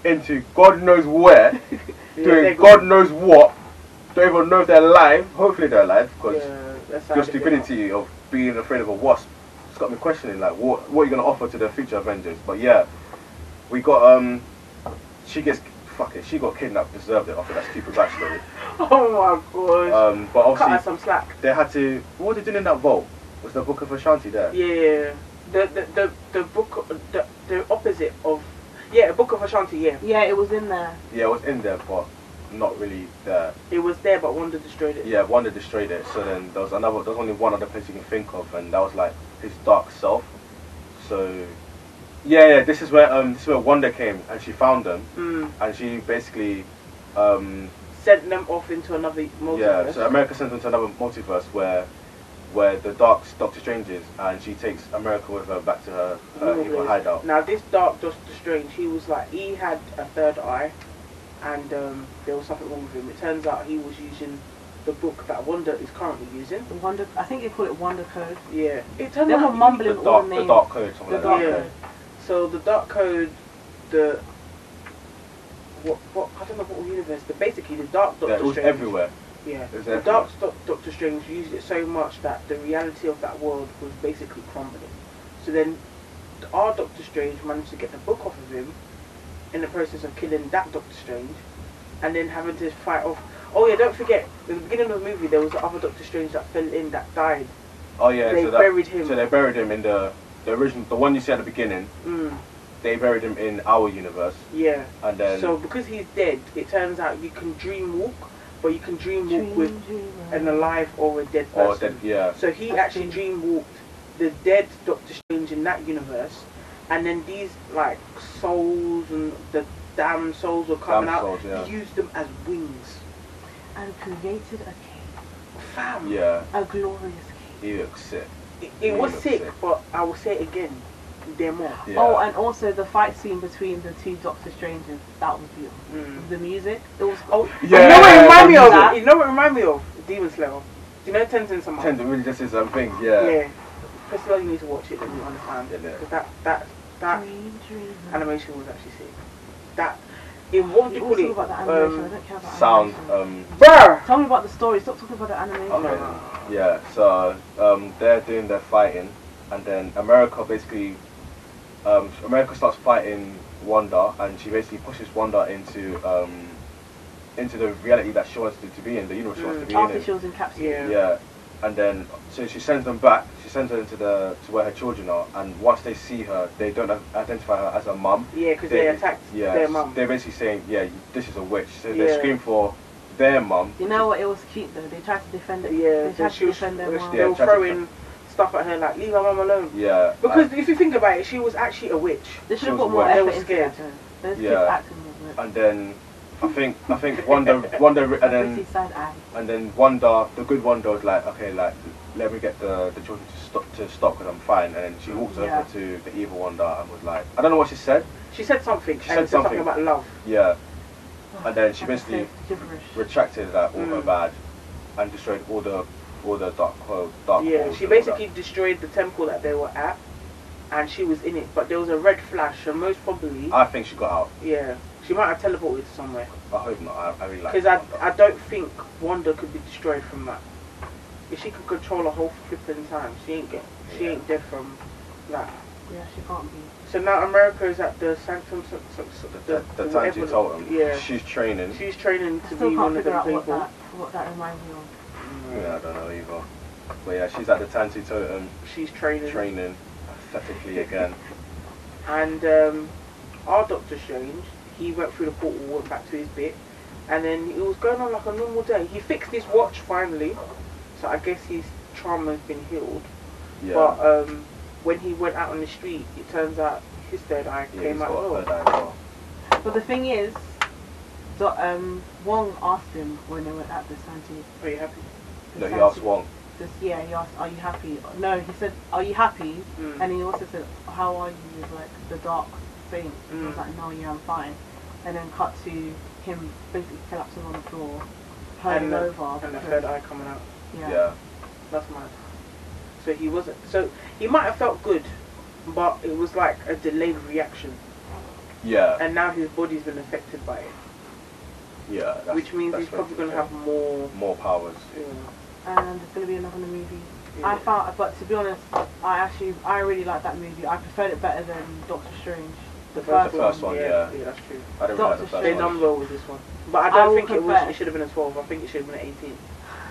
S3: into God knows where,
S1: [laughs] Yeah,
S3: doing
S1: they're
S3: God knows what. Don't even know if they're alive. Hopefully they're alive because
S1: Yeah, that's how
S3: your
S1: they do it.
S3: stupidity of being afraid of a wasp it's got me questioning like what what are you gonna offer to the future Avengers? But yeah, we got um, she gets fuck it, she got kidnapped, deserved it after that stupid backstory.
S1: [laughs] Oh my gosh.
S3: Um, but
S1: Cut her
S3: obviously
S1: some slack.
S3: they had to. What were they doing in that vault? Was the Book of Ashanti there?
S1: Yeah. The the the, the book the, the opposite of yeah, Book of Ashanti, yeah.
S2: Yeah, it was in there.
S3: Yeah, it was in there, but not really there.
S1: It was there but Wanda destroyed it.
S3: Yeah, Wanda destroyed it. So then there was another. There was only one other place you can think of, and that was like his dark self. So, yeah, yeah. This is where um, this is where Wanda came, and she found them,
S1: Mm.
S3: and she basically, um,
S1: Sent them off into another multiverse.
S3: yeah. So America sends them to another multiverse where, where the dark Doctor Strange is, and she takes America with her back to her, her evil
S1: Universe.
S3: hideout.
S1: Now this Dark Doctor Strange, he was like he had a third eye, and um, there was something wrong with him. It turns out he was using the book that Wanda is currently using.
S2: Wonder, I think they call it Wonder Code.
S1: Yeah, it turned
S2: They were
S1: out he-
S2: mumbling
S3: The
S2: all
S3: dark,
S2: the
S3: the
S2: names.
S3: dark code, something
S2: The
S3: like
S2: dark
S3: that.
S1: Yeah.
S2: code.
S1: So the dark code, the what, what I don't know what universe, but basically the dark Doctor
S3: Yeah, it was
S1: Strange.
S3: everywhere.
S1: Yeah,
S3: It was
S1: the
S3: everywhere.
S1: dark Doc- Doctor Strange used it so much that the reality of that world was basically crumbling. So then, our Doctor Strange managed to get the book off of him, in the process of killing that Doctor Strange, and then having to fight off. Oh yeah, don't forget, at the beginning of the movie there was the other Doctor Strange that fell in that died.
S3: Oh yeah.
S1: they
S3: so that,
S1: buried him.
S3: So they buried him in the the original, the one you see at the beginning.
S1: Mm,
S3: They buried him in our universe,
S1: yeah.
S3: and then
S1: So because he's dead, it turns out you can dream walk, but you can dream walk
S2: Dream,
S1: with
S2: dream.
S1: an alive or a dead person.
S3: or oh, then yeah,
S1: So he actually dream walked the dead Doctor Strange in that universe, and then these like souls and the damn souls were coming
S3: Damn
S1: out.
S3: souls, yeah.
S1: He used them as wings.
S2: and created a king,
S1: Fam.
S3: yeah,
S2: a glorious king.
S3: he looks sick.
S1: It, it was
S3: Yeah.
S1: sick, but I will say it again. They're more.
S3: Yeah.
S2: Oh, and also the fight scene between the two Doctor Strangers, that was beautiful.
S1: Mm.
S2: The music, it was
S1: Oh,
S3: Yeah,
S1: You know what it remind me of?
S2: that-
S1: You know what it remind me of? Demon Slayer. Do you know Tenzin Sama?
S3: Tends to really just his own thing. Yeah.
S1: Yeah. First of all, you need to watch it, then you understand.
S3: Yeah, yeah.
S1: Because that that that
S2: dream, dream.
S1: animation was actually sick. That in what do
S2: You
S1: you
S2: all
S1: call
S2: talk
S1: it?
S2: about the animation. I
S1: Um,
S2: don't care about
S3: Sound.
S2: animation.
S3: Um.
S1: Brr.
S2: Tell me about the story. Stop talking about the animation.
S3: Okay. Yeah. So um, they're doing their fighting, and then America basically, um, America starts fighting Wanda, and she basically pushes Wanda into um, into the reality that she wants to, to be in, the universe she wants to be
S1: Mm.
S3: in.
S2: After she was encapsulated.
S1: Yeah.
S3: Yeah, and then so she sends them back. She sends them to the to where her children are, and once they see her, they don't i- identify her as her mum.
S1: Yeah, because they, attacked
S3: yeah,
S1: their mum.
S3: They're basically saying, yeah, this is a witch. So
S1: Yeah.
S3: they scream for their mum.
S2: You know what? It was cute though. They tried to defend it.
S1: Yeah,
S2: they
S1: so
S2: tried
S1: she
S2: to
S1: was,
S2: defend their
S1: they
S2: mom.
S3: yeah.
S1: were
S3: tried to-
S1: throwing stuff at her like, leave her mum alone.
S3: Yeah,
S1: Because if you think about it, she was actually a witch.
S2: They should
S3: She
S2: have put
S3: was
S2: more
S3: worried.
S1: They
S2: effort
S1: were
S2: into
S1: scared.
S2: that. though. Those
S3: Yeah.
S2: kids acting was
S3: and, and then I think I think Wanda Wanda and
S1: [laughs]
S2: And
S3: then
S2: then, side eye.
S3: and then Wanda the good Wanda was like, okay, like let me get the the children to stop to stop because I'm fine. And then she walks
S2: Yeah.
S3: over to the evil Wanda and was like, I don't know what she said.
S1: She said something.
S3: She
S1: and
S3: said something.
S1: about love.
S3: Yeah, and then she
S2: I can
S3: basically
S2: say gibberish.
S3: retracted that all her
S1: Mm.
S3: bad and destroyed all the all the dark clo- dark
S1: Yeah,
S3: halls
S1: she
S3: and all that.
S1: basically destroyed the temple that they were at, and she was in it. But there was a red flash, so most probably,
S3: I think she got out.
S1: yeah, she might have teleported somewhere.
S3: I hope not. I, I really like.
S1: Because I, I don't think Wanda could be destroyed from that. If she could control a whole flipping time, she ain't get, she
S3: Yeah.
S1: ain't dead from that.
S2: Yeah, she can't be.
S1: So now America is at the sanctum. So, so, so,
S3: the, the, the time
S1: whatever
S3: she
S1: the-
S3: told him.
S1: Yeah.
S3: She's training.
S1: She's training
S2: I
S1: to
S2: still
S1: be
S2: can't
S1: one of
S2: figure
S1: them
S2: out what
S1: people.
S2: that what that reminds me of.
S3: Yeah, I don't know either. But yeah, she's at the Tantu Totem
S1: She's training.
S3: training
S1: [laughs]
S3: aesthetically again.
S1: And um, our Doctor Strange, he went through the portal, went back to his bit, and then it was going on like a normal day. He fixed his watch finally, so I guess his trauma's been healed.
S3: Yeah.
S1: But um, when he went out on the street, it turns out his third eye
S3: Yeah, he's
S1: came out
S3: got
S1: as
S3: a
S1: well.
S3: third eye as well.
S2: But the thing is, Do- um, Wong asked him when they were at the Santi.
S1: Are you happy?
S2: the
S3: No, he
S2: Santi-
S3: asked Wong.
S2: This, yeah, he asked, "Are you happy?" No, he said, "Are you happy?"
S1: Mm.
S2: And he also said, "How are you?" with, Like the dark thing. He was
S1: Mm.
S2: like, "No, yeah, I'm fine." And then cut to him basically collapsing on the floor,
S1: and
S2: hurling
S1: the,
S2: over.
S1: and the
S2: because-
S1: third eye coming out.
S2: yeah.
S3: Yeah.
S1: That's mad. So he wasn't. So he might have felt good, but it was like a delayed reaction,
S3: Yeah.
S1: and now his body's been affected by it,
S3: Yeah. that's-
S1: which means
S3: that's
S1: he's probably
S3: what
S1: gonna
S3: it
S1: have more.
S3: is, yeah. more powers.
S1: You know,
S2: And there's gonna be another movie.
S1: yeah.
S2: I found, but to be honest, I actually I really like that movie. I preferred it better than Doctor Strange. The first,
S3: The first one, yeah.
S1: yeah, that's true.
S3: I didn't realize the
S2: Doctor
S3: first
S1: They
S2: Strange.
S1: done
S3: one.
S1: well with this one, but I
S2: I
S1: don't
S2: will
S1: think it was. It
S2: confess.
S1: should have been a twelve. I think it should have been an eighteen.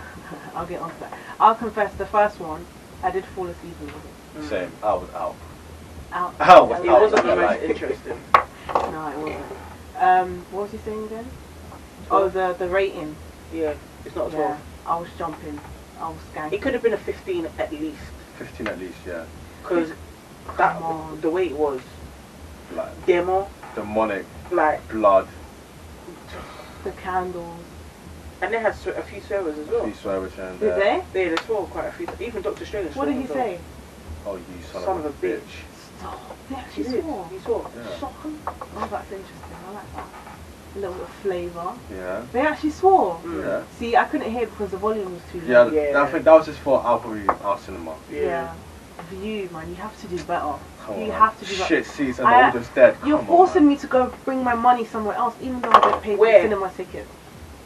S2: [laughs] I'll get onto that. I'll confess, the first one, I did fall asleep a little bit.
S1: Mm.
S3: Same. I was out.
S2: Out.
S3: I was
S1: It
S3: out.
S1: wasn't the
S3: Yeah,
S1: most
S3: like-
S1: interesting.
S2: No, it wasn't. Um, what was he saying again? Oh, the the rating.
S1: Yeah, it's not a
S2: Yeah,
S1: twelve.
S2: I was jumping. I was
S1: It
S2: skanking.
S1: could have been a fifteen at least,
S3: Fifteen at least. Yeah.
S1: because that
S2: Come on.
S1: the way it was
S3: Like
S1: demo
S3: demonic
S1: like,
S3: blood.
S2: The candles.
S1: and they had swe- a few servers as well.
S3: He swear return.
S2: Did they?
S1: They had swore quite a few. Even Doctor Strange.
S2: What
S1: swore
S2: did he
S1: as well.
S2: say?
S3: Oh, you son,
S1: Son of a bitch.
S2: Stop. They
S1: He
S2: actually
S1: did.
S2: swore.
S1: He swore.
S3: Yeah.
S2: Shocking. Oh, that's interesting. I like that. A little bit of flavour.
S3: Yeah.
S2: They actually swore.
S1: Mm.
S3: Yeah.
S2: See, I couldn't hear because the volume was too
S3: Yeah,
S2: low.
S1: Yeah.
S3: I think that was just for our probably our cinema.
S1: Yeah.
S2: View, man, you have to do better.
S3: Come
S2: you
S3: on.
S2: have to do better.
S3: Shit season,
S2: I-
S3: all this dead.
S2: You're
S3: Come
S2: forcing
S3: on,
S2: me to go bring my money somewhere else, even though I don't pay for
S1: Where?
S2: cinema tickets.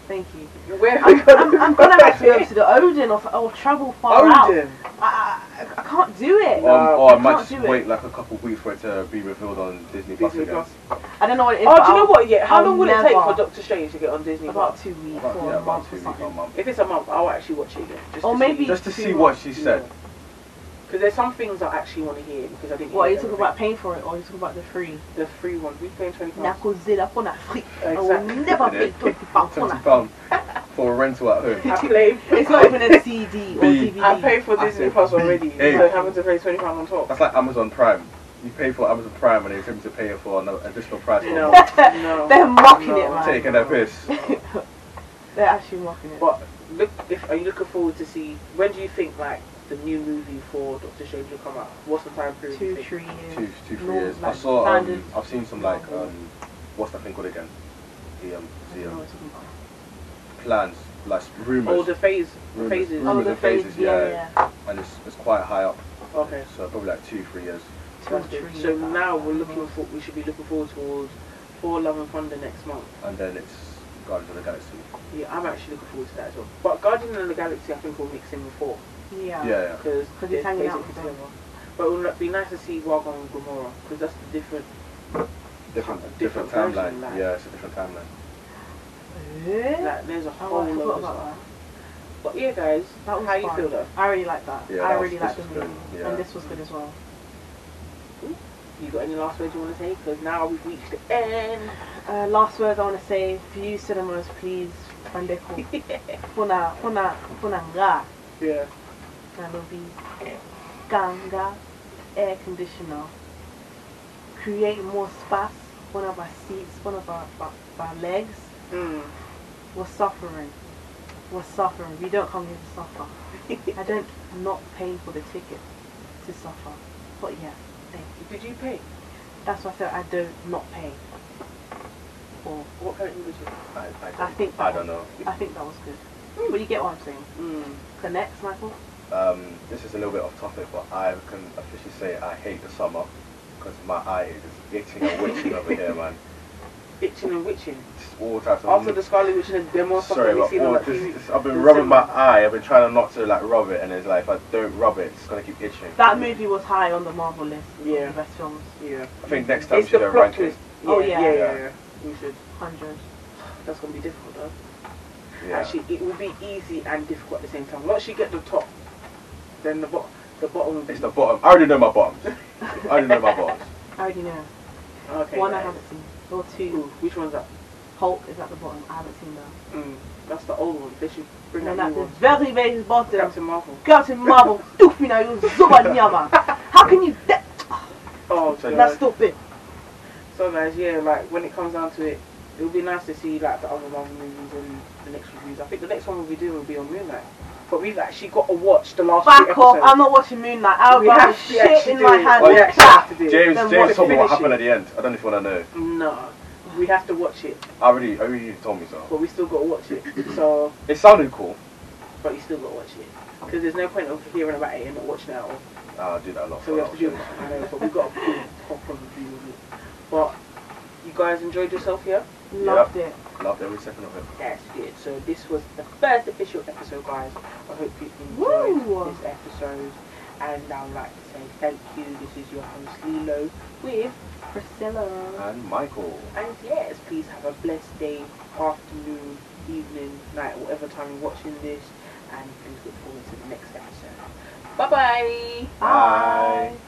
S2: Thank you.
S1: Where
S2: I'm, I'm, I'm
S1: [laughs]
S2: gonna have to go to the Odin or, or travel far out.
S1: Odin.
S2: I, I, I can't do it.
S3: man. Or, Um, or I
S2: I
S3: might
S2: uh, can't
S3: just
S2: do it.
S3: wait like a couple weeks for it to be revealed on Disney Plus
S1: Disney
S3: again.
S1: Plus.
S2: I don't know what it is.
S1: Oh,
S2: but
S1: do you know
S2: I'll-
S1: what? Yeah. How
S2: I'll
S1: long would it take
S2: never-
S1: for Doctor Strange to get on Disney? Plus?
S2: About two weeks
S3: About,
S2: or
S3: yeah,
S2: a month
S3: about
S2: or
S3: two weeks or a
S2: something.
S3: month.
S1: If it's a month, I'll actually watch it again. Just
S2: Or
S1: to
S2: maybe-
S3: Just to see what she said.
S1: Because there's some things I actually want to hear because I didn't.
S2: What are
S1: hear
S2: you talking
S1: everything.
S2: about? Paying for it or are you talking about the free?
S1: The free one. We paying twenty pounds.
S2: Nakozé, la pour l'Afrique. I will
S1: Exactly.
S2: never pay twenty pounds for
S3: Twenty [laughs]
S2: that.
S3: pound for a rental at home.
S1: I played.
S2: It's not even a CD or
S3: B.
S2: DVD. [laughs]
S1: I paid for
S3: I
S1: Disney
S3: said,
S1: Plus already,
S3: hey.
S1: so having to pay twenty pounds on top.
S3: That's like Amazon Prime. You pay for Amazon Prime and they attempt to pay it for an additional price. for
S1: No,
S3: more.
S1: no.
S2: [laughs] They're mocking
S1: No.
S2: it, man.
S3: Taking their piss.
S2: They're actually mocking it.
S1: But look, if are you looking forward to see when do you think like the new movie for Doctor Strange will come out? What's the time period? you
S2: Two,
S1: think?
S2: three years.
S3: Two, two, three
S2: Norm-
S3: years. I
S2: like
S3: saw. Um,
S2: standard
S3: I've seen some like
S2: Marvel.
S3: um, what's that thing called again? The um,
S2: I don't
S3: the
S2: know
S3: um,
S2: what you're talking about.
S3: plans, like rumors.
S1: Oh, the phase
S3: Rumors.
S1: phases.
S3: Rumors.
S2: Oh,
S3: with
S2: the
S3: the faces,
S2: phase,
S3: yeah.
S2: yeah, yeah.
S3: and it's, it's quite high up.
S1: oh, Okay.
S3: So probably like two, three years.
S2: Two or
S1: That's
S2: three
S1: good.
S2: years.
S1: So now we're looking for we should be looking forward towards For Love and Thunder next month.
S3: And then it's Guardians of the Galaxy.
S1: Yeah, I'm actually looking forward to that as well. But Guardian of the Galaxy, I think will mix in with four
S2: Yeah.
S3: Yeah, yeah.
S1: because
S2: 'Cause it's hanging out with them.
S1: But it would be nice to see Wagon and Gamora because that's the different.
S3: Different,
S1: Different
S3: different,
S1: version,
S3: timeline.
S1: like-
S3: Yeah, it's a different timeline.
S2: Eh?
S1: Like, there's a
S2: Oh,
S1: whole
S2: I forgot
S1: lot of
S2: about
S1: stuff.
S2: that.
S1: But yeah, guys,
S2: That was
S1: how you
S2: fun.
S1: feel though?
S2: I really like that.
S3: Yeah,
S2: I
S3: that was-
S2: really like the
S3: this
S2: movie.
S3: was good, yeah.
S2: And this was good as well.
S1: You got any last words you want to say? Because now we've reached the end.
S2: Uh, last words I want to say, view cinemas, please.
S1: [laughs]
S2: Bandeko. Puna, puna, punanga.
S1: Yeah.
S2: Nairobi. Ganga. Air conditioner. Create more space. One of our seats, one of our, our, our legs.
S1: Mm.
S2: We're suffering. We're suffering. We don't come here to
S1: [laughs]
S2: suffer. I don't I'm not paying for the ticket to suffer. But yeah, thank you.
S1: Did you pay?
S2: That's why I said I don't not pay. Or
S1: What kind of English? is
S3: I, I, don't,
S2: I think that
S3: I don't know.
S2: was- I think that was good. Hmm, But you get what I'm saying.
S1: it?
S3: Hmm.
S1: Mm.
S2: The next, Michael.
S3: Um, this is a little bit off topic, but I can officially say I hate the summer because my eye is itching and witching over here, man.
S1: Itching and witching.
S3: Just all types of
S1: After the Scarlet Witch and the demo stuff
S3: Sorry,
S1: that we
S3: but
S1: seen on
S3: all
S1: that
S3: this,
S1: TV.
S3: this, I've been
S1: the
S3: rubbing my
S1: cinema.
S3: eye. I've been trying not to like rub it, and it's like if I don't rub it, it's gonna keep itching.
S2: That movie was high on the Marvel list.
S1: Um, Yeah.
S2: Of the best films.
S1: Yeah.
S3: I think next time
S1: It's
S3: should
S1: the
S3: have
S1: plot
S3: ranking.
S1: twist.
S2: Oh, yeah.
S1: Yeah, yeah,
S3: Yeah.
S1: yeah. We should.
S2: Hundred.
S1: That's gonna be difficult though.
S3: Yeah.
S1: Actually, it will be easy and difficult at the same time. Once you get the top, then the bottom. The bottom. will be-
S3: It's the bottom. I already know my bottoms. I already know my
S1: [laughs]
S3: bottoms.
S2: I already know.
S1: Okay.
S2: One I
S1: guys.
S2: haven't seen. Or
S1: Ooh,
S2: two.
S1: which one's that?
S2: Hulk is at the bottom. I haven't seen that.
S1: Mm. That's the old one. They should bring
S2: And
S1: that
S2: then
S1: new
S2: at the
S1: one.
S2: very very
S1: [laughs]
S2: bottom.
S1: Captain Marvel.
S2: Captain Marvel. Doof me now, you Zuba Nyama. How can you?
S1: [laughs]
S2: That,
S1: Oh,
S3: So
S1: God.
S2: that's
S1: [laughs]
S2: stupid.
S1: So guys, yeah, like when it comes down to it, it would be nice to see like the other Marvel movies and the next reviews. I think the next one we'll be doing will be on Moonlight, but we've actually got to watch the last.
S2: Back
S1: three
S2: off!
S1: episodes.
S2: I'm not watching Moonlight. I'll
S1: [laughs] We
S2: have
S1: have to
S2: shit
S1: actually
S2: in
S1: do
S2: my
S1: it. Oh,
S2: hand.
S3: Well,
S1: We
S3: yeah.
S1: actually have to do it.
S3: James,
S2: Then
S3: James
S2: what-
S3: told me what
S1: finish
S3: happened
S1: it.
S3: at the end. I don't know if you want to know.
S1: No, we have to watch it,
S3: I already, I already told me so.
S1: but we still got to watch it. So,
S3: It sounded cool.
S1: but you still got to watch it because there's no point of hearing about it and not watching it at all.
S3: Ah, I do that a lot.
S1: So we have to do
S3: I'll
S1: it.
S3: show you.
S1: I know, but we got to proper review of it. But you guys enjoyed yourself here.
S2: Loved it.
S3: Loved every second of it.
S1: That's good. So this was the first official episode, guys. I hope you enjoyed
S2: Woo!
S1: this episode. And I would like to say thank you. This is your host Lilo with
S5: Priscilla.
S3: And Michael.
S1: and yes, please have a blessed day, afternoon, evening, night, whatever time you're watching this. And please look forward to the next episode. Bye bye.
S3: Bye.